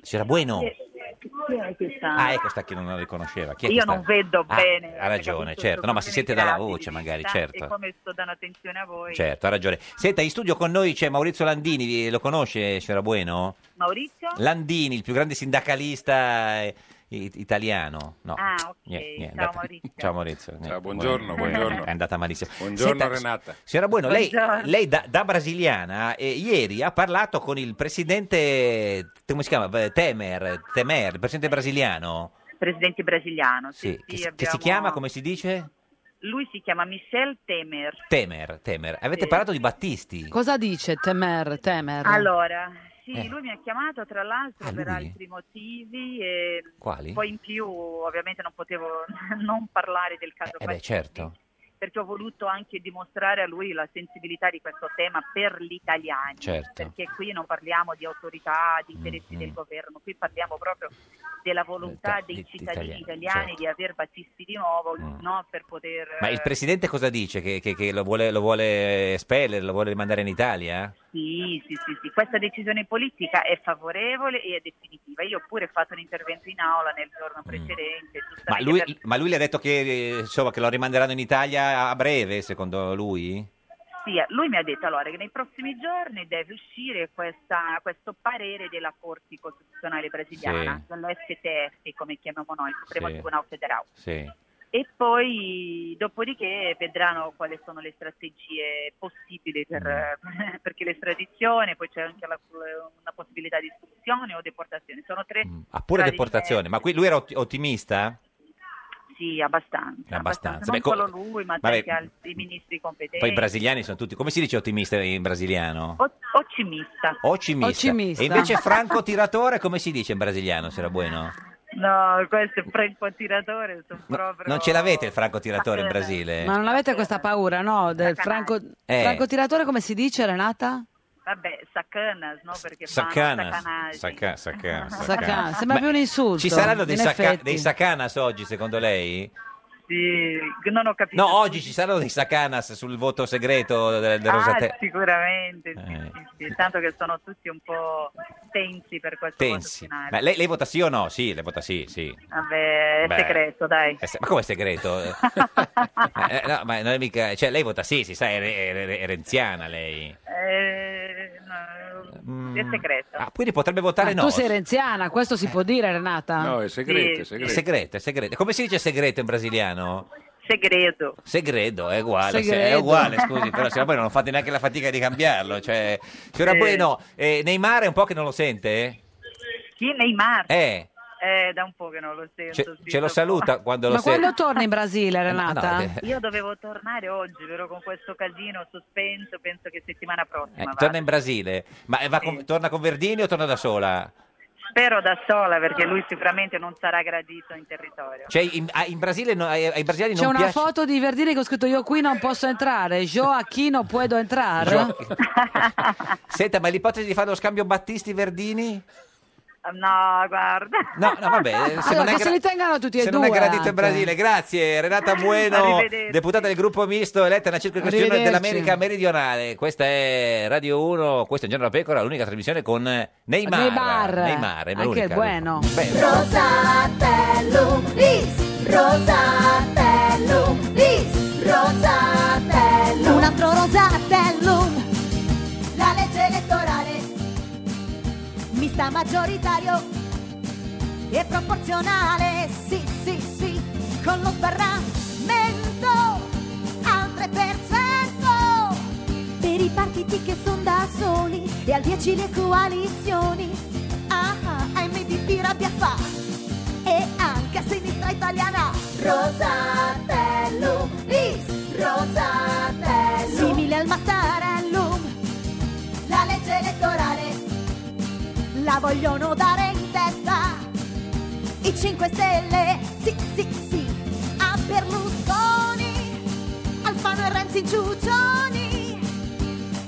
Speaker 2: Sarà buono?
Speaker 16: Chi- chi è che sta?
Speaker 2: Ah, ecco sta che non la riconosceva. Chi è che
Speaker 16: Io
Speaker 2: sta-
Speaker 16: non vedo
Speaker 2: Ah,
Speaker 16: bene,
Speaker 2: Ha ragione,
Speaker 16: capisco,
Speaker 2: certo.
Speaker 16: sono
Speaker 2: No, ma si sente
Speaker 16: grandi
Speaker 2: dalla
Speaker 16: di
Speaker 2: voce magari,
Speaker 16: vista
Speaker 2: certo.
Speaker 16: E come sto dando attenzione a voi,
Speaker 2: Certo, ha ragione. Senta, in studio con noi c'è Maurizio Landini, eh, lo conosce, signora Bueno?
Speaker 16: Maurizio?
Speaker 2: Landini, il più grande sindacalista eh, i- italiano. No.
Speaker 16: Ah, ok.
Speaker 2: Niente, niente,
Speaker 16: Ciao,
Speaker 2: andata-
Speaker 16: Maurizio.
Speaker 2: Ciao Maurizio. Niente,
Speaker 15: buongiorno, buongiorno.
Speaker 2: È andata malissimo.
Speaker 15: Buongiorno,
Speaker 2: Senta,
Speaker 15: Renata.
Speaker 2: Signora Bueno, lei,
Speaker 15: Buongiorno.
Speaker 2: lei da, da brasiliana eh, ieri ha parlato con il presidente, come si chiama? Beh, Temer, Temer, il presidente brasiliano.
Speaker 16: presidente brasiliano.
Speaker 2: Sì,
Speaker 16: sì, sì,
Speaker 2: che, si- che si
Speaker 16: abbiamo-
Speaker 2: chiama, come si dice?
Speaker 16: Lui si chiama Michel Temer.
Speaker 2: Temer, Temer. Avete
Speaker 16: Sì.
Speaker 2: parlato di Battisti.
Speaker 1: Cosa dice Temer? Temer?
Speaker 16: Allora, sì,
Speaker 2: Eh.
Speaker 16: lui mi ha chiamato tra l'altro
Speaker 2: Ah,
Speaker 16: per
Speaker 2: lui?
Speaker 16: altri motivi e
Speaker 2: Quali?
Speaker 16: poi in più ovviamente non potevo non parlare del caso
Speaker 2: Eh beh,
Speaker 16: Battisti,
Speaker 2: certo.
Speaker 16: perché ho voluto anche dimostrare a lui la sensibilità di questo tema per gli italiani,
Speaker 2: Certo. Mm-hmm.
Speaker 16: perché qui non parliamo di autorità, di interessi del governo, qui parliamo proprio della volontà dei cittadini
Speaker 2: italiani,
Speaker 16: italiani
Speaker 2: certo. Mm.
Speaker 16: di aver Battisti di nuovo, no, per poter...
Speaker 2: Ma il presidente cosa dice? Che, che- che lo, vuole, lo vuole espellere, lo vuole rimandare in Italia?
Speaker 16: Sì, sì, sì, sì, questa decisione politica è favorevole e è definitiva. Io ho pure fatto un intervento in aula nel giorno
Speaker 2: Mm.
Speaker 16: precedente.
Speaker 2: Ma
Speaker 16: giustamente
Speaker 2: lui,
Speaker 16: per-
Speaker 2: ma lui le ha detto che, eh, insomma, che lo rimanderanno in Italia a breve, secondo lui?
Speaker 16: sì, lui mi ha detto allora che nei prossimi giorni deve uscire questa- questo parere della Corte Costituzionale Brasiliana,
Speaker 2: Sì.
Speaker 16: dell'STF come chiamiamo noi, il Supremo
Speaker 2: Sì.
Speaker 16: Tribunale Federale.
Speaker 2: Sì.
Speaker 16: E poi, dopodiché, vedranno quali sono le strategie possibili per,
Speaker 2: Mm.
Speaker 16: perché l'estradizione, poi c'è anche la- una possibilità di espulsione o deportazione. Sono tre.
Speaker 2: Ah, pure
Speaker 16: strade
Speaker 2: deportazione. Ma qui lui era otti- ottimista?
Speaker 16: Sì, abbastanza.
Speaker 2: Abbastanza.
Speaker 16: Non
Speaker 2: Beh, co-
Speaker 16: solo lui, ma
Speaker 2: vabbè,
Speaker 16: anche altri ministri competenti.
Speaker 2: Poi i brasiliani sono tutti... Come si dice ottimista in brasiliano?
Speaker 16: O- Occimista.
Speaker 2: Ocimista.
Speaker 1: Ocimista.
Speaker 2: E invece franco tiratore come si dice in brasiliano, se era buono?
Speaker 16: No, questo è franco tiratore, sono proprio...
Speaker 2: Non ce l'avete il franco tiratore in Brasile?
Speaker 1: Ma non avete questa paura, no? Del franco,
Speaker 2: Eh.
Speaker 1: francotiratore, come si dice, Renata?
Speaker 16: Vabbè, sacanas, no? Perché fanno
Speaker 2: Sacana,
Speaker 16: sacanaggi.
Speaker 2: sacca, sacca,
Speaker 1: Sacana. Sembra più un insulto.
Speaker 2: Ci saranno dei,
Speaker 1: in
Speaker 2: sacca-
Speaker 1: effetti.
Speaker 2: dei sacanas oggi, secondo lei?
Speaker 16: Sì, non ho capito.
Speaker 2: No, oggi ci saranno dei sacanas sul voto segreto del, del
Speaker 16: Ah,
Speaker 2: Rosate- Eh.
Speaker 16: sicuramente, sì, sì, sì, tanto che sono tutti un po' tensi per questo voto
Speaker 2: Tensi.
Speaker 16: finale.
Speaker 2: Ma lei, lei vota sì o no? Sì, lei vota sì, sì.
Speaker 16: Vabbè, è
Speaker 2: Beh.
Speaker 16: segreto, dai.
Speaker 2: Eh, se- Ma come segreto? Eh, eh, no, ma non è mica... Cioè, lei vota sì, si sa, è, re- è re- è renziana lei.
Speaker 16: Eh, no, È segreto.
Speaker 2: Ah, quindi potrebbe votare
Speaker 1: Ma
Speaker 2: no.
Speaker 1: Tu sei renziana, questo si può dire, Renata?
Speaker 16: segreto, è
Speaker 2: segreto. È segreto, è segreto. Come si dice segreto in brasiliano?
Speaker 16: Segreto.
Speaker 2: Segreto è uguale, se- è
Speaker 16: Segredo.
Speaker 2: uguale, scusi, però signora Bueno non fate neanche la fatica di cambiarlo. Cioè, signora
Speaker 16: Eh.
Speaker 2: Bueno, eh, Neymar è un po' che non lo sente?
Speaker 16: Chi Neymar?
Speaker 2: Eh,
Speaker 16: Eh, da un po' che non lo sento.
Speaker 2: Ce,
Speaker 16: sì, da
Speaker 2: ce lo
Speaker 16: un po'.
Speaker 2: saluta quando lo
Speaker 1: Ma
Speaker 2: sente.
Speaker 1: quando torna in Brasile,
Speaker 2: no,
Speaker 1: Renata?
Speaker 2: eh,
Speaker 16: Io dovevo tornare oggi, però con questo casino sospeso, penso che settimana
Speaker 2: Eh,
Speaker 16: prossima. vado.
Speaker 2: torna in Brasile, ma eh, va con- torna con Verdini o torna da sola?
Speaker 16: Spero da sola perché lui sicuramente non sarà gradito in territorio.
Speaker 2: Cioè, in, ah, in Brasile no- ai, ai brasiliani
Speaker 1: C'è
Speaker 2: non
Speaker 1: una
Speaker 2: piace.
Speaker 1: foto di Verdini che ho scritto io qui non posso entrare, Joachino puedo entrare.
Speaker 2: Senta, ma l'ipotesi di fare lo scambio Battisti-Verdini?
Speaker 16: No, guarda.
Speaker 2: No, no, vabbè, eh, se
Speaker 1: allora,
Speaker 2: non
Speaker 1: Ah, che
Speaker 2: è
Speaker 1: se
Speaker 2: gra-
Speaker 1: li tengano tutti e
Speaker 2: se
Speaker 1: due. eh.
Speaker 2: non è gradito
Speaker 1: anche.
Speaker 2: in Brasile, grazie Renata Bueno,
Speaker 1: Arrivederci.
Speaker 2: deputata del gruppo misto eletta nella circoscrizione
Speaker 1: Arrivederci.
Speaker 2: dell'America meridionale. Questa è Radio 1, questo è Il Giorno della Pecora, l'unica trasmissione con eh, Neymar.
Speaker 1: Neymar.
Speaker 2: Neymar, è
Speaker 1: Anche
Speaker 2: l'unica.
Speaker 1: Ah, bueno.
Speaker 7: Rosatellum bis, Rosatellum bis, Rosatellum.
Speaker 14: Un altro Rosatellum, la legge elettorale, mista maggioritario e proporzionale, sì sì sì, con lo sbarramento al 3% per i partiti che sono da soli e al 10 le coalizioni, ah ah, MDP rabbia fa e anche a sinistra italiana, Rosatellum is
Speaker 7: Rosatellum.
Speaker 14: simile al Mattarellum la legge elettorale la vogliono dare in testa i 5 Stelle sì sì sì a Berlusconi Alfano e Renzi in Ciuccioni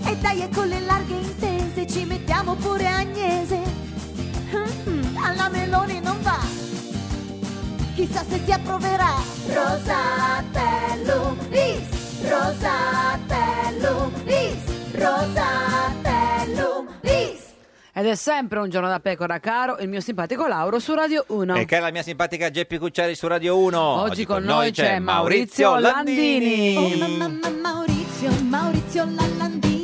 Speaker 14: e dai e con le larghe intese ci mettiamo pure Agnese Mm, alla Meloni non va chissà se si approverà
Speaker 7: Rosatellum bis, Rosatellum bis, Rosatellum bis.
Speaker 1: Ed è sempre un giorno da pecora, caro il mio simpatico Lauro su Radio 1.
Speaker 2: E cara la mia simpatica Geppi Cucciari su Radio 1. Oggi,
Speaker 1: con noi c'è Maurizio Landini.
Speaker 14: Oh, ma- ma- ma- Maurizio, Maurizio Lallandini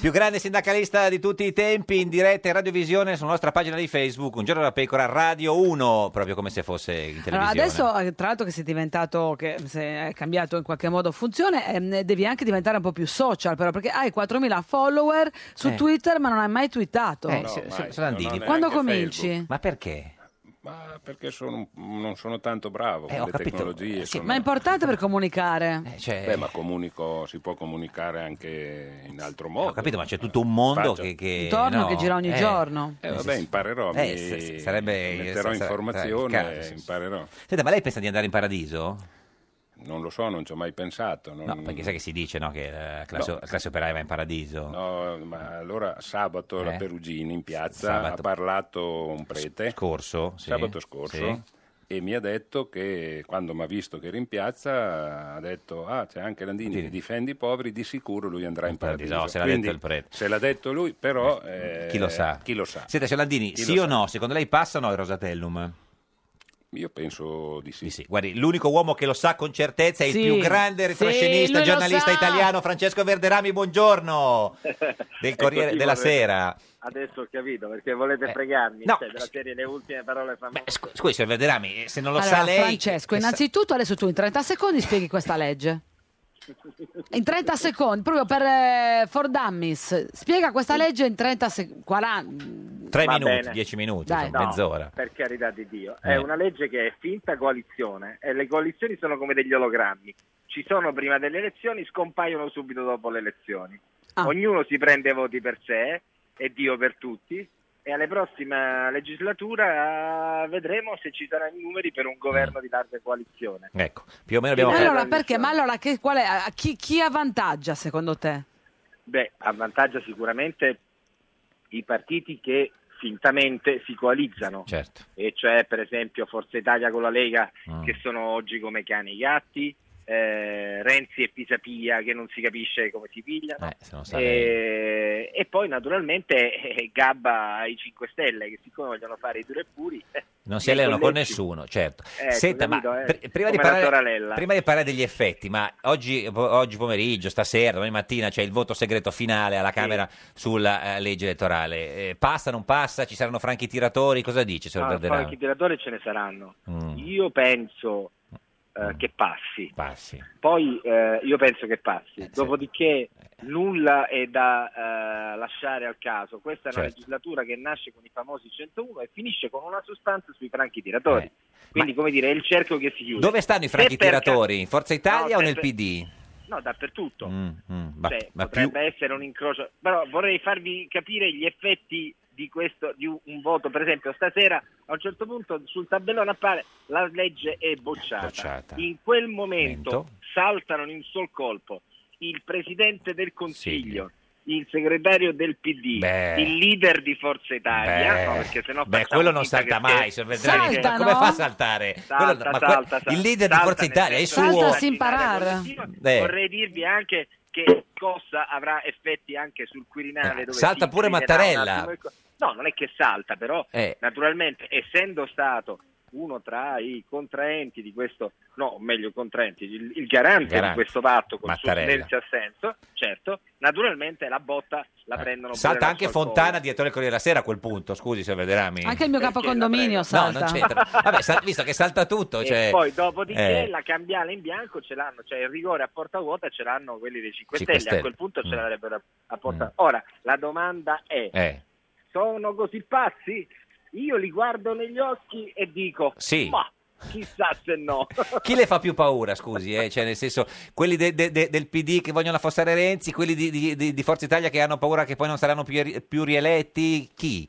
Speaker 2: Più grande sindacalista di tutti i tempi, in diretta e radiovisione sulla nostra pagina di Facebook, Un giorno della pecora, Radio 1, proprio come se fosse in televisione.
Speaker 1: Allora, adesso, eh, tra l'altro, che sei diventato, che se è cambiato in qualche modo funzione, ehm, devi anche diventare un po' più social, però, perché hai 4.000 follower su
Speaker 2: Eh.
Speaker 1: Twitter, ma non hai mai twittato.
Speaker 2: Eh, se- se- se Landini.
Speaker 15: non ho
Speaker 1: Quando
Speaker 15: neanche
Speaker 1: cominci?
Speaker 15: Facebook.
Speaker 2: Ma perché? Eh,
Speaker 15: Ma perché sono un- non sono tanto bravo
Speaker 2: ho
Speaker 15: con le
Speaker 2: capito.
Speaker 15: tecnologie. sono-
Speaker 1: Ma è importante per comunicare.
Speaker 2: Eh. cioè-
Speaker 15: Beh, ma comunico, si può comunicare anche in altro modo. Ho
Speaker 2: Eh, capito, ma c'è tutto un mondo che, che-
Speaker 1: Intorno
Speaker 2: no,
Speaker 1: che gira ogni
Speaker 2: eh.
Speaker 1: giorno.
Speaker 15: Eh, vabbè, imparerò,
Speaker 2: Eh,
Speaker 15: mi-
Speaker 2: se- se- sarebbe,
Speaker 15: metterò
Speaker 2: se- sa-
Speaker 15: informazione
Speaker 2: dai,
Speaker 15: e
Speaker 2: caso, sì, sì.
Speaker 15: imparerò.
Speaker 2: Senta, ma lei pensa di andare in paradiso?
Speaker 15: Non lo so, non ci ho mai pensato. non-
Speaker 2: No, perché sai che si dice no, che la classe,
Speaker 15: No.
Speaker 2: la classe operaia va in paradiso.
Speaker 15: No, ma allora sabato la
Speaker 2: Eh?
Speaker 15: Perugini in piazza
Speaker 2: Sabato.
Speaker 15: ha parlato un prete.
Speaker 2: Scorso, sì.
Speaker 15: Sabato scorso.
Speaker 2: Sì.
Speaker 15: E mi ha detto che quando mi ha visto che ero in piazza ha detto: Ah, c'è anche Landini che difende i poveri, di sicuro lui andrà in paradiso.
Speaker 2: paradiso, Eh, se l'ha
Speaker 15: Quindi,
Speaker 2: detto il prete.
Speaker 15: Se l'ha detto lui, però. eh,
Speaker 2: Chi lo sa?
Speaker 15: Chi lo sa?
Speaker 2: Senta, signor Landini,
Speaker 15: Chi
Speaker 2: sì
Speaker 15: lo
Speaker 2: o
Speaker 15: sa?
Speaker 2: no? Secondo lei passa o no il Rosatellum?
Speaker 15: Io penso di sì.
Speaker 2: Guardi, l'unico uomo che lo sa con certezza è
Speaker 15: Sì.
Speaker 2: il più grande
Speaker 15: Sì,
Speaker 2: retroscenista
Speaker 15: lui lo
Speaker 2: giornalista
Speaker 15: sa.
Speaker 2: italiano, Francesco Verderami, buongiorno, del Corriere
Speaker 17: Ecco chi
Speaker 2: della
Speaker 17: vorrebbe-
Speaker 2: Sera.
Speaker 17: Adesso ho capito perché volete pregarmi, cioè, della serie le ultime parole famose.
Speaker 2: Scusi, signor Verderami, eh, se non lo
Speaker 1: allora,
Speaker 2: sa lei...
Speaker 1: Francesco,
Speaker 2: che sa-
Speaker 1: innanzitutto adesso tu in 30 secondi spieghi questa legge. In 30 secondi, proprio per eh, For Dummies, spiega questa legge in 30 secondi, 40...
Speaker 2: Tre
Speaker 17: Va
Speaker 2: minuti,
Speaker 17: bene.
Speaker 2: dieci minuti,
Speaker 1: Dai.
Speaker 2: insomma,
Speaker 17: No,
Speaker 2: mezz'ora.
Speaker 17: Per carità di Dio,
Speaker 2: Eh.
Speaker 17: è una legge che è finta coalizione e le coalizioni sono come degli ologrammi. Ci sono prima delle elezioni, scompaiono subito dopo le elezioni. Ognuno si prende voti per sé e Dio per tutti e alla prossima legislatura vedremo se ci saranno i numeri per un governo di larga coalizione.
Speaker 2: Ecco, più o meno abbiamo...
Speaker 1: Allora, perché?
Speaker 2: eh.
Speaker 1: Ma allora, che- qual è, a chi, chi avvantaggia secondo te?
Speaker 17: Beh, avvantaggia sicuramente i partiti che fintamente si coalizzano.
Speaker 2: Certo.
Speaker 17: e cioè per esempio Forza Italia con la Lega
Speaker 2: Mm.
Speaker 17: che sono oggi come cani e gatti, eh, Renzi e Pisapia che non si capisce come si pigliano.
Speaker 2: Eh, se non sa lei.
Speaker 17: E, e poi naturalmente eh, Gabba ai 5 Stelle che siccome vogliono fare i duri e puri eh,
Speaker 2: Non si
Speaker 17: nei
Speaker 2: allenano con
Speaker 17: collegi-
Speaker 2: nessuno, certo.
Speaker 17: Ecco,
Speaker 2: Senta,
Speaker 17: capito,
Speaker 2: ma
Speaker 17: eh,
Speaker 2: pr- prima, di
Speaker 17: come la
Speaker 2: parlare,
Speaker 17: Torrella.
Speaker 2: prima di parlare degli effetti, ma oggi, po- oggi pomeriggio, stasera, domani mattina c'è il voto segreto finale alla Camera sulla eh, legge elettorale. Eh, passa, non passa? Ci saranno franchi tiratori? Cosa dice, signor
Speaker 17: Ah,
Speaker 2: Verderami?
Speaker 17: franchi tiratori ce ne saranno.
Speaker 2: Mm.
Speaker 17: Io penso eh, che passi.
Speaker 2: Passi. Eh.
Speaker 17: Poi eh, io penso che passi, dopodiché nulla è da eh, lasciare al caso. Questa è una
Speaker 2: Certo.
Speaker 17: legislatura che nasce con i famosi 101 e finisce con una sostanza sui franchi tiratori. Quindi, come dire, è il cerchio che si chiude.
Speaker 2: Eh, Dove stanno i
Speaker 17: Se
Speaker 2: franchi
Speaker 17: per ca-
Speaker 2: tiratori? In Forza Italia
Speaker 17: No, se
Speaker 2: o nel
Speaker 17: per-
Speaker 2: PD?
Speaker 17: No, dappertutto.
Speaker 2: Mm, mm, ma,
Speaker 17: Cioè,
Speaker 2: ma più,
Speaker 17: potrebbe essere un incrocio. Però vorrei farvi capire gli effetti di questo di un, un voto. Per esempio, stasera a un certo punto sul tabellone appare la legge è bocciata.
Speaker 2: Bocciata.
Speaker 17: In quel momento
Speaker 2: Momento.
Speaker 17: saltano in un sol colpo il presidente del Consiglio. Il segretario del PD,
Speaker 2: Beh.
Speaker 17: il leader di Forza Italia,
Speaker 2: Beh.
Speaker 17: no, perché sennò
Speaker 2: Beh,
Speaker 17: facciamo
Speaker 2: quello non
Speaker 17: finta che
Speaker 2: salta
Speaker 17: scherzi.
Speaker 2: mai, signor Vedrani.
Speaker 17: Salta,
Speaker 2: come
Speaker 17: no?
Speaker 2: fa a saltare?
Speaker 17: Salta,
Speaker 2: Quello no, ma
Speaker 17: salta,
Speaker 2: que-
Speaker 17: salta.
Speaker 2: il leader di
Speaker 17: Salta
Speaker 2: Forza
Speaker 17: nel
Speaker 2: Italia è
Speaker 17: senso
Speaker 2: suo.
Speaker 17: che
Speaker 1: imparare.
Speaker 17: continua.
Speaker 2: Eh.
Speaker 17: Vorrei dirvi anche che Cossa avrà effetti anche sul Quirinale.
Speaker 2: Eh,
Speaker 17: dove
Speaker 2: salta
Speaker 17: si
Speaker 2: pure
Speaker 17: deciderà un
Speaker 2: Mattarella.
Speaker 17: attimo il co- No, non è che salta, però
Speaker 2: Eh.
Speaker 17: naturalmente essendo stato uno tra i contraenti di questo, no, o meglio contraenti, il, il garante,
Speaker 2: Garante.
Speaker 17: di questo patto con il suo
Speaker 2: Mattarella.
Speaker 17: silenzio assenso, certo, naturalmente la botta la prendono pure
Speaker 2: Eh, Salta
Speaker 17: la
Speaker 2: anche
Speaker 17: Falcone.
Speaker 2: Fontana, direttore del Corriere della Sera a quel punto, scusi signor Vedrani.
Speaker 1: Anche il mio capocondominio
Speaker 2: No,
Speaker 1: salta.
Speaker 2: non c'entra. Vabbè, sa- visto che salta tutto. Cioè,
Speaker 17: e poi dopodiché
Speaker 2: eh,
Speaker 17: la cambiale in bianco ce l'hanno, cioè il rigore a porta vuota ce l'hanno quelli dei 5
Speaker 2: Cinque
Speaker 17: Stelle,
Speaker 2: Stelle.
Speaker 17: a quel punto ce
Speaker 2: Mm.
Speaker 17: l'avrebbero a- a porta. Ora, la domanda è,
Speaker 2: eh,
Speaker 17: sono così pazzi? Io li guardo negli occhi e dico,
Speaker 2: Sì.
Speaker 17: ma chissà se no.
Speaker 2: Chi le fa più paura, scusi? eh? Cioè, nel senso, quelli de- de- de- del PD che vogliono affossare Renzi, quelli di, di- di- di Forza Italia che hanno paura che poi non saranno più, ri- più rieletti? Chi?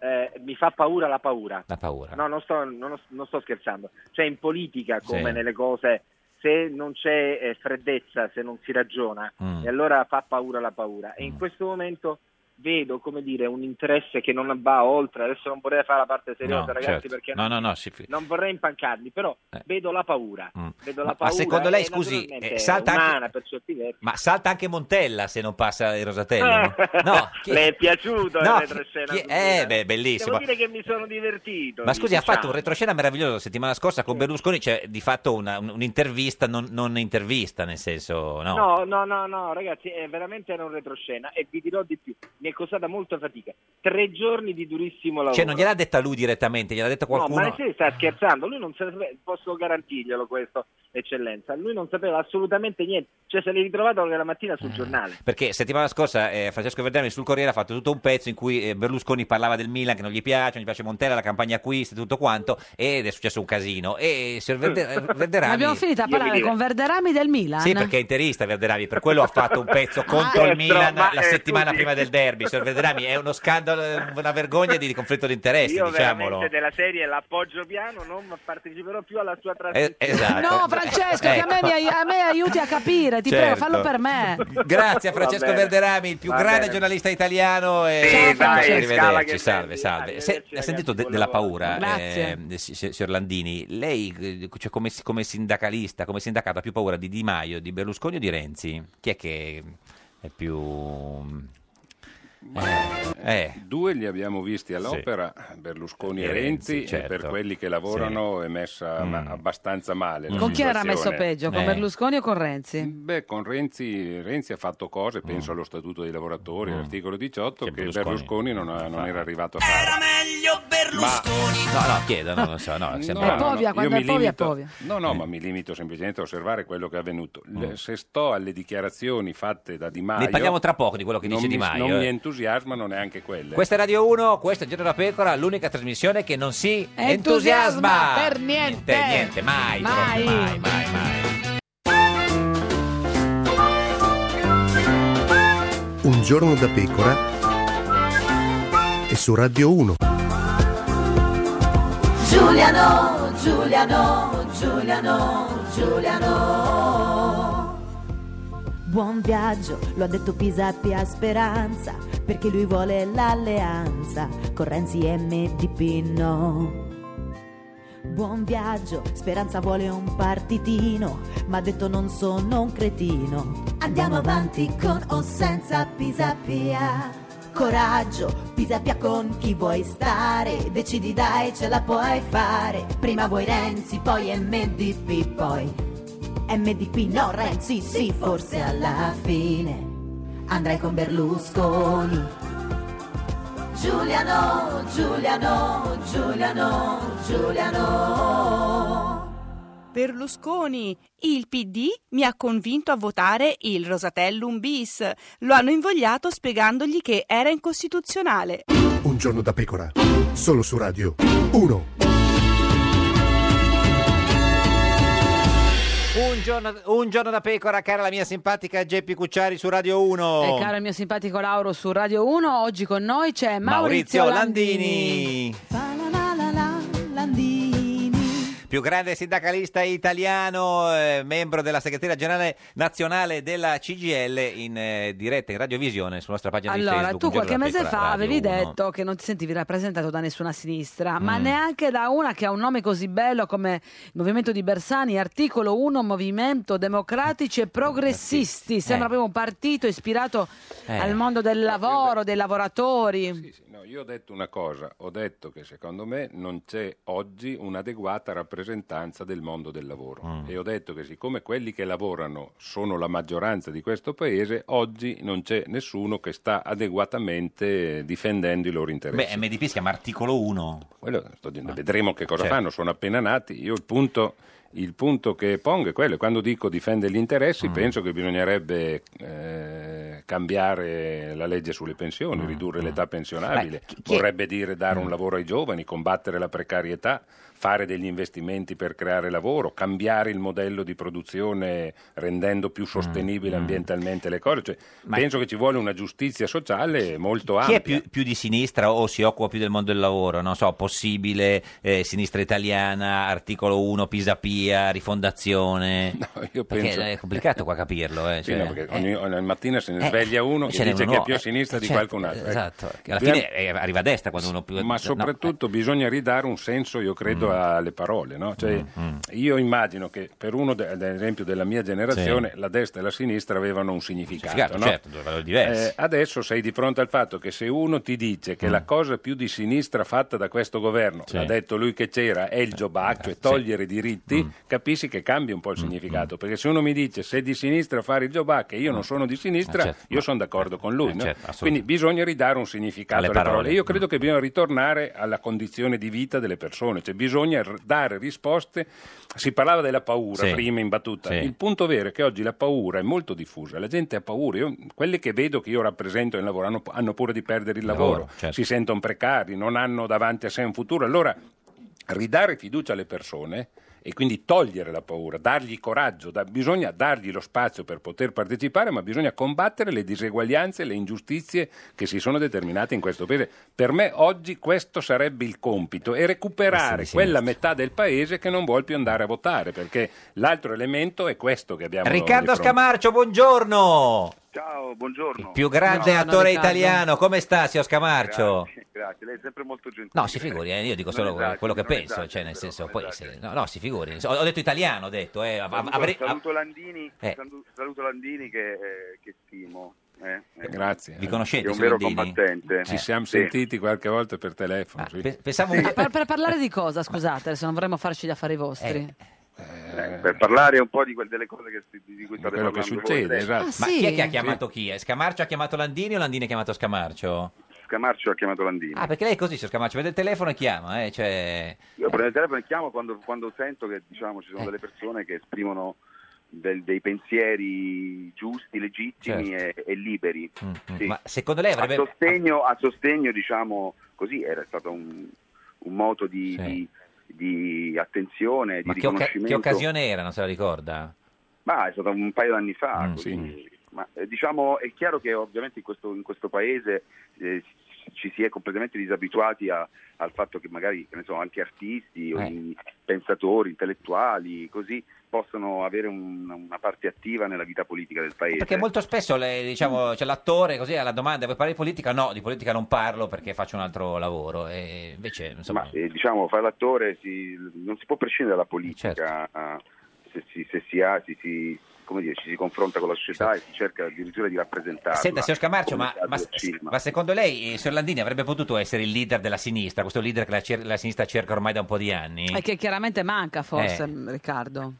Speaker 17: Eh, mi fa paura la paura.
Speaker 2: La paura.
Speaker 17: No, non sto, non- non sto scherzando. Cioè in politica, come
Speaker 2: Sì.
Speaker 17: nelle cose, se non c'è eh, freddezza, se non si ragiona,
Speaker 2: Mm.
Speaker 17: e allora fa paura la paura. E in questo momento vedo, come dire, un interesse che non va oltre. Adesso non vorrei fare la parte seriosa,
Speaker 2: No,
Speaker 17: ragazzi,
Speaker 2: certo.
Speaker 17: perché
Speaker 2: No,
Speaker 17: non,
Speaker 2: no, no, si-
Speaker 17: non vorrei impancarli, però vedo la paura. Vedo
Speaker 2: Mm. Ma-
Speaker 17: la
Speaker 2: ma
Speaker 17: paura
Speaker 2: secondo lei,
Speaker 17: e
Speaker 2: scusi,
Speaker 17: naturalmente
Speaker 2: eh, salta
Speaker 17: è umana
Speaker 2: anche-
Speaker 17: per certi versi.
Speaker 2: Ma salta anche Montella se non passa il Rosatello. No, chi-
Speaker 17: Le è piaciuto il
Speaker 2: No, chi-
Speaker 17: retroscena?
Speaker 2: chi-
Speaker 17: su
Speaker 2: eh,
Speaker 17: Milano?
Speaker 2: beh, bellissimo.
Speaker 17: Devo dire che mi sono divertito.
Speaker 2: Ma scusi, ha
Speaker 17: diciamo.
Speaker 2: fatto un retroscena meraviglioso la settimana scorsa con Berlusconi, cioè di fatto una- un- un'intervista, non, non intervista, nel senso, no.
Speaker 17: No, no, no, no, ragazzi, è veramente era un retroscena e vi dirò di più, mi è costata molta fatica. Tre giorni di durissimo lavoro.
Speaker 2: Cioè non gliel'ha detta lui direttamente, gliel'ha detto
Speaker 17: No,
Speaker 2: qualcuno.
Speaker 17: ma se sta scherzando, lui non sapeva, posso garantirglielo questo, eccellenza, lui non sapeva assolutamente niente, cioè se l'è ritrovato la mattina
Speaker 2: Mm.
Speaker 17: sul giornale.
Speaker 2: Perché settimana scorsa eh, Francesco Verdelli sul Corriere ha fatto tutto un pezzo in cui eh, Berlusconi parlava del Milan che non gli piace, non gli piace Montella, la campagna acquisti, tutto quanto, ed è successo un casino. E signor
Speaker 17: Mm.
Speaker 2: Verde- eh, Verderami...
Speaker 1: Abbiamo finito a parlare con Verderami del Milan.
Speaker 2: Sì, perché è interista Verderami, per quello ha fatto un pezzo contro il
Speaker 17: Ah, Maestro,
Speaker 2: Milan
Speaker 17: ma-
Speaker 2: la
Speaker 17: eh,
Speaker 2: settimana
Speaker 17: scusi.
Speaker 2: prima del derby. Signor Verderami, è uno scandalo, eh, una vergogna di conflitto di interessi,
Speaker 17: Io
Speaker 2: Eh, diciamolo.
Speaker 17: veramente della serie l'appoggio piano, non parteciperò più alla sua
Speaker 2: Eh,
Speaker 17: trasmissione.
Speaker 2: esatto.
Speaker 1: No, Francesco, che a me, mi ai- a me aiuti a capire, ti prego,
Speaker 2: ecco. Certo.
Speaker 1: fallo per me.
Speaker 2: Grazie a
Speaker 17: Va
Speaker 2: Francesco
Speaker 17: bene.
Speaker 2: Verderami, il più
Speaker 17: Va
Speaker 2: grande
Speaker 17: bene.
Speaker 2: giornalista italiano. E
Speaker 17: Sì,
Speaker 2: Eh, Francesco,
Speaker 17: vai, scala
Speaker 2: arrivederci,
Speaker 17: che
Speaker 2: salve, salve. Se- ha sentito de- della paura,
Speaker 17: Grazie.
Speaker 2: eh, si- si- signor Landini, lei eh, cioè, come, si- come sindacalista, come sindacato, ha più paura di Di Maio, di Berlusconi o di Renzi? Chi è che è più... Eh.
Speaker 15: Due li abbiamo visti all'opera, Berlusconi
Speaker 2: E
Speaker 15: e
Speaker 2: Renzi,
Speaker 15: Renzi,
Speaker 2: certo. Mm.
Speaker 15: e per quelli che lavorano è messa ma- abbastanza male. la
Speaker 1: Con chi era messo
Speaker 15: situazione. Eh.
Speaker 1: peggio? Con Berlusconi o con Renzi?
Speaker 15: Beh, con Renzi, Renzi ha fatto cose,
Speaker 2: Mm.
Speaker 15: penso allo Statuto dei lavoratori, all'articolo 18, che Berlusconi, non, ha- non era arrivato a fare. Era meglio Berlusconi!
Speaker 2: No, no, chiedo, non lo so. No, sembra...
Speaker 1: È Povia, quando è Povia, è Povia.
Speaker 15: No,
Speaker 2: Eh.
Speaker 15: no, ma mi limito semplicemente a osservare quello che è avvenuto. Le- Se sto alle dichiarazioni fatte da Di Maio...
Speaker 2: Mm. Ne parliamo tra poco di quello che
Speaker 15: non
Speaker 2: dice Di
Speaker 15: mi-
Speaker 2: Maio.
Speaker 15: Non
Speaker 2: eh.
Speaker 15: mi entusiasmano neanche quelle.
Speaker 2: Questa è Radio 1, questo è Giorno da Pecora, l'unica trasmissione che non si
Speaker 1: Entusiasma,
Speaker 2: entusiasma.
Speaker 1: per niente.
Speaker 2: Niente, niente, mai,
Speaker 1: Mai.
Speaker 2: proprio, mai, mai, mai.
Speaker 10: Un giorno da pecora e su Radio 1.
Speaker 7: Giuliano, Giuliano, Giuliano, Giuliano.
Speaker 12: Buon viaggio, lo ha detto Pisappi a Speranza, perché lui vuole l'alleanza con Renzi e MDP no. Buon viaggio, Speranza vuole un partitino, ma ha detto non sono un cretino.
Speaker 7: Andiamo avanti con o senza Pisapia. Coraggio, Pisapia con chi vuoi stare. Decidi dai, ce la puoi fare. Prima vuoi Renzi, poi MDP, poi MDP, no Renzi, sì, forse alla fine andrai con Berlusconi. Giuliano, Giuliano, Giuliano, Giuliano.
Speaker 11: Berlusconi. Il PD mi ha convinto a votare il Rosatellum bis. Lo hanno invogliato spiegandogli che era incostituzionale.
Speaker 10: Un giorno da pecora, solo su Radio 1.
Speaker 2: Un giorno, un giorno da pecora, cara la mia simpatica Geppi Cucciari su Radio 1.
Speaker 1: E Eh, caro il mio simpatico Lauro su Radio 1, oggi con noi c'è Maurizio, Landini.
Speaker 2: Più grande sindacalista italiano, eh, membro della segreteria generale nazionale della CGL, in eh, diretta in radiovisione sulla nostra pagina di
Speaker 1: Allora,
Speaker 2: Facebook.
Speaker 1: tu
Speaker 2: Un giorno
Speaker 1: qualche
Speaker 2: da
Speaker 1: mese
Speaker 2: pecora,
Speaker 1: fa
Speaker 2: Radio
Speaker 1: avevi
Speaker 2: 1.
Speaker 1: detto che non ti sentivi rappresentato da nessuna sinistra, ma
Speaker 2: Mm.
Speaker 1: neanche da una che ha un nome così bello come il Movimento di Bersani, articolo 1 Movimento Democratici e Progressisti. Sembra
Speaker 2: Eh.
Speaker 1: proprio un partito ispirato
Speaker 15: Eh.
Speaker 1: al mondo del lavoro, dei lavoratori.
Speaker 15: No, io ho detto una cosa, ho detto che secondo me non c'è oggi un'adeguata rappresentanza del mondo del lavoro e ho detto che siccome quelli che lavorano sono la maggioranza di questo paese, oggi non c'è nessuno che sta adeguatamente eh, difendendo i loro interessi.
Speaker 2: Beh, MDP si chiama articolo 1.
Speaker 15: Quello sto dicendo, vedremo che cosa
Speaker 2: certo.
Speaker 15: fanno, sono appena nati. Io il punto, il punto che pongo è quello, e quando dico difende gli
Speaker 2: Mm.
Speaker 15: interessi, penso che bisognerebbe eh, cambiare la legge sulle pensioni, ridurre l'età pensionabile,
Speaker 2: Mm, Beh, chi- chi è- Mm.
Speaker 15: vorrebbe dire dare un lavoro ai giovani, combattere la precarietà, fare degli investimenti per creare lavoro, cambiare il modello di produzione rendendo più sostenibile ambientalmente le cose. Cioè,
Speaker 2: Mm, Ma-
Speaker 15: penso che ci vuole una giustizia sociale molto
Speaker 2: Chi
Speaker 15: ampia.
Speaker 2: è più, più di sinistra o si occupa più del mondo del lavoro? Non so, Possibile, eh, Sinistra Italiana, Articolo 1, Pisapia, Rifondazione. Perché
Speaker 15: io penso-
Speaker 2: è complicato qua capirlo. Eh,
Speaker 15: Sì,
Speaker 2: cioè,
Speaker 15: no, perché
Speaker 2: eh.
Speaker 15: ogni, ogni mattina se ne
Speaker 2: Eh,
Speaker 15: sveglia uno
Speaker 2: ce
Speaker 15: che
Speaker 2: n'è uno
Speaker 15: dice che è
Speaker 2: nuovo,
Speaker 15: più a
Speaker 2: eh,
Speaker 15: sinistra di
Speaker 2: certo,
Speaker 15: qualcun altro. ecco.
Speaker 2: Esatto, che alla
Speaker 15: Bisogna-
Speaker 2: fine eh, arriva a destra quando uno più...
Speaker 15: ma
Speaker 2: no, eh. Mm.
Speaker 15: soprattutto bisogna ridare un senso, io credo, alle parole. no? Cioè, Io immagino che per uno, de- ad esempio, della mia generazione, la destra e la sinistra avevano un significato.
Speaker 2: Significato,
Speaker 15: no?
Speaker 2: certo, due valori diversi. Mm.
Speaker 15: Eh, adesso sei di fronte al fatto che se uno ti dice che la cosa più di sinistra fatta da questo governo,
Speaker 2: Sì. Eh,
Speaker 15: l'ha detto lui che c'era, è il job cioè togliere i diritti,
Speaker 2: Mm.
Speaker 15: capisci che cambia un po' il significato. Perché se uno mi dice sei di sinistra a fare il job e io non sono di sinistra,
Speaker 2: Eh, certo.
Speaker 15: io sono d'accordo con lui.
Speaker 2: eh,
Speaker 15: no?
Speaker 2: certo, assolutamente.
Speaker 15: Quindi bisogna ridare un significato
Speaker 2: Alle
Speaker 15: alle, parole.
Speaker 2: parole.
Speaker 15: Io credo che bisogna ritornare alla condizione di vita delle persone, cioè bisogna r- dare risposte. Si parlava della paura
Speaker 2: Sì.
Speaker 15: prima in battuta.
Speaker 2: Sì.
Speaker 15: Il punto vero è che oggi la paura è molto diffusa, la gente ha paura. Io- quelli che vedo che io rappresento nel lavoro hanno, hanno paura di perdere il lavoro,
Speaker 2: lavoro, certo.
Speaker 15: si sentono precari, non hanno davanti a sé un futuro. Allora ridare fiducia alle persone e quindi togliere la paura, dargli coraggio, da- bisogna dargli lo spazio per poter partecipare, ma bisogna combattere le diseguaglianze e le ingiustizie che si sono determinate in questo paese. Per me oggi questo sarebbe il compito e recuperare
Speaker 2: Sì, sì,
Speaker 15: quella metà del paese che non vuole più andare a votare, perché l'altro elemento è questo che abbiamo
Speaker 2: Riccardo
Speaker 15: di fronte.
Speaker 2: Scamarcio, buongiorno!
Speaker 18: Ciao, buongiorno.
Speaker 2: Più grande
Speaker 18: Buongiorno,
Speaker 2: attore
Speaker 18: Riccardo.
Speaker 2: italiano, come sta, signor Scamarcio?
Speaker 18: Eh, Grazie, lei è sempre molto gentile.
Speaker 2: No, si figuri, eh, io dico solo
Speaker 18: Non esageri,
Speaker 2: quello che
Speaker 18: non
Speaker 2: penso,
Speaker 18: esageri,
Speaker 2: cioè nel
Speaker 18: però,
Speaker 2: senso,
Speaker 18: non
Speaker 2: poi
Speaker 18: esageri.
Speaker 2: se- no, no, si figuri, ho, ho detto italiano, ho detto, eh, av-
Speaker 18: Saluto,
Speaker 2: avrei-
Speaker 18: saluto Landini,
Speaker 2: Eh.
Speaker 18: salu- saluto Landini che, eh, che stimo. eh, eh.
Speaker 15: Grazie.
Speaker 2: Vi conoscete, Eh,
Speaker 18: È un vero
Speaker 2: signor Landini?
Speaker 18: combattente.
Speaker 15: Ci siamo
Speaker 18: Sì.
Speaker 15: sentiti qualche volta per telefono.
Speaker 2: Ah,
Speaker 15: sì.
Speaker 1: Ma Ah, per, per parlare di cosa, scusate, se non vorremmo farci gli affari vostri.
Speaker 18: Eh, per parlare un po' di quelle delle cose che si- di cui state
Speaker 15: quello che
Speaker 18: parlando voi
Speaker 15: succede,
Speaker 18: adesso.
Speaker 15: esatto.
Speaker 2: Ma chi è che ha
Speaker 18: Ah, Sì.
Speaker 2: chiamato chi? Eh, Scamarcio ha chiamato Landini o Landini ha chiamato Scamarcio?
Speaker 18: Scamarcio ha chiamato Landini.
Speaker 2: Ah, perché lei è così, signor Scamarcio, vede il telefono e chiama, eh, Eh. cioè...
Speaker 18: Io prendo il telefono e chiamo quando, quando sento che diciamo, ci sono delle persone che esprimono del- dei pensieri giusti, legittimi e, e liberi. Sì.
Speaker 2: Certo. Mm, Ma secondo lei avrebbe...
Speaker 18: a sostegno, a sostegno, diciamo così, era stato un, un moto di, di- di attenzione,
Speaker 2: Ma
Speaker 18: di
Speaker 2: che, oca-
Speaker 18: riconoscimento.
Speaker 2: che occasione era, non se la ricorda? Mm,
Speaker 18: Ma è stato un paio d'anni fa. così. Ma, eh, diciamo, è chiaro che ovviamente in questo, in questo paese eh, ci si è completamente disabituati a- al fatto che magari che ne so, anche artisti, o
Speaker 2: Eh.
Speaker 18: i pensatori, intellettuali, così possono avere un- una parte attiva nella vita politica del paese.
Speaker 2: Perché molto spesso le- diciamo, c'è l'attore così alla domanda vuoi parlare di politica? No, di politica non parlo perché faccio un altro lavoro. E invece, insomma,
Speaker 18: Ma eh, diciamo, fare l'attore si- non si può prescindere dalla
Speaker 2: Eh,
Speaker 18: politica
Speaker 2: certo.
Speaker 18: ah, se, si, se si ha, si, si- come dire, ci si confronta con la società e si cerca addirittura di rappresentarla.
Speaker 2: Certo. Senta, signor Scamarcio,
Speaker 18: Come
Speaker 2: ma,
Speaker 18: è stato
Speaker 2: ma-
Speaker 18: il cinema.
Speaker 2: ma secondo lei, eh, signor Landini, avrebbe potuto essere il leader della sinistra, questo leader che la, cer- la sinistra cerca ormai da un po' di anni?
Speaker 1: E che chiaramente manca forse,
Speaker 2: Eh.
Speaker 1: Riccardo.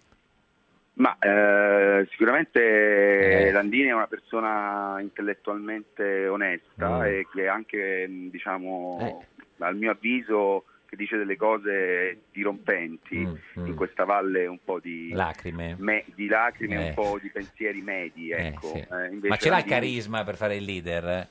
Speaker 18: Ma eh, sicuramente
Speaker 2: Eh.
Speaker 18: Landini è una persona intellettualmente onesta
Speaker 2: Mm. Eh.
Speaker 18: e che anche, mh, diciamo, al mio avviso che dice delle cose dirompenti in questa valle un po' di
Speaker 2: Mm, Lacrime.
Speaker 18: me- di lacrime,
Speaker 2: Eh.
Speaker 18: un po' di pensieri medi. Ecco.
Speaker 2: sì.
Speaker 18: Eh, invece
Speaker 2: Ma ce l'ha
Speaker 18: la
Speaker 2: il
Speaker 18: Dini-
Speaker 2: carisma per fare il leader?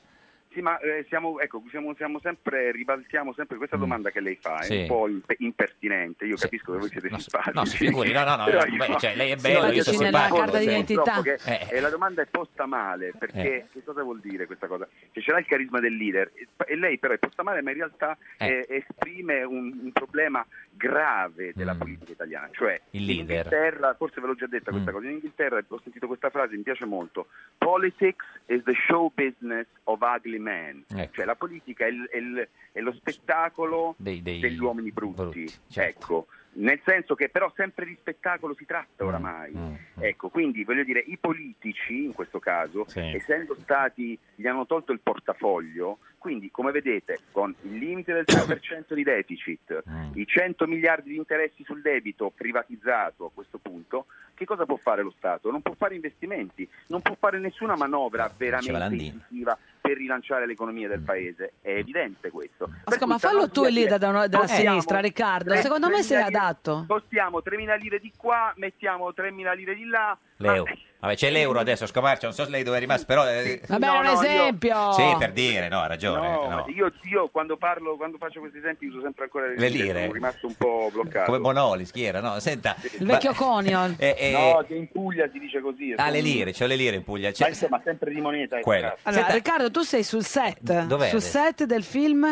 Speaker 18: Sì, ma eh, siamo, ecco, siamo, siamo sempre, ribaltiamo sempre questa domanda che lei fa, è
Speaker 2: Mm. Sì.
Speaker 18: un po' imp- impertinente, io capisco che voi siete simpatici.
Speaker 2: no, si figuri, no, no, no,
Speaker 18: Però
Speaker 2: beh,
Speaker 18: io-
Speaker 2: cioè, lei è bello,
Speaker 18: no,
Speaker 2: io sono
Speaker 18: sono
Speaker 2: simpatico. Nella
Speaker 18: d'accordo,
Speaker 2: carta di
Speaker 18: cioè,
Speaker 2: identità.
Speaker 18: purtroppo che-
Speaker 2: Eh.
Speaker 18: eh, la domanda è posta male, perché
Speaker 2: Eh.
Speaker 18: che cosa vuol dire questa cosa? Cioè, ce l'ha il carisma del leader, e- e lei però è posta male, ma in realtà
Speaker 2: Eh.
Speaker 18: eh, esprime un, un problema grave della politica italiana, cioè
Speaker 2: Mm. Il leader.
Speaker 18: in Inghilterra, forse ve l'ho già detta
Speaker 2: Mm.
Speaker 18: questa cosa, in Inghilterra ho sentito questa frase, mi piace molto, politics is the show business of ugly men,
Speaker 2: Ecco.
Speaker 18: cioè la politica è, il- è il- è lo spettacolo
Speaker 2: Dei- dei- certo.
Speaker 18: degli uomini brutti, ecco, nel senso che però sempre di spettacolo si tratta oramai, ecco, quindi voglio dire i politici in questo caso, essendo stati, gli hanno tolto il portafoglio, quindi come vedete con il limite del 3% di deficit, i 100 miliardi di interessi sul debito privatizzato a questo punto, che cosa può fare lo Stato? Non può fare investimenti, non può fare nessuna manovra veramente
Speaker 2: Landini.
Speaker 18: incisiva per rilanciare l'economia del paese, è evidente questo. Per
Speaker 1: Ascolta,
Speaker 18: cui
Speaker 1: ma fallo
Speaker 18: stanno
Speaker 1: tu il
Speaker 18: via-
Speaker 1: leader da una- della
Speaker 18: Possiamo-
Speaker 1: sinistra, Riccardo.
Speaker 18: tre-
Speaker 1: Secondo me sei
Speaker 18: 3.000 lire-
Speaker 1: adatto.
Speaker 18: Spostiamo 3.000 lire di qua, mettiamo 3.000 lire di là.
Speaker 2: Leo.
Speaker 18: eh,
Speaker 2: Vabbè, c'è l'euro adesso, scomarcio, non so se lei dove è rimasto, però... eh,
Speaker 1: Vabbè, era un esempio.
Speaker 2: Sì, per dire, no, ha ragione.
Speaker 18: No,
Speaker 2: no.
Speaker 18: Io, io quando parlo, quando faccio questi esempi uso sempre ancora le,
Speaker 2: Le lire.
Speaker 18: Sono rimasto un po' bloccato.
Speaker 2: Come Bonoli, schiera, no? Senta...
Speaker 1: Il vecchio Conion.
Speaker 2: Eh, eh,
Speaker 18: No, che in Puglia si dice così.
Speaker 2: Ah, le lire, cioè- c'ho le lire in Puglia.
Speaker 18: Ma
Speaker 2: C'è...
Speaker 18: insomma, sempre di moneta. eh,
Speaker 2: Quello.
Speaker 18: cazzo.
Speaker 1: Allora, Riccardo, tu sei sul set.
Speaker 2: Eh, dov'è
Speaker 1: sul
Speaker 2: adesso?
Speaker 1: set del film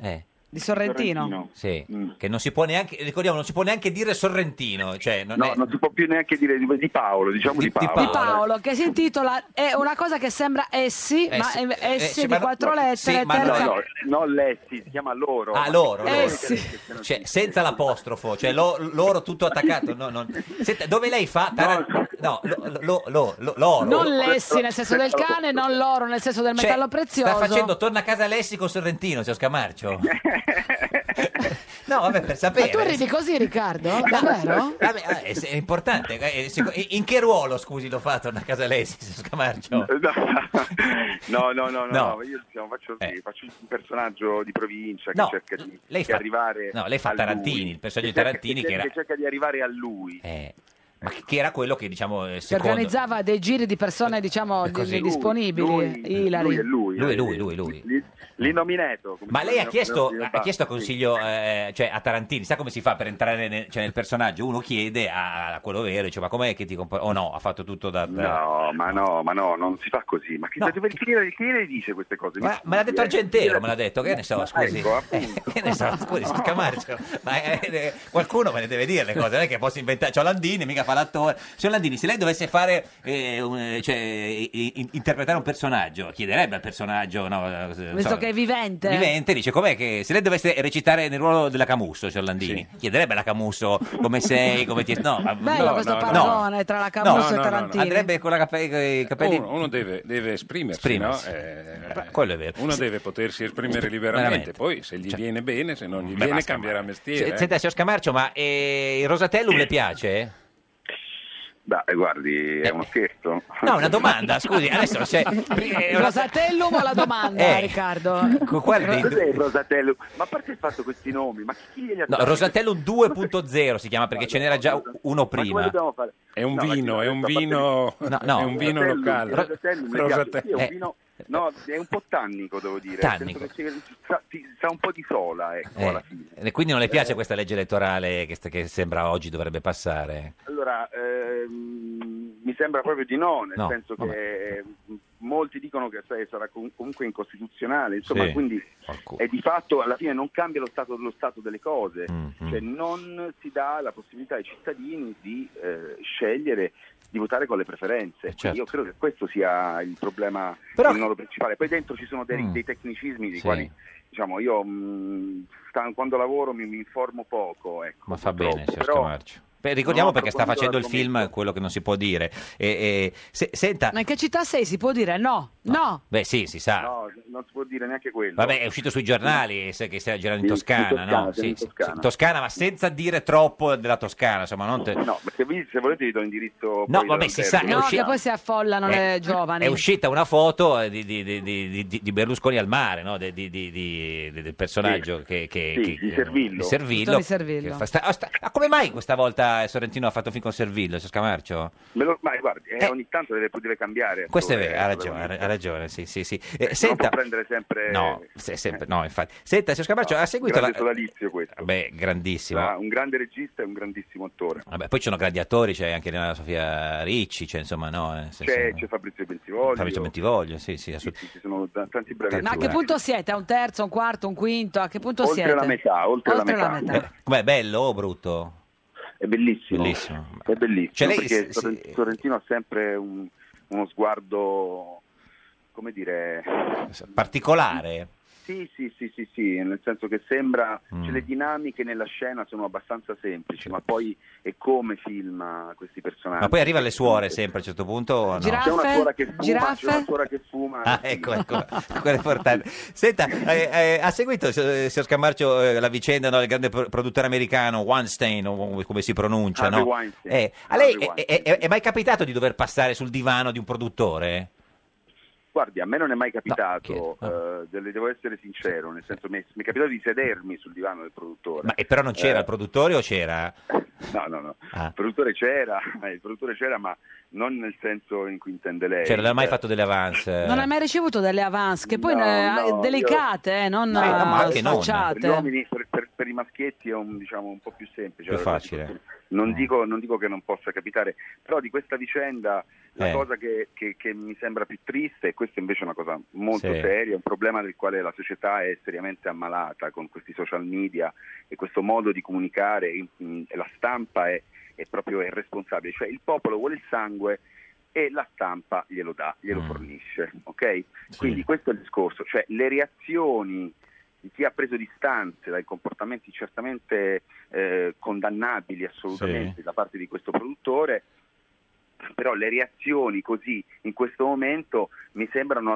Speaker 2: Eh,
Speaker 1: di Sorrentino.
Speaker 2: Sì,
Speaker 18: Mm.
Speaker 2: che non si può neanche, ricordiamo, non si può neanche dire Sorrentino, cioè... Non
Speaker 18: No,
Speaker 2: è...
Speaker 18: non si può più neanche dire di, di Paolo, diciamo di, Paolo.
Speaker 1: Di Paolo, che si intitola È una cosa che sembra essi,
Speaker 18: Eh,
Speaker 1: ma
Speaker 18: sì,
Speaker 1: è-
Speaker 18: eh,
Speaker 1: essi
Speaker 18: sì,
Speaker 1: di
Speaker 18: ma no-
Speaker 1: quattro
Speaker 18: no,
Speaker 1: lettere.
Speaker 2: sì, ma
Speaker 1: terza-
Speaker 2: no, no.
Speaker 18: Non Lessi, si chiama loro.
Speaker 2: Ah, loro,
Speaker 1: Eh,
Speaker 2: loro.
Speaker 1: sì.
Speaker 2: Cioè, senza l'apostrofo, cioè lo- loro tutto attaccato. no, non- Senta, dove lei fa? Taran- No, lo- lo- lo- lo- loro.
Speaker 1: Non l'essi nel senso del cane, non l'oro nel senso del
Speaker 2: Cioè,
Speaker 1: metallo prezioso.
Speaker 2: Sta facendo torna a casa Lessi con Sorrentino, c'è Scamarcio. no, vabbè, per
Speaker 1: Ma
Speaker 2: sapere.
Speaker 1: tu ridi così, Riccardo? Davvero?
Speaker 2: Vabbè, ah, è, è importante. eh, sic- In che ruolo, scusi, lo fa torna a casa Lessi, signor Scamarcio?
Speaker 18: No, no, no,
Speaker 2: No.
Speaker 18: no,
Speaker 2: Eh.
Speaker 18: no, io diciamo, faccio, sì, faccio un personaggio di provincia che
Speaker 2: No,
Speaker 18: cerca di,
Speaker 2: lei
Speaker 18: di
Speaker 2: fa-
Speaker 18: arrivare
Speaker 2: no, lei fa
Speaker 18: a lui.
Speaker 2: Tarantini, il personaggio
Speaker 18: Che
Speaker 2: di
Speaker 18: cerca-
Speaker 2: Tarantini
Speaker 18: che
Speaker 2: che era-
Speaker 18: cerca- cerca di arrivare a lui.
Speaker 2: Eh, ma che- che era quello che, diciamo, eh,
Speaker 1: Che
Speaker 2: secondo...
Speaker 1: organizzava dei giri di persone, diciamo, di-
Speaker 2: così.
Speaker 1: disponibili. Ilari.
Speaker 18: Lui è lui.
Speaker 2: Lui, lui, lui, lui.
Speaker 18: L'innomineto. come
Speaker 2: Ma
Speaker 18: si
Speaker 2: lei ha
Speaker 18: chiama?
Speaker 2: chiesto,
Speaker 18: Leonardo
Speaker 2: ha chiesto
Speaker 18: Bacchi.
Speaker 2: consiglio eh, cioè, a Tarantini, sa come si fa per entrare nel, cioè, nel personaggio? Uno chiede a, a quello vero, dice ma com'è che ti comporti? Oh no, ha fatto tutto da... da-
Speaker 18: No, ma no, ma no, non si fa così. Ma chi,
Speaker 2: No.
Speaker 18: dove- chi le- chi le dice queste cose? Mi
Speaker 2: Ma me l'ha
Speaker 18: scusi,
Speaker 2: detto
Speaker 18: eh.
Speaker 2: Argentero, me l'ha detto, che ne so,
Speaker 18: Ma
Speaker 2: scusi.
Speaker 18: ecco, appunto.
Speaker 2: Che ne so, scusi, signor Camarcio. Ma eh, eh, qualcuno me ne deve dire le cose, non è che posso inventare. C'ho Landini, mica fa l'attore. Signor Landini, se lei dovesse fare, eh, un, eh, cioè, i- i- interpretare un personaggio, chiederebbe al personaggio, no, eh, non
Speaker 1: Visto
Speaker 2: so,
Speaker 1: che è vivente.
Speaker 2: Vivente dice com'è che se lei dovesse recitare nel ruolo della Camusso, signor Landini, chiederebbe alla Camusso come sei, come ti no, ma-
Speaker 1: Bello
Speaker 2: no,
Speaker 1: questo
Speaker 2: no, no.
Speaker 1: paragone tra la Camusso
Speaker 2: No,
Speaker 1: e
Speaker 2: no, no, no.
Speaker 1: Tarantino.
Speaker 2: Andrebbe con la cape- i capelli
Speaker 15: Uno, uno deve, deve esprimersi,
Speaker 2: Esprimersi.
Speaker 15: no? Eh,
Speaker 2: quello è vero.
Speaker 15: uno
Speaker 2: Se-
Speaker 15: deve potersi esprimere liberamente,
Speaker 2: Veramente. Cioè,
Speaker 15: poi se gli viene bene, se non gli
Speaker 2: Beh,
Speaker 15: viene
Speaker 2: basta,
Speaker 15: cambierà
Speaker 2: Se-
Speaker 15: mestiere. eh.
Speaker 2: Senta, signor Scamarcio, ma eh, il Rosatellum le piace?
Speaker 18: Beh, guardi, è uno
Speaker 2: Eh.
Speaker 18: scherzo.
Speaker 2: No, una domanda, scusi, adesso c'è...
Speaker 1: Il Rosatellum o la domanda,
Speaker 2: Eh.
Speaker 1: Riccardo?
Speaker 2: quale dei due?
Speaker 18: Cos'è il Rosatello? Ma a parte il fatto questi nomi, ma chi glieli ha
Speaker 2: No,
Speaker 18: dati?
Speaker 2: Rosatellum 2.0 si chiama perché ce n'era già uno
Speaker 18: Ma come
Speaker 2: prima.
Speaker 18: dobbiamo fare?
Speaker 15: È un
Speaker 18: No, ma
Speaker 15: vino, è un
Speaker 18: adesso, a parte-
Speaker 15: vino,
Speaker 2: No, no.
Speaker 15: è un vino
Speaker 18: Rosatellum,
Speaker 15: locale.
Speaker 18: il Rosatellum, mi piace. Sì, è un
Speaker 2: Eh.
Speaker 18: vino- no, è un po' tannico, devo dire.
Speaker 2: Tannico.
Speaker 18: Nel senso che ci- Sa, ti- sa un po' di sola, ecco, alla
Speaker 2: Eh,
Speaker 18: fine.
Speaker 2: e quindi non le piace questa legge elettorale che, sta- che sembra oggi dovrebbe passare?
Speaker 18: Allora, ehm, mi sembra proprio di no, nel
Speaker 2: No,
Speaker 18: senso
Speaker 2: vabbè.
Speaker 18: che eh, molti dicono che sai, sarà com- comunque incostituzionale, insomma,
Speaker 2: Sì.
Speaker 18: quindi è di fatto alla fine non cambia lo stato dello stato delle cose,
Speaker 2: Mm-hmm.
Speaker 18: cioè non si dà la possibilità ai cittadini di eh, scegliere di votare con le preferenze.
Speaker 2: Eh, certo.
Speaker 18: Quindi Io credo che questo sia il problema il nodo principale. Poi dentro ci sono dei,
Speaker 2: Mm.
Speaker 18: dei tecnicismi di
Speaker 2: Sì.
Speaker 18: quali diciamo io mh, sta- quando lavoro mi, mi informo poco, ecco.
Speaker 2: Ma fa bene, signor
Speaker 18: però-
Speaker 2: Scamarcio. Beh, ricordiamo
Speaker 18: No,
Speaker 2: perché sta
Speaker 18: approfondito
Speaker 2: facendo il film quello che non si può dire. E- e- se- senta,
Speaker 1: Ma in che città sei? Si può dire no. No.
Speaker 2: Beh, sì, si sa.
Speaker 18: No, non si può dire neanche quello.
Speaker 2: Vabbè, è uscito sui giornali se- che stai girando in
Speaker 18: Sì, sì,
Speaker 2: Toscana, no?
Speaker 18: Toscana, sì,
Speaker 2: sì,
Speaker 18: Toscana.
Speaker 2: sì, Toscana, ma senza dire troppo della Toscana, insomma, non te-
Speaker 18: No, ma se, vi- se volete vi do l'indirizzo.
Speaker 2: No,
Speaker 18: poi
Speaker 2: vabbè,
Speaker 18: del
Speaker 2: si sa,
Speaker 18: terzo.
Speaker 2: è
Speaker 1: No,
Speaker 2: usci-
Speaker 1: che poi si affollano le giovani.
Speaker 2: È uscita una foto eh, di, di- di- di- di- di Berlusconi al mare, no? De- di- di- di- di- del personaggio che, che,
Speaker 18: Sì,
Speaker 2: che-
Speaker 18: di
Speaker 2: che-
Speaker 18: Servillo.
Speaker 2: di Servillo,
Speaker 18: Tony Servillo.
Speaker 2: che fa sta- ah, sta- ah, come mai questa volta eh, Sorrentino ha fatto film con Servillo, c'è Scamarcio?
Speaker 18: Me lo- ma guardi, eh, ogni tanto deve, deve cambiare.
Speaker 2: Questo è
Speaker 18: attore,
Speaker 2: vero, ha
Speaker 18: attore.
Speaker 2: ragione, ha ra- ha ragione, sì, sì, sì. Eh,
Speaker 18: Non
Speaker 2: senta,
Speaker 18: Cioè, può prendere sempre.
Speaker 2: no, se- sempre, no, infatti. Senta, signor Scamarcio,
Speaker 18: eh. No,
Speaker 2: ha seguito la...
Speaker 18: grande sodalizio questo.
Speaker 2: Beh, grandissimo.
Speaker 18: Ah, un grande regista e un grandissimo attore.
Speaker 2: Vabbè, poi ci sono grandi attori, c'è anche Elena Sofia Ricci, c'è insomma, no? eh, nel senso-
Speaker 18: C'è, c'è Fabrizio Bentivoglio.
Speaker 2: Fabrizio Bentivoglio, sì, sì, assolutamente.
Speaker 18: Ci sono t- tanti
Speaker 1: Ma
Speaker 18: bravi
Speaker 1: a che
Speaker 18: attori.
Speaker 1: punto siete? A un terzo, a un quarto, a un quinto? A che punto
Speaker 18: Oltre
Speaker 1: siete?
Speaker 18: la metà, oltre la metà.
Speaker 2: Eh, com'è, bello o brutto?
Speaker 18: È bellissimo.
Speaker 2: Bellissimo.
Speaker 18: È bellissimo
Speaker 2: Cioè, lei
Speaker 18: perché
Speaker 2: si-
Speaker 18: Sorren- Sorrentino ha sempre un- uno sguardo, come dire,
Speaker 2: Particolare?
Speaker 18: Sì, sì, sì, sì, sì, nel senso che sembra,
Speaker 2: Mm.
Speaker 18: cioè, le dinamiche nella scena sono abbastanza semplici, ma poi è come filma questi personaggi.
Speaker 2: Ma poi arriva alle suore sempre a un certo punto o no?
Speaker 18: Ah, C'è una suora che fuma,
Speaker 1: Giraffe?
Speaker 18: c'è una suora che fuma.
Speaker 2: Ah, ecco, ecco, quello è importante. Senta, eh, eh, ha seguito, eh, signor Scammarcio, eh, la vicenda no, del grande pro- produttore americano Weinstein, o come- come si pronuncia,
Speaker 18: Harvey
Speaker 2: no?
Speaker 18: Weinstein.
Speaker 2: Eh, a lei
Speaker 18: Harvey
Speaker 2: è, è- è- è mai capitato di dover passare sul divano di un produttore?
Speaker 18: Guardi, a me non è mai capitato, eh, delle- devo essere sincero, nel senso mi è, mi è capitato di sedermi sul divano del produttore.
Speaker 2: Ma, e però non c'era
Speaker 18: Eh,
Speaker 2: il produttore o c'era?
Speaker 18: No, no, no.
Speaker 2: Ah.
Speaker 18: Il produttore c'era, il produttore c'era, ma non nel senso in cui intende lei.
Speaker 2: Cioè, non ha mai
Speaker 18: Eh,
Speaker 2: fatto delle avance?
Speaker 1: Non hai mai ricevuto delle avance, che poi
Speaker 18: No,
Speaker 1: eh,
Speaker 18: no,
Speaker 1: delicate, eh, non
Speaker 18: Sì, no, ma anche non.
Speaker 1: sfacciate.
Speaker 18: Per gli uomini, per, per- per i maschietti è un, diciamo, un po' più semplice.
Speaker 2: Più
Speaker 18: Allora,
Speaker 2: facile. Mm.
Speaker 18: Non, dico, non dico che non possa capitare, però di questa vicenda la
Speaker 2: Eh.
Speaker 18: cosa che, che- che mi sembra più triste, e questa invece è una cosa molto
Speaker 2: Sì.
Speaker 18: seria, un problema del quale la società è seriamente ammalata con questi social media e questo modo di comunicare, in- in- la stampa è, è proprio irresponsabile, cioè il popolo vuole il sangue e la stampa glielo dà, glielo fornisce, ok? Quindi questo è il discorso, cioè le reazioni di chi ha preso distanze dai comportamenti certamente eh, condannabili assolutamente
Speaker 19: Sì.
Speaker 18: da parte di questo produttore, però le reazioni così in questo momento mi sembrano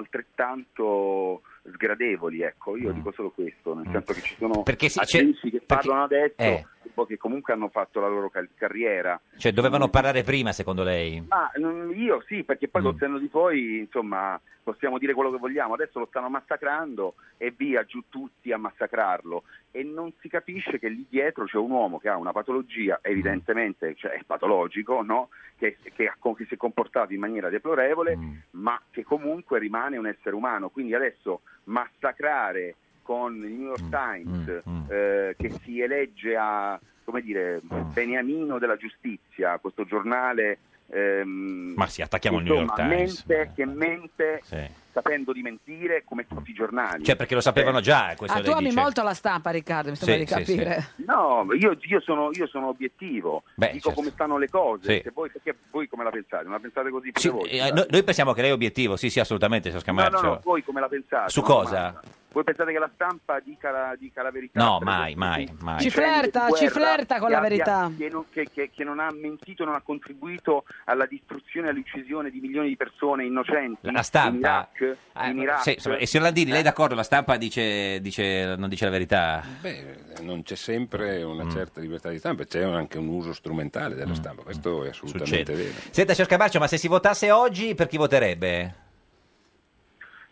Speaker 18: altrettanto sgradevoli, ecco, io dico solo questo, nel senso che ci sono
Speaker 2: Mm. Perché sì, c'è-
Speaker 18: attrici che
Speaker 2: perché-
Speaker 18: parlano adesso,
Speaker 2: eh.
Speaker 18: un po' che comunque hanno fatto la loro car- carriera,
Speaker 2: Cioè, dovevano parlare prima, secondo lei?
Speaker 18: ma mm, io sì, perché poi col senno di poi, insomma, possiamo dire quello che vogliamo. Adesso lo stanno massacrando e via giù tutti a massacrarlo. E non si capisce che lì dietro c'è un uomo che ha una patologia, evidentemente, cioè è patologico, no? Che, che ha- che si è comportato in maniera deplorevole, ma che comunque rimane un essere umano. Quindi adesso massacrare con il New
Speaker 2: Mm,
Speaker 18: York Times eh, che si elegge a come dire
Speaker 2: Mm.
Speaker 18: beniamino della giustizia questo giornale ehm,
Speaker 2: Ma sì, attacchiamo il New
Speaker 18: insomma,
Speaker 2: York Times.
Speaker 18: mente che mente
Speaker 2: Sì.
Speaker 18: sapendo di mentire come tutti i giornali Eh.
Speaker 2: Cioè, perché lo sapevano già, questo
Speaker 1: Ah, tu
Speaker 2: lei
Speaker 1: ami
Speaker 2: dice.
Speaker 1: molto la stampa, Riccardo, mi sembra
Speaker 2: Sì,
Speaker 1: di
Speaker 2: sì, Cioè, sì.
Speaker 1: capire.
Speaker 18: No, io, io sono, io sono obiettivo,
Speaker 2: Beh,
Speaker 18: dico
Speaker 2: certo.
Speaker 18: come stanno le cose,
Speaker 2: Sì.
Speaker 18: se voi, perché voi come la pensate? Non la pensate così pure
Speaker 2: Sì,
Speaker 18: voi?
Speaker 2: eh, noi, noi pensiamo che lei è obiettivo, sì, sì, assolutamente, signor
Speaker 18: no,
Speaker 2: Scamarcio.
Speaker 18: no, no, voi come la pensate?
Speaker 2: Su
Speaker 18: No,
Speaker 2: cosa?
Speaker 18: ma- Voi pensate che la stampa dica la, dica la verità?
Speaker 2: No,
Speaker 18: Per
Speaker 2: mai,
Speaker 18: esempio,
Speaker 2: mai,
Speaker 18: sì.
Speaker 2: mai.
Speaker 1: Ci flerta,
Speaker 18: Cioè, Guerra,
Speaker 1: ci flerta con
Speaker 18: che
Speaker 1: la
Speaker 18: abbia-
Speaker 1: verità.
Speaker 18: Che non, che- che- che non ha mentito, non ha contribuito alla distruzione e all'uccisione di milioni di persone innocenti
Speaker 2: La stampa?
Speaker 18: in Iraq.
Speaker 2: Eh,
Speaker 18: in Iraq.
Speaker 2: sì, insomma, e signor Landini, lei è d'accordo? La stampa dice, dice- non dice la verità? Mm.
Speaker 15: Beh, Eh, non c'è sempre una certa libertà di stampa, c'è anche un uso strumentale della stampa, questo è assolutamente
Speaker 2: Succede.
Speaker 15: vero.
Speaker 2: Senta, signor Scamarcio, ma se si votasse oggi, per chi voterebbe?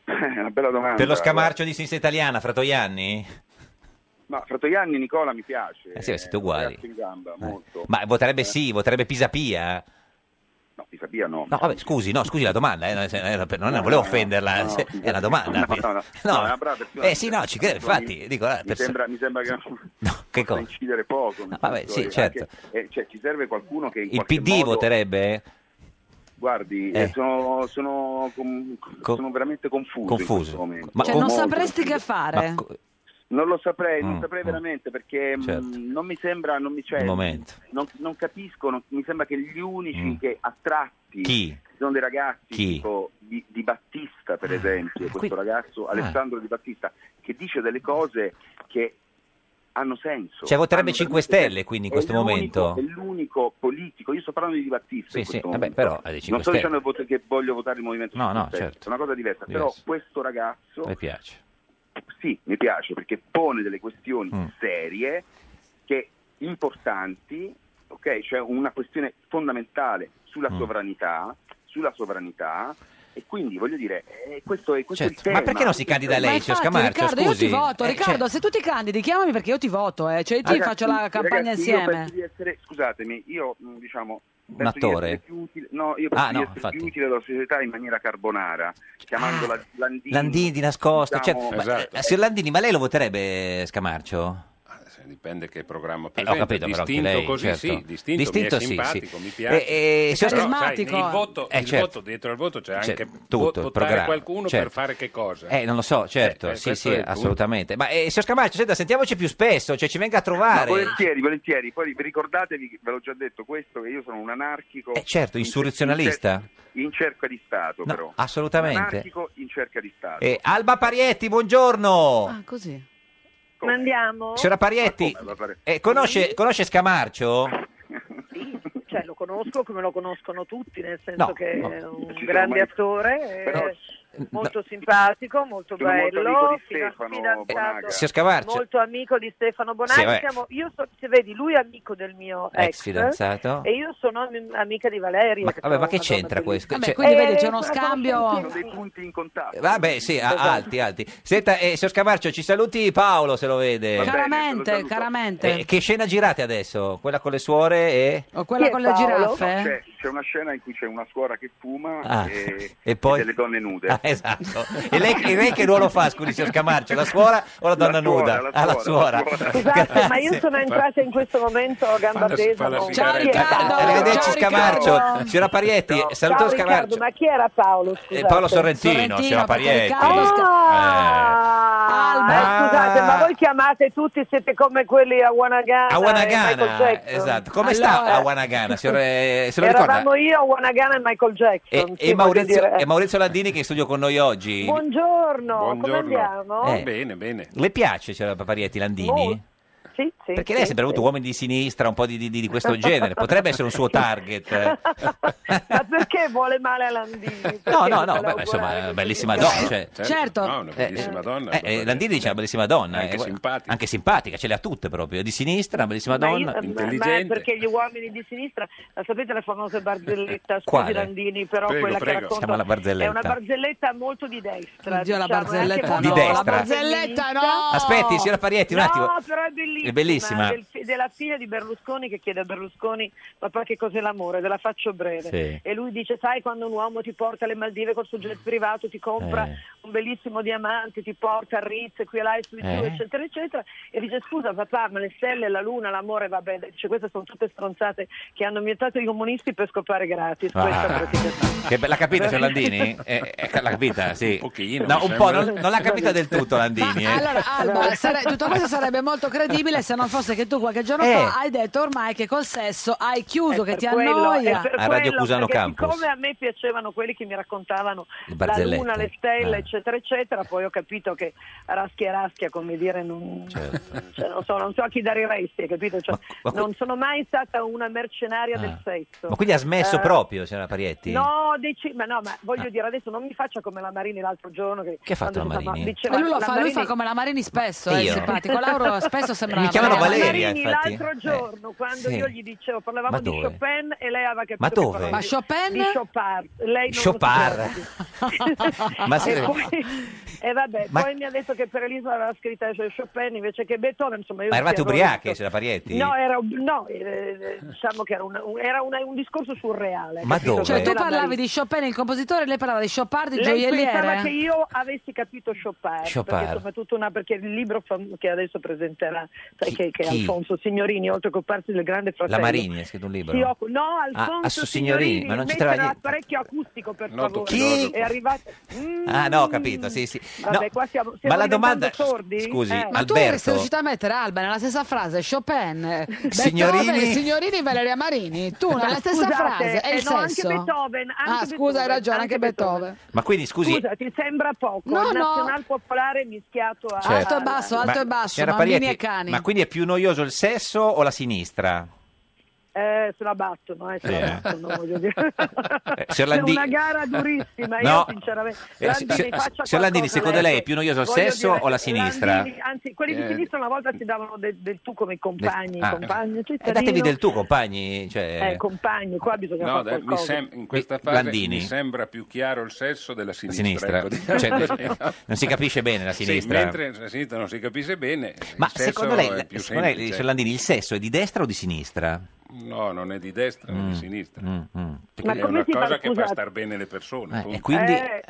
Speaker 18: È una bella domanda.
Speaker 2: per lo Scamarcio di Sinistra Italiana, fra Toianni?
Speaker 18: Ma Fratoianni Nicola mi piace.
Speaker 2: Eh sì, Eh. beh, siete uguali.
Speaker 18: Ragazzo in gamba, molto.
Speaker 2: Ma voterebbe sì, voterebbe Pisapia?
Speaker 18: No, Pisapia no.
Speaker 2: No, vabbè, scusi, no, scusi la domanda, eh, non- era per- non volevo offenderla,
Speaker 18: no,
Speaker 2: se- è una domanda.
Speaker 18: No, no, no,
Speaker 2: No.
Speaker 18: è una brava persona.
Speaker 2: Eh sì, no, ci credo, infatti,
Speaker 18: Ah, Mi-
Speaker 2: dico, la
Speaker 18: mi,
Speaker 2: perso-
Speaker 18: sembra, mi sembra che
Speaker 2: che
Speaker 18: possa
Speaker 2: cosa?
Speaker 18: incidere poco. nel
Speaker 2: vabbè,
Speaker 18: senso
Speaker 2: sì,
Speaker 18: che
Speaker 2: certo.
Speaker 18: anche- eh, cioè, ci serve qualcuno che in
Speaker 2: Il
Speaker 18: qualche
Speaker 2: PD
Speaker 18: modo-
Speaker 2: voterebbe?
Speaker 18: Guardi,
Speaker 2: Eh.
Speaker 18: eh, sono, sono com- sono veramente confuso. in
Speaker 2: Confuso.
Speaker 18: questo momento.
Speaker 2: Ma
Speaker 1: Cioè,
Speaker 2: con-
Speaker 1: non
Speaker 18: molto
Speaker 1: sapresti che fare.
Speaker 18: Non lo saprei,
Speaker 2: Mm,
Speaker 18: non saprei veramente perché mh,
Speaker 2: Certo.
Speaker 18: non mi sembra, non mi c'è,
Speaker 2: Un momento. Mm.
Speaker 18: Non, non capisco, non- mi sembra che gli unici che attratti
Speaker 2: Chi?
Speaker 18: sono dei ragazzi
Speaker 2: Chi? Ah,
Speaker 18: tipo di, di Battista per esempio, questo
Speaker 2: qui-
Speaker 18: ragazzo
Speaker 2: Ah.
Speaker 18: Alessandro Di Battista che dice delle cose che hanno senso.
Speaker 2: Cioè voterebbe
Speaker 18: Hanno
Speaker 2: 5
Speaker 18: veramente
Speaker 2: Stelle, quindi, in
Speaker 18: è
Speaker 2: questo
Speaker 18: l'unico-
Speaker 2: momento?
Speaker 18: È l'unico politico, io sto parlando di Battista
Speaker 2: Sì,
Speaker 18: in
Speaker 2: sì,
Speaker 18: questo
Speaker 2: vabbè,
Speaker 18: momento.
Speaker 2: però è dei 5
Speaker 18: Non sto
Speaker 2: Stelle.
Speaker 18: dicendo voto- che voglio votare il Movimento
Speaker 2: No, no,
Speaker 18: 5 Stelle,
Speaker 2: certo.
Speaker 18: è una cosa diversa,
Speaker 2: Diverso.
Speaker 18: però questo ragazzo
Speaker 2: Le piace.
Speaker 18: sì, mi piace perché pone delle questioni
Speaker 2: Mm.
Speaker 18: serie, che importanti, ok? Cioè una questione fondamentale sulla
Speaker 2: Mm.
Speaker 18: sovranità, sulla sovranità e quindi voglio dire, eh, questo è questo è il
Speaker 2: Certo,
Speaker 18: tema.
Speaker 2: ma perché non si candida
Speaker 1: Ma
Speaker 2: lei,
Speaker 1: infatti, eh,
Speaker 2: Cesca Marcio?
Speaker 1: Riccardo,
Speaker 2: Scusi.
Speaker 1: io ti voto.
Speaker 2: Eh,
Speaker 1: Riccardo,
Speaker 2: cioè-
Speaker 1: se tu ti candidi, chiamami perché io ti voto. Eh. Cioè, io ti
Speaker 18: Ragazzi,
Speaker 1: faccio la campagna
Speaker 18: ragazzi, io
Speaker 1: insieme.
Speaker 18: penso di essere- scusatemi, io mh, diciamo penso di
Speaker 2: attore?
Speaker 18: essere più utile, no, io penso
Speaker 2: Ah,
Speaker 18: di
Speaker 2: no,
Speaker 18: essere
Speaker 2: infatti. Ah,
Speaker 18: più utile alla società in maniera carbonara, chiamandola Landini.
Speaker 2: Landini di nascosto, cioè,
Speaker 18: diciamo-
Speaker 2: ma- eh, signor Landini, ma lei lo voterebbe Scamarcio?
Speaker 15: Eh, Dipende che programma
Speaker 2: Eh, ho capito, però anche
Speaker 15: distinto
Speaker 2: lei,
Speaker 15: così,
Speaker 2: certo.
Speaker 15: sì, distinto,
Speaker 2: Distinto
Speaker 15: mi è
Speaker 2: sì,
Speaker 15: simpatico,
Speaker 2: sì.
Speaker 15: mi
Speaker 2: Eh,
Speaker 15: piace.
Speaker 2: eh, signor-
Speaker 15: Però, sai,
Speaker 2: Carismatico.
Speaker 15: il voto,
Speaker 2: Eh,
Speaker 15: il
Speaker 2: certo.
Speaker 15: voto, dietro al voto c'è
Speaker 2: C'è
Speaker 15: anche
Speaker 2: tutto,
Speaker 15: vo-
Speaker 2: il
Speaker 15: votare
Speaker 2: programma,
Speaker 15: qualcuno
Speaker 2: certo.
Speaker 15: per fare che cosa.
Speaker 2: Eh, non lo so, certo,
Speaker 15: Eh, eh,
Speaker 2: sì,
Speaker 15: questo
Speaker 2: sì,
Speaker 15: è il punto.
Speaker 2: assolutamente. Ma eh, signor Scamarcio, senta, sentiamoci più spesso, cioè ci venga a
Speaker 18: Ma
Speaker 2: trovare.
Speaker 18: volentieri, volentieri, poi ricordatevi, che ve l'ho già detto questo, che io sono un anarchico
Speaker 2: Eh, certo, insurrezionalista.
Speaker 18: in cerca di Stato
Speaker 2: No,
Speaker 18: però.
Speaker 2: assolutamente.
Speaker 18: Un Anarchico in cerca di Stato.
Speaker 2: Eh, Alba Parietti, buongiorno.
Speaker 1: Ah, così.
Speaker 19: Mandiamo?
Speaker 2: Signora Parietti, eh, conosce, conosce
Speaker 18: Ah,
Speaker 2: Scamarcio?
Speaker 19: Cioè, lo conosco come lo conoscono tutti, nel senso
Speaker 2: No,
Speaker 19: che
Speaker 2: no.
Speaker 19: è un
Speaker 2: Ci sono
Speaker 19: grande
Speaker 2: mai-
Speaker 19: attore,
Speaker 2: Però-
Speaker 19: eh, molto simpatico, molto
Speaker 18: Sono molto
Speaker 19: bello,
Speaker 18: amico di
Speaker 19: fina-
Speaker 18: Stefano
Speaker 19: fidanzato,
Speaker 18: Bonaga.
Speaker 2: Signor Scamarcio.
Speaker 19: molto amico di Stefano
Speaker 2: Sì,
Speaker 19: Bonaga.
Speaker 2: vabbè.
Speaker 19: Siamo- io so- se vedi, lui è amico del mio ex,
Speaker 2: Ex fidanzato.
Speaker 19: e io sono am- amica di Valeria.
Speaker 2: Ma, vabbè, ma che
Speaker 19: sono una donna
Speaker 2: c'entra questo?
Speaker 19: bellissima.
Speaker 2: Cioè-
Speaker 1: quindi vedi, c'è uno
Speaker 19: sono
Speaker 1: scambio-
Speaker 19: conoscenti-
Speaker 18: Sono dei punti in contatto.
Speaker 2: Eh, Vabbè, sì, a-
Speaker 18: Esatto.
Speaker 2: alti, alti. Senta, eh, signor Scamarcio, ci saluti Paolo se lo vede.
Speaker 1: Caramente, caramente.
Speaker 19: Certo.
Speaker 2: Eh, che scena girate adesso? Quella con le suore e...
Speaker 1: o quella
Speaker 19: Chi è
Speaker 1: con le eh.
Speaker 19: Paolo?
Speaker 1: giraffe?
Speaker 18: C'è, c'è una scena in cui c'è una suora che fuma
Speaker 2: Ah,
Speaker 18: e,
Speaker 2: e poi...
Speaker 18: e delle donne nude.
Speaker 2: Ah, esatto. E lei, e lei che ruolo fa, scusi, signor Scamarcio? La suora o la donna nuda?
Speaker 18: la
Speaker 2: Ah, la suora.
Speaker 18: suora, la suora.
Speaker 19: Esatto, ma io
Speaker 2: Grazie.
Speaker 19: sono entrata in questo momento a gamba
Speaker 2: Falla-
Speaker 19: tesa.
Speaker 2: falla
Speaker 19: con-
Speaker 2: sigaretta.
Speaker 19: Chi era?
Speaker 2: Arrivederci
Speaker 19: Ciao, Riccardo.
Speaker 2: Scamarcio. Signora Parietti, saluto
Speaker 19: Ciao, Riccardo,
Speaker 2: Scamarcio.
Speaker 19: ma chi era Paolo?
Speaker 2: Eh,
Speaker 19: Scusate.
Speaker 2: Paolo Sorrentino, signora Parietti. Eh,
Speaker 19: Ah, eh, scusate, ma voi chiamate tutti, siete come quelli a Wanagana.
Speaker 2: Eh, a
Speaker 19: e Michael
Speaker 2: Wanagana,
Speaker 19: Jackson.
Speaker 2: esatto. Come sta
Speaker 19: Allora,
Speaker 2: a Wanagana? signor- eh, se lo ricorda?
Speaker 19: Eravamo io a Wanagana e Michael
Speaker 2: E,
Speaker 19: Jackson. sì,
Speaker 2: e Maurizio,
Speaker 19: voglio dire. Eh,
Speaker 2: e Maurizio Landini che è in studio con noi oggi.
Speaker 19: Buongiorno, come andiamo?
Speaker 2: Eh,
Speaker 15: Bene, bene.
Speaker 2: Le piace c'era Parietti Landini?
Speaker 19: Molto, Sì, sì,
Speaker 2: Perché lei ha
Speaker 19: sì,
Speaker 2: sempre avuto
Speaker 19: sì.
Speaker 2: uomini di sinistra, un po' di, di- di questo genere. Potrebbe essere un suo target. eh.
Speaker 19: Ma perché vuole male a Landini? Perché
Speaker 2: No,
Speaker 19: non
Speaker 2: no, no,
Speaker 19: te lo
Speaker 2: beh, insomma, eh, bellissima donna.
Speaker 19: auguravo?
Speaker 2: Cioè,
Speaker 19: Certo.
Speaker 15: No, una bellissima donna.
Speaker 2: Eh, eh, Landini dice una bellissima donna.
Speaker 15: Anche
Speaker 2: eh, guarda-
Speaker 15: simpatica.
Speaker 2: Anche simpatica, ce le ha tutte proprio. Di sinistra, una bellissima
Speaker 19: Ma io-
Speaker 2: donna.
Speaker 19: ma- Ma perché gli uomini di sinistra, la sapete la famosa barzelletta,
Speaker 2: Eh, Quale?
Speaker 19: scusi Landini, però
Speaker 2: Prego,
Speaker 19: quella
Speaker 2: prego.
Speaker 19: che racconta
Speaker 2: Si chiama la barzelletta.
Speaker 19: è una barzelletta molto di
Speaker 18: Cioè,
Speaker 19: destra.
Speaker 1: Oddio, la
Speaker 19: diciamo,
Speaker 1: barzelletta
Speaker 19: è anche
Speaker 2: no.
Speaker 19: molto
Speaker 2: Di destra.
Speaker 1: Barzelletta no!
Speaker 2: Aspetti, signora Parietti, un
Speaker 19: No,
Speaker 2: attimo.
Speaker 19: però è bellissima.
Speaker 2: È bellissima.
Speaker 19: del fi- della figlia di Berlusconi che chiede a Berlusconi, papà che cos'è l'amore, te la faccio breve.
Speaker 2: Sì.
Speaker 19: E lui dice, sai quando un uomo ti porta alle Maldive col suo jet privato, ti compra
Speaker 2: Eh.
Speaker 19: un bellissimo diamante, ti porta a Ritz, qui e là e su e giù,
Speaker 2: Eh.
Speaker 19: eccetera, eccetera. E dice, scusa papà, ma le stelle, la luna, l'amore, va bene. Dice, queste sono tutte stronzate che hanno inventato i comunisti per scopare gratis. Questa
Speaker 2: Ah.
Speaker 19: praticamente.
Speaker 2: Che be- l'ha capita, signor Landini? Eh, eh, l'ha capita, sì. Un pochino. No,
Speaker 15: mi
Speaker 2: un po',
Speaker 15: sembra.
Speaker 2: non, non l'ha capita del tutto Landini. eh.
Speaker 1: Allora, Alba, sare- tutto questo sarebbe molto credibile se non fosse che tu qualche giorno
Speaker 2: Eh.
Speaker 1: fa hai detto ormai che col sesso hai chiuso, che ti
Speaker 19: quello,
Speaker 1: annoia.
Speaker 19: è per
Speaker 2: A Radio
Speaker 19: quello,
Speaker 2: Cusano
Speaker 19: perché
Speaker 2: Campus.
Speaker 19: Siccome a me piacevano quelli che mi raccontavano
Speaker 2: Le
Speaker 19: la
Speaker 2: barzellette.
Speaker 19: luna, le stelle,
Speaker 2: Ah.
Speaker 19: eccetera, eccetera, poi ho capito che raschia raschia, come dire, non,
Speaker 2: Certo.
Speaker 19: cioè, non so, non so a chi dare i resti, hai capito? Cioè,
Speaker 2: ma que-
Speaker 19: non sono mai stata una mercenaria del
Speaker 2: Ah.
Speaker 19: sesso.
Speaker 2: Ma quindi ha smesso
Speaker 19: Eh,
Speaker 2: proprio, signora Parietti?
Speaker 19: No, dici- ma no, ma voglio
Speaker 2: Ah.
Speaker 19: dire adesso non mi faccia come la Marini l'altro giorno. Che,
Speaker 2: Che ha fatto
Speaker 19: quando
Speaker 2: la
Speaker 19: si fa-
Speaker 2: Marini?
Speaker 19: diceva
Speaker 1: Ma lui lo fa, lui
Speaker 19: cioè, Marini-
Speaker 1: fa come la Marini spesso,
Speaker 2: Io?
Speaker 1: è simpatico. Lauro spesso sembra
Speaker 2: Mi chiamano
Speaker 1: Eh, ma-
Speaker 2: Valeria,
Speaker 19: Marini
Speaker 2: infatti. Eh,
Speaker 19: l'altro giorno, quando
Speaker 2: sì.
Speaker 19: io gli dicevo, parlavamo
Speaker 2: Ma
Speaker 19: di
Speaker 2: dove?
Speaker 19: Chopin e lei aveva capito.
Speaker 2: Ma
Speaker 19: che
Speaker 2: dove?
Speaker 19: parlavamo
Speaker 2: Ma
Speaker 19: di-
Speaker 1: Chopin?
Speaker 19: Di Chopin. Lei non
Speaker 2: Chopin. Ma
Speaker 19: Ma
Speaker 2: se-
Speaker 19: e, poi, e vabbè,
Speaker 2: Ma-
Speaker 19: poi mi ha detto che per Elisa aveva scritta cioè, Chopin invece che Beethoven. Insomma, io
Speaker 2: Ma eravate
Speaker 19: avevo
Speaker 2: ubriache,
Speaker 19: detto-
Speaker 2: signora Parietti?
Speaker 19: No, era, un- no eh, eh, diciamo che era, una- un, era una- un discorso surreale.
Speaker 2: Ma
Speaker 19: capito?
Speaker 2: dove?
Speaker 1: Cioè, tu
Speaker 19: La
Speaker 1: parlavi
Speaker 19: Marini-
Speaker 1: di Chopin, il compositore, lei parlava di Chopin, di
Speaker 19: lei pensava
Speaker 1: gioielliere.
Speaker 19: che io avessi capito Chopin,
Speaker 2: eh. Chopin.
Speaker 19: Perché, soprattutto una, perché il libro fam- che adesso presenterà, sai,
Speaker 2: Chi-
Speaker 19: che, che è
Speaker 2: chi?
Speaker 19: Alfonso Signorini, oltre che parte del grande fratello.
Speaker 2: La Marini ha scritto un libro?
Speaker 19: Si occu- no, Alfonso
Speaker 2: Ah, su Signorini,
Speaker 19: Signorini,
Speaker 2: ma non
Speaker 19: invece
Speaker 2: c'entrava niente.
Speaker 19: l'apparecchio acustico per
Speaker 2: Noto-
Speaker 19: favore.
Speaker 2: Chi?
Speaker 19: È arrivato.
Speaker 2: Ah no, ho capito, sì, sì.
Speaker 19: Mm, Vabbè,
Speaker 2: No,
Speaker 19: qua siamo,
Speaker 2: ma
Speaker 19: siamo
Speaker 2: la domanda,
Speaker 19: diventando sordi?
Speaker 2: scusi,
Speaker 19: Eh.
Speaker 1: Ma tu
Speaker 2: Alberto-
Speaker 1: avresti riuscito a mettere Alba nella stessa frase Chopin, eh,
Speaker 2: Signorini.
Speaker 1: Beethoven, Signorini, Valeria Marini, tu nella
Speaker 19: Ma
Speaker 1: stessa
Speaker 19: scusate,
Speaker 1: frase e
Speaker 19: eh
Speaker 1: il
Speaker 19: no, anche
Speaker 1: sesso.
Speaker 19: Beethoven, anche
Speaker 1: ah, scusa, hai
Speaker 19: Beethoven,
Speaker 1: ragione,
Speaker 19: anche
Speaker 1: anche Beethoven.
Speaker 2: Ma quindi scusi,
Speaker 19: Scusa, ti sembra poco?
Speaker 1: No, no.
Speaker 19: Nazional popolare mischiato a...
Speaker 2: Certo.
Speaker 1: Alto e basso, alto
Speaker 2: ma-
Speaker 1: e basso,
Speaker 2: signora
Speaker 1: bambini
Speaker 2: Parietti,
Speaker 1: e cani.
Speaker 2: Ma quindi è più noioso il sesso o la sinistra?
Speaker 19: Eh, se la battono, eh, se la
Speaker 2: Eh.
Speaker 19: battono, voglio dire.
Speaker 2: Eh,
Speaker 19: C'è
Speaker 2: signor Landini-
Speaker 19: una gara durissima,
Speaker 2: No.
Speaker 19: io sinceramente...
Speaker 2: Eh,
Speaker 19: Landini,
Speaker 2: si- si-
Speaker 19: faccia
Speaker 2: signor Landini,
Speaker 19: qualcosa, eh.
Speaker 2: secondo lei è più noioso il
Speaker 19: voglio
Speaker 2: sesso
Speaker 19: dire,
Speaker 2: o la sinistra?
Speaker 19: Landini- anzi, quelli di
Speaker 2: Eh.
Speaker 19: sinistra una volta si davano del, del tu come compagni,
Speaker 2: Ah.
Speaker 19: compagni,
Speaker 2: Eh,
Speaker 19: cittadino.
Speaker 2: datevi del tu, compagni. Cioè...
Speaker 19: Eh, compagni, qua bisogna
Speaker 15: No,
Speaker 19: fare
Speaker 15: dai, mi
Speaker 19: qualcosa.
Speaker 15: sem- in questa fase
Speaker 2: Eh, Landini.
Speaker 15: mi sembra più chiaro il sesso della sinistra.
Speaker 2: sinistra.
Speaker 15: ecco, di-
Speaker 2: Cioè, non si capisce bene la
Speaker 15: Sì,
Speaker 2: sinistra.
Speaker 15: mentre la sinistra non si capisce bene,
Speaker 2: Ma
Speaker 15: il sesso
Speaker 2: secondo lei,
Speaker 15: è più
Speaker 2: secondo lei,
Speaker 15: semplice.
Speaker 2: signor Landini, il sesso è di destra o di sinistra?
Speaker 15: No, non è di destra, né
Speaker 2: Mm,
Speaker 15: di sinistra.
Speaker 2: mm, mm.
Speaker 19: Ma
Speaker 15: è
Speaker 19: come
Speaker 15: una
Speaker 19: si fa,
Speaker 15: cosa che fa
Speaker 19: scusate?
Speaker 15: star bene le persone.
Speaker 2: Eh,
Speaker 15: punto.
Speaker 2: e quindi-
Speaker 19: Eh,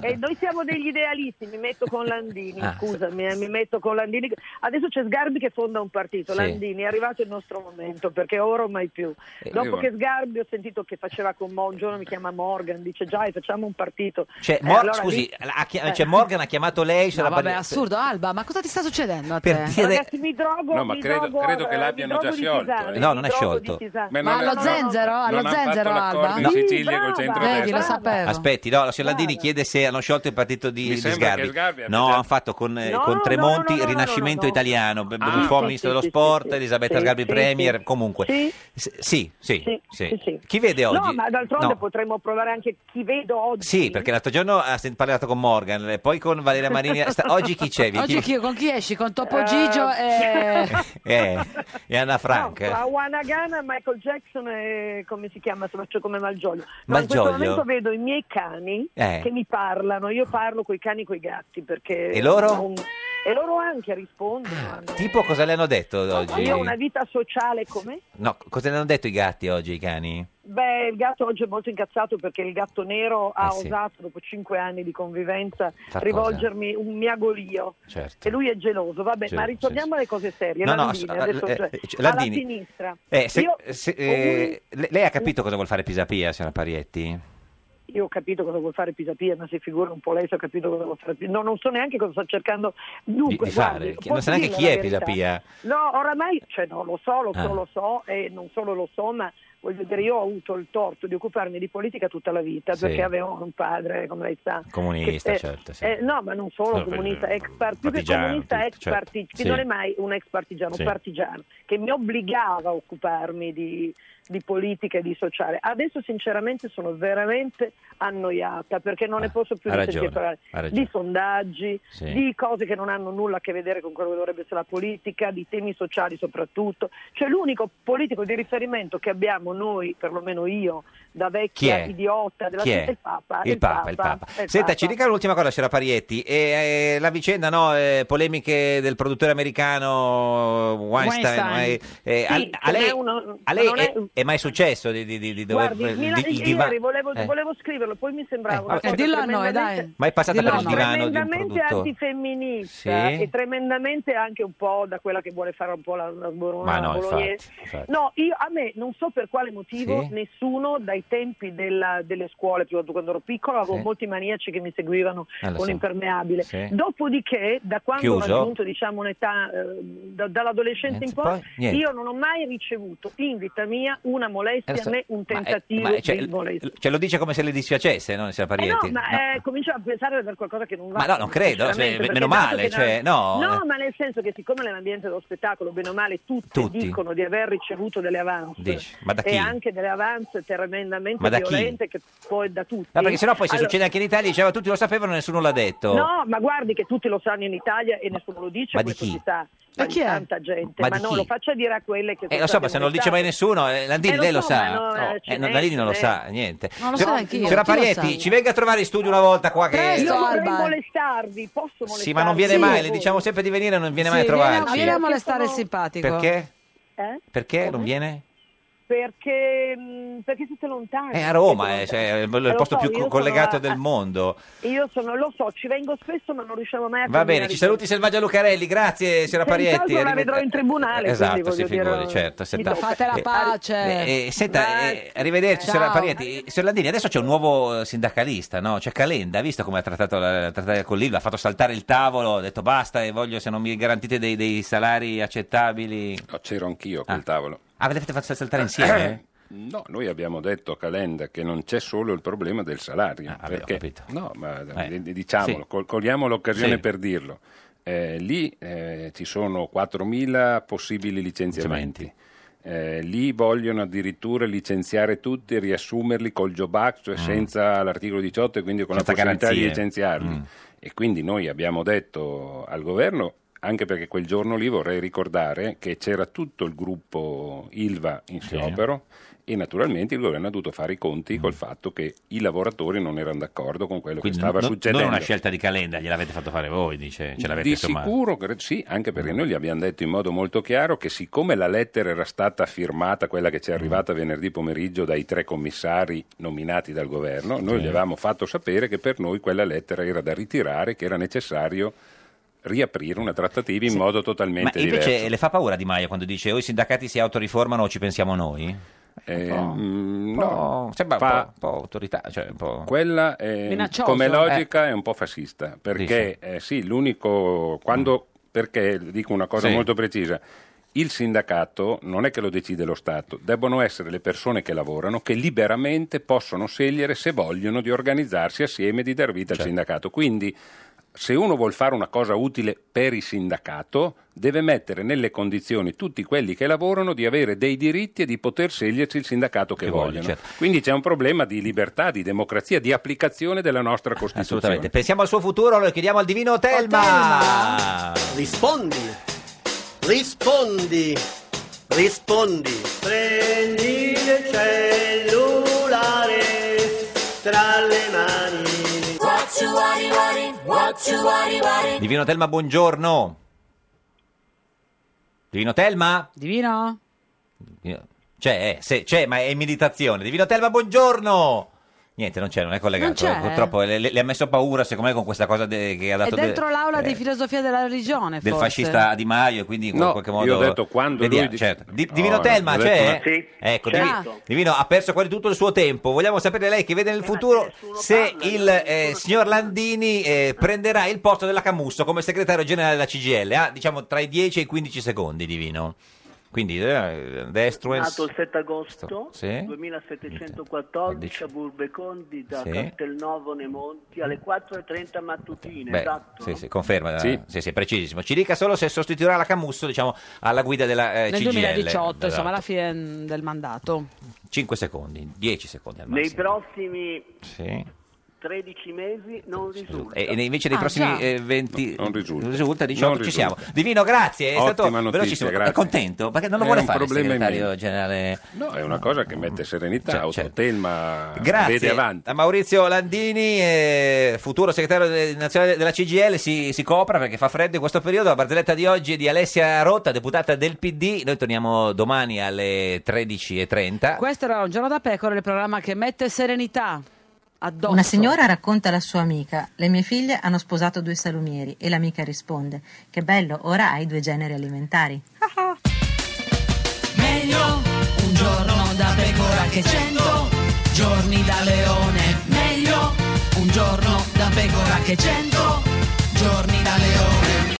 Speaker 19: e noi siamo degli idealisti, mi metto con Landini,
Speaker 15: Ah.
Speaker 19: scusami, eh, mi metto con Landini. Adesso c'è Sgarbi che fonda un partito,
Speaker 2: Sì.
Speaker 19: Landini è arrivato il nostro momento, perché ora o mai più.
Speaker 2: Eh,
Speaker 19: Dopo
Speaker 2: io-
Speaker 19: che Sgarbi ho sentito che faceva con Mo, un giorno mi chiama Morgan, dice già, e facciamo un partito.
Speaker 2: Cioè,
Speaker 19: Eh,
Speaker 2: Mor-
Speaker 19: allora
Speaker 2: scusi,
Speaker 19: lì-
Speaker 2: ha chi-
Speaker 19: eh.
Speaker 2: cioè, Morgan ha chiamato lei. c'era
Speaker 1: No,
Speaker 2: la
Speaker 1: vabbè,
Speaker 2: Parietti.
Speaker 1: assurdo, Alba, ma cosa ti sta succedendo a te?
Speaker 2: Per dire-
Speaker 19: Ragazzi, mi drogo,
Speaker 2: No, ma
Speaker 19: mi
Speaker 2: credo-
Speaker 19: drogo, cioè,
Speaker 2: credo che
Speaker 19: eh,
Speaker 2: l'abbiano
Speaker 19: mi drogo
Speaker 2: già
Speaker 19: di
Speaker 2: sciolto,
Speaker 19: tisana,
Speaker 2: eh. No, non
Speaker 19: mi drogo
Speaker 2: è
Speaker 19: di
Speaker 2: sciolto.
Speaker 19: tisana.
Speaker 2: Ma
Speaker 1: Ma
Speaker 2: non-
Speaker 1: allo
Speaker 2: no, no,
Speaker 1: zenzero, allo
Speaker 15: non hanno fatto
Speaker 1: zenzero,
Speaker 15: l'accordo
Speaker 1: Alba.
Speaker 15: in Sicilia col centrodestra.
Speaker 1: Vedi, lo
Speaker 15: Eh,
Speaker 1: sapevo.
Speaker 2: Aspetti, no, la signora Landini chiede se hanno sciolto il partito di,
Speaker 15: Mi
Speaker 2: di
Speaker 15: sembra
Speaker 2: Sgarbi.
Speaker 15: che Sgarbi abbia
Speaker 2: no,
Speaker 15: già-
Speaker 2: hanno fatto con, eh,
Speaker 15: No,
Speaker 2: con
Speaker 15: no,
Speaker 2: Tremonti
Speaker 15: no, no, no,
Speaker 2: Rinascimento
Speaker 15: no, no.
Speaker 2: Italiano, B-
Speaker 15: Ah.
Speaker 2: Buffon
Speaker 15: Sì,
Speaker 2: ministro
Speaker 15: sì,
Speaker 2: dello
Speaker 15: sì,
Speaker 2: sport,
Speaker 15: sì.
Speaker 2: Elisabetta
Speaker 15: Sì,
Speaker 2: Sgarbi
Speaker 15: sì,
Speaker 2: premier,
Speaker 15: sì.
Speaker 2: comunque.
Speaker 19: Sì.
Speaker 2: S- Sì, sì,
Speaker 19: Sì,
Speaker 2: sì.
Speaker 19: sì, sì.
Speaker 2: Chi vede oggi?
Speaker 19: No, ma d'altronde
Speaker 2: No.
Speaker 19: potremmo provare anche chi vedo oggi.
Speaker 2: Sì, perché l'altro giorno ha sen- parlato con Morgan, eh, poi con Valeria Marini. sta- oggi chi c'è?
Speaker 1: Oggi chi- con chi esci? Con Topo Gigio e...
Speaker 19: Eh.
Speaker 2: Eh, e Anna Frank. eh.
Speaker 19: A Wanagana Michael Jackson e come si chiama? Se faccio come Malgioglio. No,
Speaker 2: Malgioglio?
Speaker 19: In questo momento vedo i miei cani
Speaker 2: Eh.
Speaker 19: che mi parlano. Io parlo coi cani coi gatti perché.
Speaker 2: E loro?
Speaker 19: non- E loro anche rispondono. hanno-
Speaker 2: Tipo cosa le hanno detto oggi?
Speaker 19: Io ho una vita sociale come?
Speaker 2: No, cosa le hanno detto i gatti oggi, i cani?
Speaker 19: Beh, il gatto oggi è molto incazzato perché il gatto nero ha
Speaker 2: Eh sì.
Speaker 19: osato, dopo cinque anni di convivenza,
Speaker 2: Far
Speaker 19: rivolgermi un miagolio.
Speaker 2: Certo.
Speaker 19: E lui è geloso. Vabbè,
Speaker 2: Sì,
Speaker 19: ma ritorniamo alle cose serie.
Speaker 2: No, no,
Speaker 19: Landini,
Speaker 2: s-
Speaker 19: adesso,
Speaker 2: eh,
Speaker 19: cioè,
Speaker 2: eh, cioè,
Speaker 19: alla
Speaker 2: Landini-
Speaker 19: sinistra.
Speaker 2: Eh, se-
Speaker 19: Io
Speaker 2: se-
Speaker 19: ho
Speaker 2: eh, le- lei ha capito cosa vuol fare Pisapia, signora Parietti?
Speaker 19: Io ho capito cosa vuol fare Pisapia, ma si figura un po' lei se ho capito cosa vuol fare Pisapia. No, non so neanche cosa sta cercando dunque,
Speaker 2: Di- di fare?
Speaker 19: guardi,
Speaker 2: Chi- non
Speaker 19: posso
Speaker 2: sa neanche
Speaker 19: dirle
Speaker 2: chi
Speaker 19: la
Speaker 2: è
Speaker 19: verità?
Speaker 2: Pisapia.
Speaker 19: No, oramai, cioè no, lo so, lo so,
Speaker 2: Ah.
Speaker 19: lo so, e non solo lo so, ma voglio dire, io ho avuto il torto di occuparmi di politica tutta la vita,
Speaker 2: Sì.
Speaker 19: perché avevo un padre, come lei sa.
Speaker 2: Comunista,
Speaker 19: che, eh,
Speaker 2: certo, sì.
Speaker 19: eh, no, ma non solo
Speaker 2: No,
Speaker 19: comunista,
Speaker 2: eh,
Speaker 19: ex partito,
Speaker 2: partigiano,
Speaker 19: comunista, ex
Speaker 2: certo,
Speaker 19: partito,
Speaker 2: sì.
Speaker 19: non è mai un ex partigiano,
Speaker 2: Sì.
Speaker 19: partigiano, che mi obbligava a occuparmi di, di politica e di sociale. Adesso sinceramente sono veramente annoiata perché non ne posso più
Speaker 2: Ah, ha
Speaker 19: di
Speaker 2: ragione,
Speaker 19: sentire parlare
Speaker 2: ha ragione.
Speaker 19: di sondaggi,
Speaker 2: Sì.
Speaker 19: di cose che non hanno nulla a che vedere con quello che dovrebbe essere la politica, di temi sociali soprattutto. Cioè l'unico politico di riferimento che abbiamo noi, perlomeno io, da
Speaker 2: Chi
Speaker 19: vecchia
Speaker 2: è?
Speaker 19: idiota della
Speaker 2: Chi è?
Speaker 19: società, il Papa.
Speaker 2: Il Papa, il Papa.
Speaker 19: è il
Speaker 2: Senta,
Speaker 19: Papa.
Speaker 2: ci dica l'ultima cosa, signora Parietti. E, eh, la vicenda, no, eh, polemiche del produttore americano Weinstein.
Speaker 19: Weinstein.
Speaker 2: eh, eh, a-
Speaker 19: Sì,
Speaker 2: a,
Speaker 19: ce n'è
Speaker 2: lei,
Speaker 19: uno-
Speaker 2: a lei
Speaker 19: ma non
Speaker 2: è,
Speaker 19: è-
Speaker 2: è mai successo di, di, di, di dover...
Speaker 19: Guardi, mi
Speaker 2: di-
Speaker 19: la-
Speaker 2: il
Speaker 19: ieri
Speaker 2: diva-
Speaker 19: volevo,
Speaker 2: eh,
Speaker 19: volevo scriverlo, poi mi sembrava una
Speaker 2: Eh,
Speaker 19: cosa
Speaker 1: dillo a noi,
Speaker 19: tremendamente-
Speaker 1: dai.
Speaker 2: Ma è passata
Speaker 1: Dillo
Speaker 2: per
Speaker 1: a
Speaker 2: il
Speaker 1: noi.
Speaker 2: divano di un
Speaker 19: tremendamente
Speaker 2: produttore.
Speaker 19: antifemminista
Speaker 2: Sì.
Speaker 19: e tremendamente anche un po' da quella che vuole fare un po' la, la sborona
Speaker 2: Ma no,
Speaker 19: la bolognese.
Speaker 2: infatti, infatti.
Speaker 19: No, io, a me non so per quale motivo
Speaker 2: Sì.
Speaker 19: nessuno dai tempi della- delle scuole, più quando ero piccola, avevo
Speaker 2: Sì.
Speaker 19: molti maniaci che mi seguivano
Speaker 2: Eh, lo
Speaker 19: con
Speaker 2: so.
Speaker 19: l'impermeabile.
Speaker 2: Sì.
Speaker 19: Dopodiché, da quando
Speaker 2: Chiuso.
Speaker 19: ho raggiunto diciamo, un'età, eh, da- dall'adolescenza in
Speaker 2: Niente,
Speaker 19: poi,
Speaker 2: poi niente.
Speaker 19: io non ho mai ricevuto in vita mia una
Speaker 2: Eh,
Speaker 19: molestia
Speaker 2: lo so.
Speaker 19: né un
Speaker 2: Ma è-
Speaker 19: tentativo
Speaker 2: ma è- cioè,
Speaker 19: di molestia.
Speaker 2: cioè, lo dice come se le dispiacesse, no, signora
Speaker 19: Eh
Speaker 2: Parietti?
Speaker 19: no, ma
Speaker 2: No.
Speaker 19: eh, comincio a pensare per qualcosa che non va.
Speaker 2: Ma no, non credo,
Speaker 19: sinceramente,
Speaker 2: cioè, me-
Speaker 19: perché
Speaker 2: meno
Speaker 19: dato
Speaker 2: male,
Speaker 19: che
Speaker 2: cioè, no,
Speaker 19: No,
Speaker 2: eh.
Speaker 19: ma nel senso che siccome nell'ambiente dello spettacolo, bene o male, tutti,
Speaker 2: Tutti.
Speaker 19: dicono di aver ricevuto delle avance.
Speaker 2: Dici, ma da chi?
Speaker 19: E anche delle avance tremendamente
Speaker 2: Ma da chi?
Speaker 19: violente che poi da tutti.
Speaker 2: No, perché sennò poi se
Speaker 19: Allora-
Speaker 2: succede anche in Italia diceva tutti lo sapevano e nessuno l'ha detto.
Speaker 19: No, ma guardi che tutti lo sanno in Italia e nessuno lo dice,
Speaker 2: Ma di
Speaker 19: questo
Speaker 2: chi?
Speaker 19: si sa. Ma
Speaker 1: chi è?
Speaker 19: tanta gente,
Speaker 2: Ma
Speaker 19: ma,
Speaker 2: di
Speaker 19: non
Speaker 2: chi?
Speaker 19: lo faccia dire a quelle che
Speaker 2: Eh,
Speaker 19: sono
Speaker 2: lo so,
Speaker 19: state
Speaker 2: ma se non lo dice mai
Speaker 19: molestate.
Speaker 2: nessuno, eh, Landini
Speaker 19: Eh, lo
Speaker 2: lei lo
Speaker 19: so,
Speaker 2: sa.
Speaker 19: ma no, eh, ce
Speaker 2: eh, no,
Speaker 19: n'è,
Speaker 2: Landini non lo
Speaker 19: ce
Speaker 2: sa, niente.
Speaker 19: Non lo
Speaker 2: Signora-
Speaker 19: so neanch'io,
Speaker 2: Signora
Speaker 19: chi lo
Speaker 2: Parietti,
Speaker 19: sa?
Speaker 2: ci venga a trovare in studio una volta qua che...
Speaker 19: Io vorrei
Speaker 1: Alba.
Speaker 19: molestarvi, posso molestarvi?
Speaker 2: Sì, ma non viene
Speaker 19: Sì,
Speaker 2: mai,
Speaker 19: voi.
Speaker 2: le diciamo sempre di venire, non viene mai a
Speaker 1: Sì, vieni a-
Speaker 2: trovarci.
Speaker 1: Vieni a molestare
Speaker 19: Io
Speaker 1: il
Speaker 19: sono-
Speaker 1: simpatico.
Speaker 2: Perché?
Speaker 19: Eh?
Speaker 2: Perché non viene?
Speaker 19: Perché, mh, perché siete lontani.
Speaker 2: È a
Speaker 19: Siete
Speaker 2: Roma, eh,
Speaker 19: lontani.
Speaker 2: cioè, è il
Speaker 19: Eh,
Speaker 2: il
Speaker 19: lo
Speaker 2: posto
Speaker 19: so,
Speaker 2: più
Speaker 19: io
Speaker 2: co-
Speaker 19: sono
Speaker 2: collegato
Speaker 19: a-
Speaker 2: del mondo.
Speaker 19: Io sono, lo so, ci vengo spesso ma non riusciamo mai a
Speaker 2: Va bene,
Speaker 19: camminare
Speaker 2: ci saluti Selvaggia Lucarelli, grazie signora
Speaker 19: diciamo. Senz'altro
Speaker 2: Parietti.
Speaker 19: la
Speaker 2: arrivederci.
Speaker 19: vedrò in tribunale.
Speaker 2: Esatto,
Speaker 19: quindi
Speaker 2: si
Speaker 19: voglio
Speaker 2: figuri,
Speaker 19: dire-
Speaker 2: certo. senta.
Speaker 1: Mi tocca. Fate la
Speaker 2: Eh,
Speaker 1: pace.
Speaker 2: eh, eh, senta, eh, arrivederci,
Speaker 1: Ciao.
Speaker 2: signora Parietti. Signor Landini, adesso c'è un nuovo eh, sindacalista, no? C'è Calenda, ha visto come ha trattato la, trattata con l'ILVA, ha fatto saltare il tavolo, ha detto basta e voglio, se non mi garantite dei, dei salari accettabili...
Speaker 15: c'ero anch'io a quel tavolo. Eh.
Speaker 2: Ah, avete fatto saltare insieme?
Speaker 15: No, noi abbiamo detto a Calenda che non c'è solo il problema del salario.
Speaker 2: Ah,
Speaker 15: perché- No, ma eh, diciamolo,
Speaker 2: sì.
Speaker 15: col- cogliamo l'occasione
Speaker 2: Sì.
Speaker 15: per dirlo. Eh, lì eh, ci sono 4.000 possibili licenziamenti. Eh, lì vogliono addirittura licenziare tutti e riassumerli col job act, cioè
Speaker 2: Mm.
Speaker 15: senza l'articolo 18 e quindi con
Speaker 2: Senza
Speaker 15: la possibilità di
Speaker 2: garanzie. Mm.
Speaker 15: licenziarli. E quindi noi abbiamo detto al governo, anche perché quel giorno lì vorrei ricordare che c'era tutto il gruppo Ilva in sciopero e naturalmente il governo ha dovuto fare i conti col fatto che i lavoratori non erano d'accordo con quello
Speaker 2: Mm. Quindi
Speaker 15: che stava
Speaker 2: non- non
Speaker 15: succedendo.
Speaker 2: è una scelta di Calenda, gliel'avete fatto fare voi, dice, Eh, ce l'avete
Speaker 15: Di
Speaker 2: insomma...
Speaker 15: sicuro, cre- sì, anche perché noi gli abbiamo detto in modo molto chiaro che siccome la lettera era stata firmata, quella che ci
Speaker 2: Mm.
Speaker 15: è arrivata venerdì pomeriggio dai tre commissari nominati dal governo, noi
Speaker 2: Sì.
Speaker 15: gli avevamo fatto sapere che per noi quella lettera era da ritirare, che era necessario riaprire una trattativa in
Speaker 2: Sì.
Speaker 15: modo
Speaker 2: Ma
Speaker 15: totalmente
Speaker 2: invece
Speaker 15: diverso.
Speaker 2: le fa paura Di Maio quando dice o i sindacati si autoriformano o ci pensiamo noi?
Speaker 15: Eh,
Speaker 2: un
Speaker 15: mm,
Speaker 2: po', cioè,
Speaker 15: no,
Speaker 2: sembra un,
Speaker 15: fa-
Speaker 2: po', un po' autorità, cioè un po'...
Speaker 15: Quella è-
Speaker 2: Minaccioso,
Speaker 15: come
Speaker 2: eh.
Speaker 15: logica è un po' fascista, perché eh, sì, l'unico quando perché dico una cosa
Speaker 2: Sì.
Speaker 15: molto precisa. Il sindacato non è che lo decide lo Stato, debbono essere le persone che lavorano che liberamente possono scegliere se vogliono di organizzarsi assieme e di dar vita al sindacato. Quindi se uno vuol fare una cosa utile per il sindacato, deve mettere nelle condizioni tutti quelli che lavorano di avere dei diritti e di poter scegliersi il sindacato che, vogliono. certo. Quindi c'è un problema di libertà, di democrazia, di applicazione della nostra Costituzione.
Speaker 2: Assolutamente. Pensiamo al suo futuro, lo chiediamo al divino
Speaker 1: Oh,
Speaker 2: Telma.
Speaker 20: Rispondi, rispondi, rispondi. Prendi il
Speaker 2: eh,
Speaker 20: cellulare tra le mani.
Speaker 13: What you worry, worry, what you worry, worry.
Speaker 2: Divino Telma, buongiorno. Divino Telma?
Speaker 1: Divino?
Speaker 2: C'è, eh, se- c'è, ma è in meditazione. Divino Telma, buongiorno. Niente, non c'è, non è collegato.
Speaker 1: Non c'è.
Speaker 2: Purtroppo le, le- le ha messo paura, secondo me, con questa cosa de- che ha
Speaker 1: È
Speaker 2: dato de-
Speaker 1: dentro l'aula
Speaker 2: eh,
Speaker 1: di filosofia della religione,
Speaker 2: del
Speaker 1: forse.
Speaker 2: fascista Di Maio e quindi in
Speaker 15: No,
Speaker 2: qualche modo
Speaker 15: io ho detto quando lui
Speaker 2: Vediamo,
Speaker 15: di-
Speaker 2: certo. Di-
Speaker 15: No,
Speaker 2: Divino
Speaker 15: ho
Speaker 2: Telma
Speaker 15: detto
Speaker 2: c'è?
Speaker 15: una- Sì.
Speaker 2: ecco,
Speaker 15: Certo.
Speaker 2: Divi- Divino ha perso quasi tutto il suo tempo vogliamo sapere lei che vede
Speaker 20: Eh,
Speaker 2: nel futuro se il eh, signor Landini eh, prenderà il posto della Camusso come segretario generale della CGL ha diciamo tra i 10 e i 15 secondi Divino quindi eh, Destruens
Speaker 20: Nato il 7 agosto
Speaker 2: Sì.
Speaker 20: 2714 a Burbecondi da
Speaker 2: Sì.
Speaker 20: Castelnovo nei Monti alle 4.30 mattutine.
Speaker 2: Beh,
Speaker 20: esatto.
Speaker 2: sì, sì, conferma,
Speaker 20: Sì.
Speaker 2: sì. Sì, è precisissimo. Ci dica solo se sostituirà la Camusso diciamo, alla guida della eh,
Speaker 1: Nel
Speaker 2: CGL.
Speaker 1: 2018, insomma, alla
Speaker 2: Esatto.
Speaker 1: fine mm, del mandato.
Speaker 2: 5 secondi, 10 secondi al
Speaker 20: Nei
Speaker 2: massimo.
Speaker 20: prossimi
Speaker 2: Sì.
Speaker 20: 13 mesi non risulta.
Speaker 2: E, e invece nei prossimi eh, 20 non risulta, 18
Speaker 15: Non
Speaker 2: ci
Speaker 15: risulta.
Speaker 2: siamo. Divino, grazie, è
Speaker 15: Ottima
Speaker 2: stato
Speaker 15: notizia,
Speaker 2: velocissimo. È
Speaker 15: grazie.
Speaker 2: contento perché non lo
Speaker 15: È
Speaker 2: vuole
Speaker 15: un
Speaker 2: fare il
Speaker 15: problema
Speaker 2: segretario
Speaker 15: mio.
Speaker 2: generale.
Speaker 15: No, è una cosa che mette serenità,
Speaker 2: Cioè,
Speaker 15: autotelma, vede
Speaker 2: Grazie
Speaker 15: avanti.
Speaker 2: a Maurizio Landini, eh, futuro segretario de- nazionale della CGL, si, si copra perché fa freddo in questo periodo. La barzelletta di oggi è di Alessia Rotta, deputata del PD. Noi torniamo domani alle 13.30.
Speaker 1: Questo era un giorno da pecora, il programma che mette serenità addosso.
Speaker 21: Una signora racconta alla sua amica: Le mie figlie hanno sposato due salumieri. E l'amica risponde: Che bello, ora hai due generi alimentari.
Speaker 22: Meglio un giorno da pecora che cento giorni da leone. Meglio un giorno da pecora che cento giorni da leone.